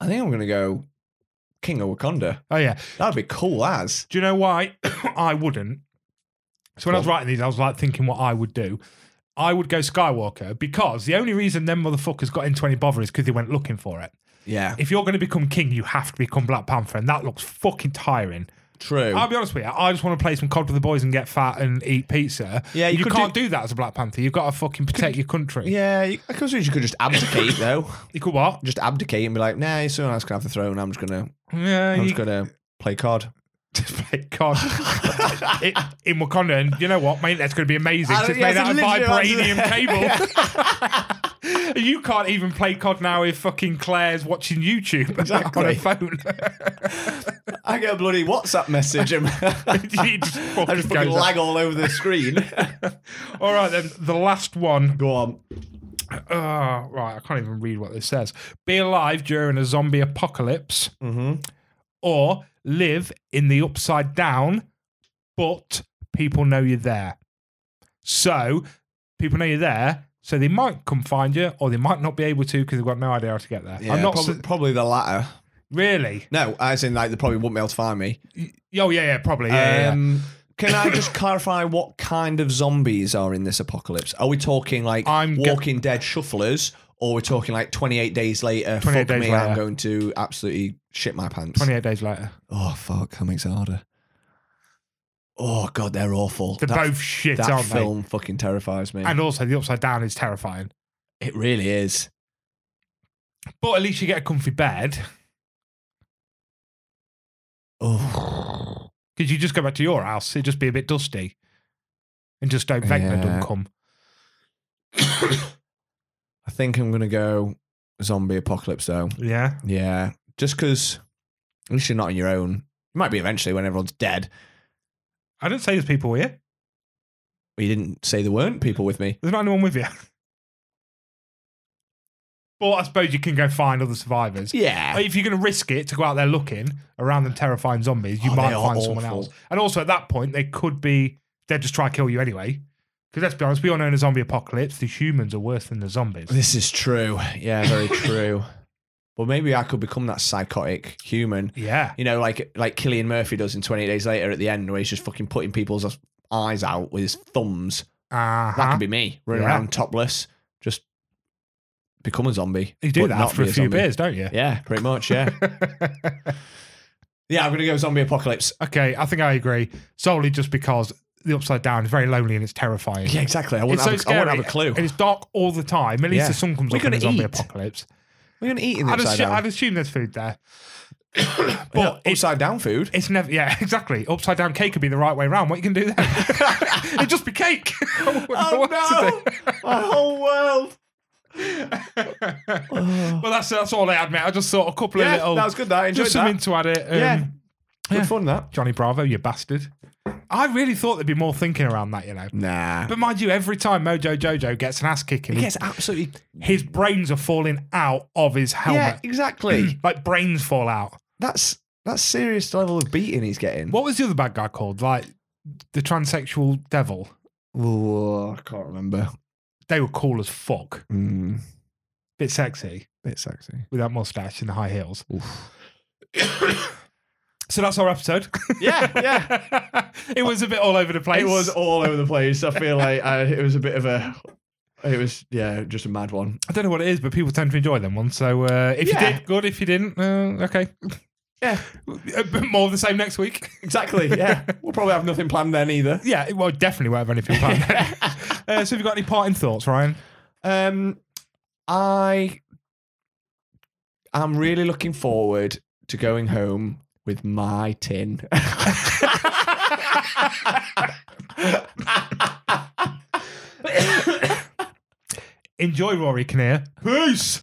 B: I think I'm gonna go King of Wakanda.
A: Oh yeah.
B: That'd be cool as.
A: Do you know why I wouldn't? So when I was
B: Go on.
A: writing these, I was like thinking what I would do. I would go Skywalker because the only reason them motherfuckers got into any bother is because they went looking for it.
B: Yeah.
A: If you're going to become king, you have to become Black Panther, and that looks fucking tiring.
B: True.
A: I'll be honest with you, I just want to play some COD with the boys and get fat and eat pizza.
B: Yeah, you
A: you,
B: could
A: can't do... that as a Black Panther. You've got to fucking protect your country.
B: yeah, you- I suppose you could just abdicate though.
A: You could what?
B: Just abdicate and be like, nah, someone else can have the throne. I'm just gonna,
A: Yeah,
B: I'm
A: you
B: just gonna play COD.
A: play COD It- in Wakanda, and you know what, mate? That's going to be amazing.
B: I
A: It's
B: don't-
A: made
B: Uh, yeah,
A: out of
B: it's literally-
A: vibranium cable. You can't even play COD now if fucking Claire's watching YouTube on her
B: Exactly.
A: phone.
B: I get a bloody WhatsApp message and
A: You just
B: I just
A: fucking
B: fucking
A: goes up.
B: lag all over the screen.
A: All right, then the last one.
B: Go on.
A: Oh, right, I can't even read what this says. Be alive during a zombie apocalypse,
B: Mm-hmm.
A: or live in the upside down, but people know you're there. So people know you're there, so they might come find you, or they might not be able to because they've got no idea how to get there.
B: Yeah,
A: I'm not
B: probably,
A: s-
B: probably the latter.
A: really.
B: No, as in like they probably wouldn't be able to find me.
A: Y- Oh yeah, yeah, probably. Yeah, yeah, yeah.
B: Um, Can I just clarify what kind of zombies are in this apocalypse? Are we talking like
A: I'm go-
B: Walking Dead shufflers, or we're talking like 28 days later?
A: 28
B: fuck
A: days
B: me,
A: later.
B: I'm going to absolutely shit my pants.
A: 28 days later.
B: Oh fuck, that makes it harder. Oh god, they're awful.
A: They're
B: that
A: both shit,
B: that
A: aren't
B: film fucking terrifies me.
A: they? And also, the upside down is terrifying.
B: it really is.
A: But at least you get a comfy bed
B: Oh,
A: because you just go back to your house. It'd just be a bit dusty and just don't Vecna
B: Yeah.
A: don't come.
B: I think I'm gonna go zombie apocalypse though.
A: Yeah.
B: Yeah, just because at least you're not on your own. You might be eventually when everyone's dead.
A: I didn't say there's people here.
B: Well, you didn't say there weren't people with me.
A: There's not anyone with you. But I suppose you can go find other survivors.
B: Yeah,
A: If you're going to risk it to go out there looking around them terrifying zombies, you
B: Oh,
A: might
B: they
A: find
B: are
A: someone
B: awful.
A: else. And also at that point, they could be they'd just try to kill you anyway. Because let's be honest, we all know in a zombie apocalypse, the humans are worse than the zombies.
B: this is true. Yeah, very true. But maybe I could become that psychotic human.
A: Yeah,
B: You know, like like Killian Murphy does in 28 Days Later at the end, where he's just fucking putting people's eyes out with his thumbs. That
A: uh-huh.
B: could be me, running
A: Yeah.
B: around topless, just become a zombie.
A: you do
B: but
A: that
B: not
A: after a
B: be
A: few
B: zombie.
A: beers, don't you?
B: Yeah, pretty much. Yeah, yeah. I'm gonna go zombie apocalypse.
A: okay, I think I agree. Solely just because the upside down is very lonely and it's terrifying.
B: Yeah, exactly. I wouldn't,
A: It's so
B: have, a, I
A: scary.
B: wouldn't have a clue.
A: And it's dark all the time. At least
B: Yeah.
A: the sun comes
B: We
A: up in a
B: couldn't
A: zombie
B: eat.
A: apocalypse.
B: We're gonna eat in the
A: I'd,
B: upside
A: assu- I'd
B: down.
A: assume there's food there. but
B: Yeah,
A: it's-
B: upside down food.
A: It's never, yeah, exactly. Upside down cake could be the right way around. What you can do then? It'd just be cake. I wouldn't know
B: Oh,
A: what to do.
B: My whole world.
A: well, that's that's all I had, mate. I just thought a couple
B: Yeah,
A: of little,
B: that was good. That I enjoyed
A: just something
B: that.
A: to add it. Um,
B: yeah, good
A: yeah.
B: fun that.
A: Johnny Bravo, you bastard. I really thought there'd be more thinking around that, you know.
B: Nah,
A: But mind you, every time Mojo Jojo gets an ass kicking,
B: he gets absolutely.
A: his brains are falling out of his
B: Yeah,
A: helmet.
B: exactly.
A: like brains fall out.
B: that's that's serious level of beating he's getting.
A: What was the other bad guy called? Like the transsexual devil.
B: Ooh, I can't remember.
A: They were cool as fuck.
B: Mm,
A: Bit sexy
B: bit sexy.
A: with that mustache and the high heels. so that's our episode.
B: Yeah, yeah.
A: it was a bit all over the place.
B: It was all over the place. I feel like I, it was a bit of a. It was yeah, just a mad one.
A: I don't know what it is, but people tend to enjoy them ones. So uh, if
B: Yeah.
A: you did, good. If you didn't, uh, okay.
B: Yeah,
A: A bit More of the same next week.
B: exactly. Yeah, we'll probably have nothing planned then either.
A: Yeah, well, definitely won't have anything planned. uh, so, have you got any parting thoughts, Ryan?
B: Um, I am really looking forward to going home with my tin.
A: Enjoy Rory Kinnear. Peace.